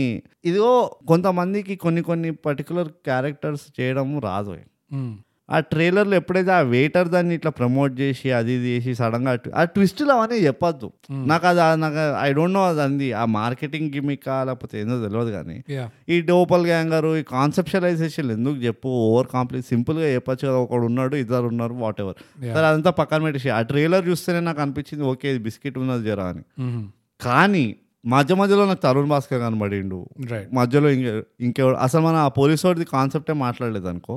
ఇదిగో కొంతమందికి కొన్ని కొన్ని పర్టికులర్ క్యారెక్టర్స్ చేయడం రాదు
మ్మ్.
ఆ ట్రైలర్లో ఎప్పుడైతే ఆ వెయిటర్ దాన్ని ఇట్లా ప్రమోట్ చేసి అది ఇది చేసి సడన్గా అటు- ఆ ట్విస్టులు అవన్నీ చెప్పొద్దు నాకు అది ఆ- నాకు ఐ డోంట్ నో అది అంది ఆ మార్కెటింగ్ గిమికా లేకపోతే ఏందో తెలియదు కానీ
యా
ఈ డోపల్ గ్యాంగరు ఈ కాన్సెప్షలైజేషన్ ఎందుకు చెప్పు ఓవర్ కాంప్లెక్స్ సింపుల్గా చెప్పచ్చు కదా ఒకడు ఉన్నాడు ఇద్దరు ఉన్నారు వాట్ ఎవర్ సరే
Mm-hmm.
అదంతా పక్కన పెట్టేసి ఆ ట్రైలర్ చూస్తేనే నాకు అనిపించింది ఓకే ఇది బిస్కెట్ ఉన్నది జరా అని
మ్మ్.
కానీ మధ్య మధ్యలో నాకు తరుణ్ భాస్కర్ కనబడిండు
రైట్
మధ్యలో ఇంకే ఇంకెవరు అసలు మన ఆ పోలీస్ వాడిది కాన్సెప్టే మాట్లాడలేదు అనుకో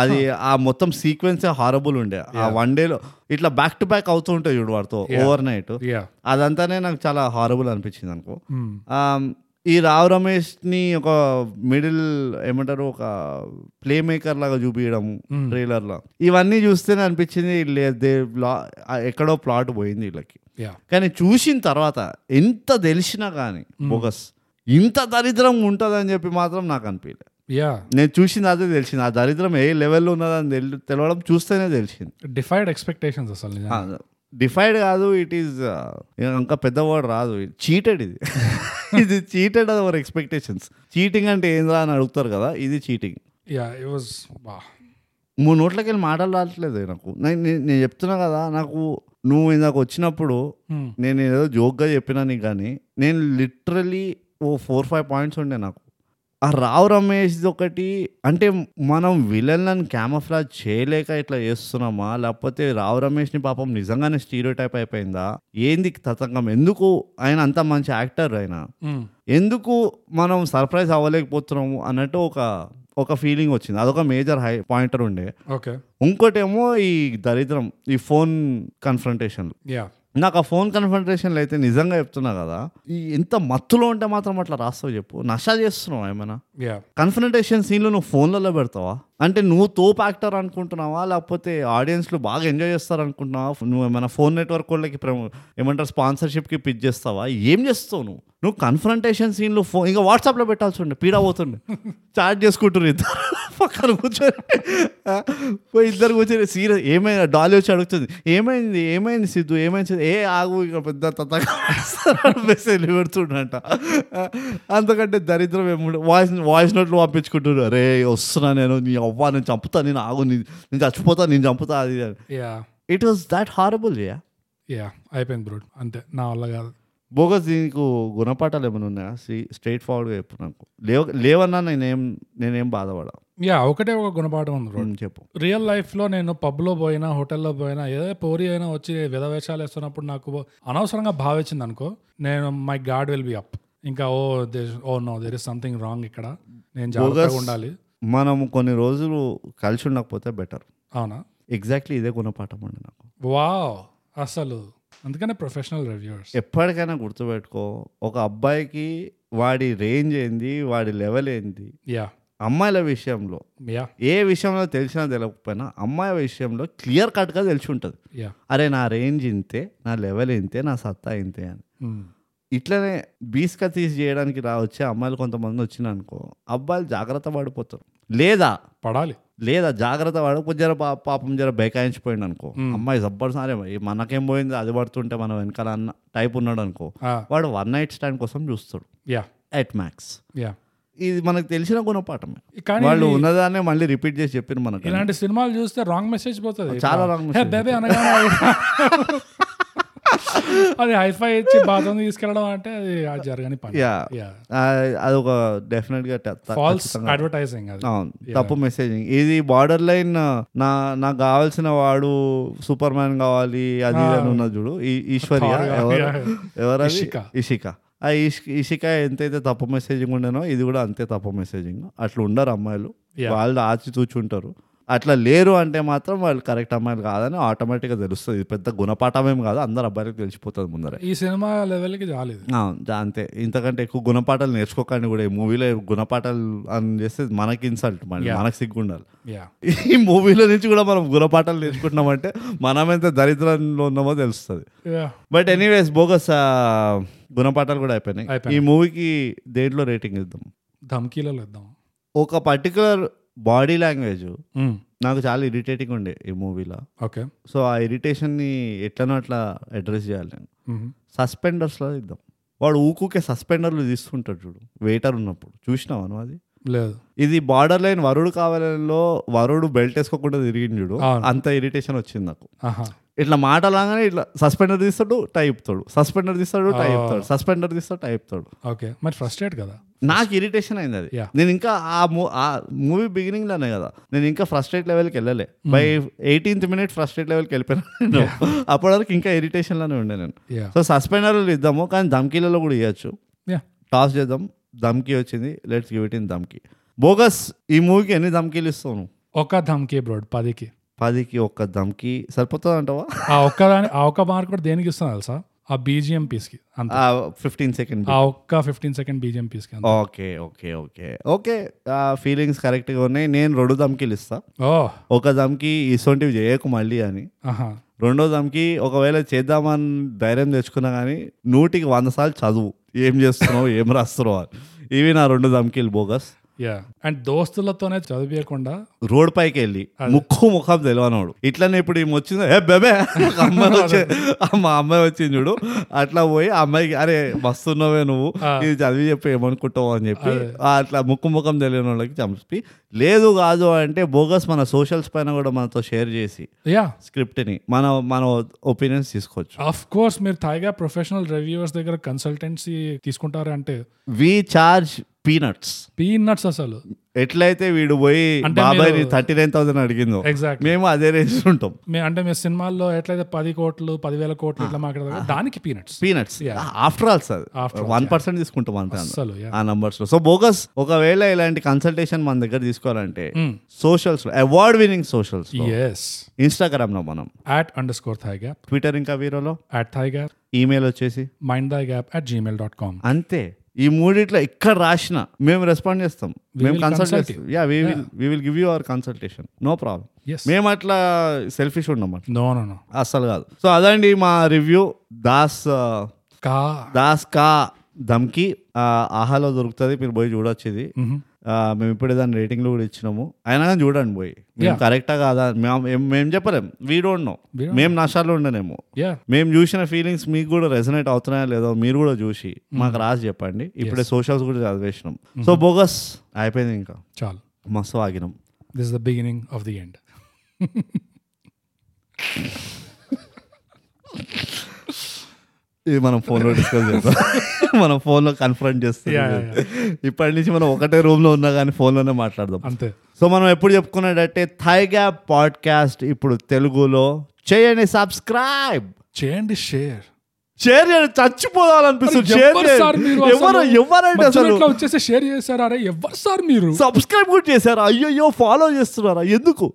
అది ఆ మొత్తం సీక్వెన్సే హారబుల్ ఉండే ఆ వన్ డేలో ఇట్లా బ్యాక్ టు బ్యాక్ అవుతూ ఉంటాయి చూడు వాడితో ఓవర్ నైట్
యా
అదంతానే నాకు చాలా హారబుల్ అనిపించింది అనుకో
Hmm.
ఆమ్, Um, ఈ రావు రమేష్ని ఒక మిడిల్ ఏమంటారు ఒక ప్లే మేకర్ లాగా చూపించడం ట్రైలర్లో ఇవన్నీ చూస్తేనే అనిపించింది లే- దే లా- ఆ ఎక్కడో ప్లాట్ పోయింది వీళ్ళకి
యా
కానీ చూసిన తర్వాత ఎంత తెలిసినా కానీ బోగస్ ఇంత దరిద్రం ఉంటుందని చెప్పి మాత్రం నాకు అనిపించలేదు
యా
నేను చూసింది అదే తెలిసింది ఆ దరిద్రం ఏ లెవెల్లో ఉన్నదని తెలి తెలవడం చూస్తేనే తెలిసింది
డిఫైడ్ ఎక్స్పెక్టేషన్స్ అసలు
Ah.
నిజంగా
డిఫైడ్ కాదు ఇట్ ఈస్ ఇంకా పెద్ద వర్డ్ రాదు చీటెడ్ ఇది ఇది చీటెడ్ అవర్ ఎక్స్పెక్టేషన్స్ చీటింగ్ అంటే ఏందా అని అడుగుతారు కదా ఇది చీటింగ్
యా ఇట్ వాజ్ బా
మూడు నోట్లకి వెళ్ళి మాటలు రావట్లేదు నాకు నేను నేను- నేను చెప్తున్నా కదా నాకు నువ్వు ఇందాక వచ్చినప్పుడు
Hmm.
నేను ఏదో జోక్గా చెప్పినా నీకు కానీ నేను లిటరలీ ఓ ఫోర్ ఫైవ్ పాయింట్స్ ఉండే నాకు ఆ రావు రమేష్ ఒకటి అంటే మనం విలన్లను క్యామఫ్లాజ్ చేయలేక ఇట్లా చేస్తున్నామా లేకపోతే రావు రమేష్ని పాపం నిజంగానే స్టీరియో టైప్ అయిపోయిందా ఏంది తతంగం ఎందుకు ఆయన అంత మంచి యాక్టర్ ఆయన
Hmm.
ఎందుకు మనం సర్ప్రైజ్ అవ్వలేకపోతున్నాము అన్నట్టు ఒక ఒక ఫీలింగ్ వచ్చింది అదొక మేజర్ హై పాయింటర్ ఉండే
ఓకే
ఇంకోటేమో ఈ దరిద్రం ఈ ఫోన్ కన్ఫ్రంటేషన్లు
యా
నాకు ఆ ఫోన్ కన్ఫ్రంటేషన్లు అయితే నిజంగా చెప్తున్నా కదా ఈ ఎంత మత్తులో ఉంటే మాత్రం అట్లా రాస్తావు చెప్పు నషా చేస్తున్నావు ఏమైనా
యా
కన్ఫ్రంటేషన్ సీన్లు నువ్వు ఫోన్లలో పెడతావా అంటే నువ్వు తోపు యాక్టర్ అనుకుంటున్నావా లేకపోతే ఆడియన్స్లు బాగా ఎంజాయ్ చేస్తారు అనుకుంటున్నావా నువ్వు ఏమైనా ఫోన్ నెట్వర్క్ వాళ్ళకి ప్రమో- ఏమంటారు స్పాన్సర్షిప్కి పిచ్ చేస్తావా ఏం చేస్తావు నువ్వు నువ్వు కన్ఫ్రంటేషన్ సీన్లు ఫోన్ ఇంకా వాట్సాప్లో పెట్టాల్సి ఉండే పీడ పోతుండే చాట్ చేసుకుంటున్నారు ఇద్దరు పక్కన కూర్చొని ఆ, పోయి ఇద్దరు కూర్చొని సీరియస్ ఏమైనా డాలీ వచ్చి అడుగుతుంది ఏమైంది ఏమైంది సిద్ధు ఏమైంది సిద్ధు? ఏ ఆగు ఇక పెద్ద మెసేజ్ పెడుతుండంట అంతకంటే దరిద్రం ఏముండ వాయిస్ వాయిస్ నోట్లు పంపించుకుంటున్నారు రే వస్తున్నా నేను నీ అవ్వ నేను చంపుతా నేను ఆగు నీ- నేను చచ్చిపోతా నేను చంపుతా అది ఇది" అని
yeah
it was that horrible yeah
yeah అయిపోయింది బ్రూడ్ అంతే నా వల్ల కాదు
బోగస్ దీనికి గుణపాఠాలు ఏమైనా ఉన్నాయా స్ట్రైట్ ఫార్వర్డ్గా చెప్పు నాకు లేవ లేవన్నా నేనేం నేనేం బాధపడా
యా ఒకటే ఒక గుణపాఠం ఉంది బ్రూడ్
ఉమ్, చెప్పు
రియల్ లైఫ్లో నేను పబ్లో పోయినా హోటల్లో పోయినా ఏదో పోరి అయినా వచ్చి విధవేషాలు వేస్తున్నప్పుడు నాకు అనవసరంగా భావించింది అనుకో నేను my god will be up ఇంకా "Oh, oh oh no there is something wrong ఇక్కడ నేను జాగ్రత్తగా ఉండాలి
మనం కొన్ని రోజులు కలిసి ఉండకపోతే బెటర్
అవునా
ఎగ్జాక్ట్లీ ఇదే గుణపాఠం అండి నాకు
వావ్ అసలు అందుకనే ప్రొఫెషనల్ రివ్యూర్స్
ఎప్పటికైనా గుర్తుపెట్టుకో ఒక అబ్బాయికి వాడి రేంజ్ ఏంది వాడి లెవెల్ ఏంది
యా
అమ్మాయిల విషయంలో
యా
ఏ విషయంలో తెలిసినా తెలియకపోయినా అమ్మాయి విషయంలో క్లియర్ కట్గా తెలిసి ఉంటుంది
యా
అరే నా రేంజ్ ఇంతే నా లెవెల్ ఇంతే నా సత్తా ఇంతే అని
Hmm.
ఇట్లనే బీస్క తీసి చేయడానికి రా వచ్చే అమ్మాయిలు కొంతమంది వచ్చిన అనుకో అబ్బాయిలు జాగ్రత్త పడిపోతారు లేదా
పడాలి
లేదా జాగ్రత్త వాడు జర పా- పాపం జర బైకాయించిపోయిండు అనుకో అమ్మాయి సబ్బడిసారే మనకేం పోయింది అది పడుతుంటే మనం వెనకాల అన్న టైప్ ఉన్నాడు అనుకో
Ah,
వాడు వన్ నైట్ స్టాండ్ కోసం చూస్తాడు
యా
ఎట్ మ్యాక్స్
యా
ఇది మనకు తెలిసిన గుణపాఠమే
కానీ
వాళ్ళు ఉన్నదాన్ని మళ్ళీ రిపీట్ చేసి చెప్పిన మనకు
ఇలాంటి సినిమాలు చూస్తే రాంగ్ మెసేజ్ పోతుంది
చాలా wrong
హే బేబీ అనగానే అది హైఫై ఇచ్చి బాత్రూమ్ తీసుకెళ్ళడం అంటే అది ఆ జరగని పని
యా
యా
అదొక డెఫినెట్గా
ఫాల్స్ అడ్వర్టైజింగ్ అది
అవును తప్పు మెసేజింగ్ ఇది బార్డర్ లైన్ నా నాకు కావాల్సిన వాడు సూపర్ మ్యాన్ కావాలి అది ఇది అని ఉన్నది చూడు ఈ- ఈశ్వర్య
Thor కావాలి.
ఎవరు ఎవరు అది?
ఇషిక.
ఇషిక ఆ ఇష్- ఇషిక ఎంతైతే తప్పు మెసేజింగ్ ఉండేనో ఇది కూడా అంతే తప్పు మెసేజింగ్ అట్లా ఉండరు అమ్మాయిలు
Yeah.
వాళ్ళు ఆచితూచుంటారు అట్లా లేరు అంటే మాత్రం వాళ్ళు కరెక్ట్ అమ్మాయిలు కాదని ఆటోమేటిక్గా తెలుస్తుంది ఇది పెద్ద గుణపాఠమేం కాదు అందరు అబ్బాయిలకు తెలిసిపోతుంది ముందరే
ఈ సినిమా లెవెల్ కి రాలేదు
ఆ, దా- అంతే ఇంతకంటే ఎక్కువ గుణపాఠాలు నేర్చుకోకండి కూడా ఈ మూవీలో గుణపాఠాలు అని చేస్తే మనకి ఇన్సల్ట్ మళ్ళీ మనకి సిగ్గుండాలి
యా
ఈ మూవీలో నుంచి కూడా మనం గుణపాఠాలు నేర్చుకుంటున్నామంటే మనం ఎంత దరిద్రంలో ఉన్నామో తెలుస్తుంది
యా
బట్ ఎనీవేస్ బోగస్ ఆ, గుణపాఠాలు కూడా అయిపోయినాయి ఈ మూవీకి దేంట్లో రేటింగ్ ఇద్దాం
ధమ్కీలలో ఇద్దాం
ఒక పర్టికులర్ బాడీ లాంగ్వేజ్
మ్మ్.
నాకు చాలా ఇరిటేటింగ్ ఉండే ఈ మూవీలో
ఓకే
సో ఆ ఇరిటేషన్ని ఎట్లనో అట్లా అడ్రస్ చేయాలి నేను
మ్మ్.
సస్పెండర్స్లో ఇద్దాం వాడు ఊకూకే సస్పెండర్లు తీసుకుంటాడు చూడు వెయిటర్ ఉన్నప్పుడు చూసినావా నువ్వు అది
లేదు
ఇది బార్డర్ లైన్ వరుడు కావాలలో వరుడు బెల్ట్ వేసుకోకుండా తిరిగిండు చూడు
అవును.
అంత ఇరిటేషన్ వచ్చింది నాకు
ఆహా
ఇట్లా మాటలాగానే ఇట్లా సస్పెండర్ తీస్తాడు టై ఇప్తాడు సస్పెండర్ తీస్తాడు టై ఇప్తాడు సస్పెండర్ తీస్తాడు టై ఇప్తాడు
ఓకే మరి ఫ్రస్ట్రేట్ కదా
నాకు ఇరిటేషన్ అయింది అది
Yeah.
నేను ఇంకా ఆ మూ ఆ మూవీ బిగినింగ్ లోనే కదా నేను ఇంకా ఫ్రస్ట్రేట్ లెవెల్కి వెళ్ళలే బై ఎయిటీన్త్ మినిట్ ఫ్రస్ట్రేట్ లెవెల్కి వెళ్ళిపోయాను నేను. అప్పటి వరకు ఇంకా ఇరిటేషన్ లోనే ఉండే నేను
యా
సో సస్పెండర్లు ఇద్దాము కానీ ధమ్కీలలో కూడా ఇవ్వచ్చు
యా
టాస్ చేద్దాం ధమ్కీ వచ్చింది let's give it in Dhamki bogus ఈ మూవీకి ఎన్ని ధమ్కీలు ఇస్తాను
ఒక ధమ్కి బ్రోడ్ పదికి
పదికి ఒక్క ధమ్కీ సరిపోతుంది అంటావా
ఆ ఒక్క దాని ఆ ఒక్క మార్క్ కూడా దేనికి ఇస్తాను తెలుసా ఆ బీజిఎం పీస్కి అంత
ఫిఫ్టీన్ సెకండ్
ఆ ఒక్క ఫిఫ్టీన్ సెకండ్ బీజిఎం పీస్కి అంత
okay okay okay okay feelings కరెక్ట్గా ఉన్నాయి నేను రెండు ధమ్కీలు ఇస్తా
ఓ
ఒక ధమ్కి ఇసొంటివి చేయకు మళ్ళీ అని
ఆహా
రెండో ధమ్కి ఒకవేళ చేద్దామని ధైర్యం తెచ్చుకున్నా కానీ నూటికి వంద సార్లు చదువు ఏం చేస్తున్నావు ఏం రాస్తున్నావు అని ఇవి నా రెండు ధమ్కీలు బోగస్
యా అండ్ దోస్తులతోనే చదివియకుండా
రోడ్ పైకి వెళ్ళి ముక్కు ముఖం తెలియనోడు ఇట్లానే ఇప్పుడు ఈమె వచ్చింది ఏ బెబే ఒక అమ్మాయి వచ్చి మా అమ్మాయి వచ్చింది చూడు అట్లా పోయి ఆ అమ్మాయికి అరే వస్తున్నావే నువ్వు ఇది చదివి చెప్పి ఏమనుకుంటావు అని చెప్పి ఆ అట్లా ముక్కు ముఖం తెలియని వాళ్ళకి చంపి లేదు కాదు అంటే బోగస్ మన సోషల్స్ పైన కూడా మనతో షేర్ చేసి
యా
స్క్రిప్ట్ని మన మన ఒపీనియన్స్ తీసుకోవచ్చు
ఆఫ్ కోర్స్ మీరు తాయిగా ప్రొఫెషనల్ రివ్యూవర్స్ దగ్గర కన్సల్టెన్సీ తీసుకుంటారు అంటే
వి చార్జ్ పీనట్స్
పీనట్స్ అసలు
ఎట్లయితే వీడు పోయి
అంటే
బాబాయ్
మీరు-
థర్టీ నైన్ థౌసండ్ అడిగిందో
ఎగ్జాక్ట్
మేము అదే రేంజ్ ఉంటాం
అంటే మీ సినిమాల్లో ఎట్లయితే పది కోట్లు పదివేల కోట్లు ఇట్లా మాట్లాడతారు దానికి peanuts
peanuts after all sir
After
one percent తీసుకుంటాం అంతే అందులో.
అసలు యా
ఆ నంబర్స్ లో సో బోగస్ ఒకవేళ ఇలాంటి కన్సల్టేషన్ మన దగ్గర తీసుకోవాలంటే
Hmm.
సోషల్స్ లో award winning socials
yes
Instagram లో మనం
at under score thigh gap
Twitter ఇంకా వీరోలో
యాట్ థాయ్ గ్యాప్
ఈమెయిల్ వచ్చేసి
mind Thai gap at Gmail dot com
అంతే ఈ మూడిట్లో ఎక్కడ రాసినా మేము రెస్పాండ్ చేస్తాం మేము
will
కన్సల్ట్
consult
చేస్తాం yeah we will we will give you our consultation no problem
Yes.
మేము అట్లా సెల్ఫిష్ ఉన్నాం అట్లా
నో నో నో
అస్సలు కాదు సో అదండి మా రివ్యూ దాస్ ఆ,
కా
దాస్ కా దమ్కి ఆ, ఆహాలో దొరుకుతుంది మీరు పోయి చూడొచ్చు ఇది ఆ, మేము ఇప్పుడే దాని రేటింగ్లు కూడా ఇచ్చినాము అయినా కానీ చూడండి పోయి మేము కరెక్టా కాదా మేము- మేము- మేము చెప్పలేం we don't know
We don't
మేము నష్టాలు ఉండనేమో
యా
మేము చూసిన ఫీలింగ్స్ మీకు కూడా రెజనేట్ అవుతున్నాయా లేదో మీరు కూడా చూసి
Hmm.
మాకు రాసి చెప్పండి ఇప్పుడే సోషల్స్ కూడా చదివేసినాం సో బోగస్ అయిపోయింది ఇంకా
చాలు
మస్తు ఆగినాం
this the beginning of the end
ఇది మనం ఫోన్లో డిస్కస్ చేద్దాం మనం ఫోన్లో కన్ఫరెంట్ చేస్తాం
Yeah, yeah,
ఇప్పటి నుంచి మనం ఒకటే రూమ్లో ఉన్నా కానీ ఫోన్లోనే మాట్లాడదాం
అంతే
సో మనం ఎప్పుడు చెప్పుకున్నట్టే థైగా పాడ్కాస్ట్ ఇప్పుడు తెలుగులో చేయండి సబ్స్క్రైబ్
చేయండి షేర్
షేర్ చేయండి చచ్చిపోవాలనిపిస్తుంది షేర్
ఎవరు సార్
చేయండి.
మీరు
ఎవరు
అసలు?
ఎవరంటే
మధ్యలో
అసలు
ఇట్లా వచ్చేసి షేర్ చేశారు అరే ఎవరు సార్ మీరు
సబ్స్క్రైబ్ కూడా చేశారు అయ్యో ఫాలో చేస్తున్నారా ఎందుకు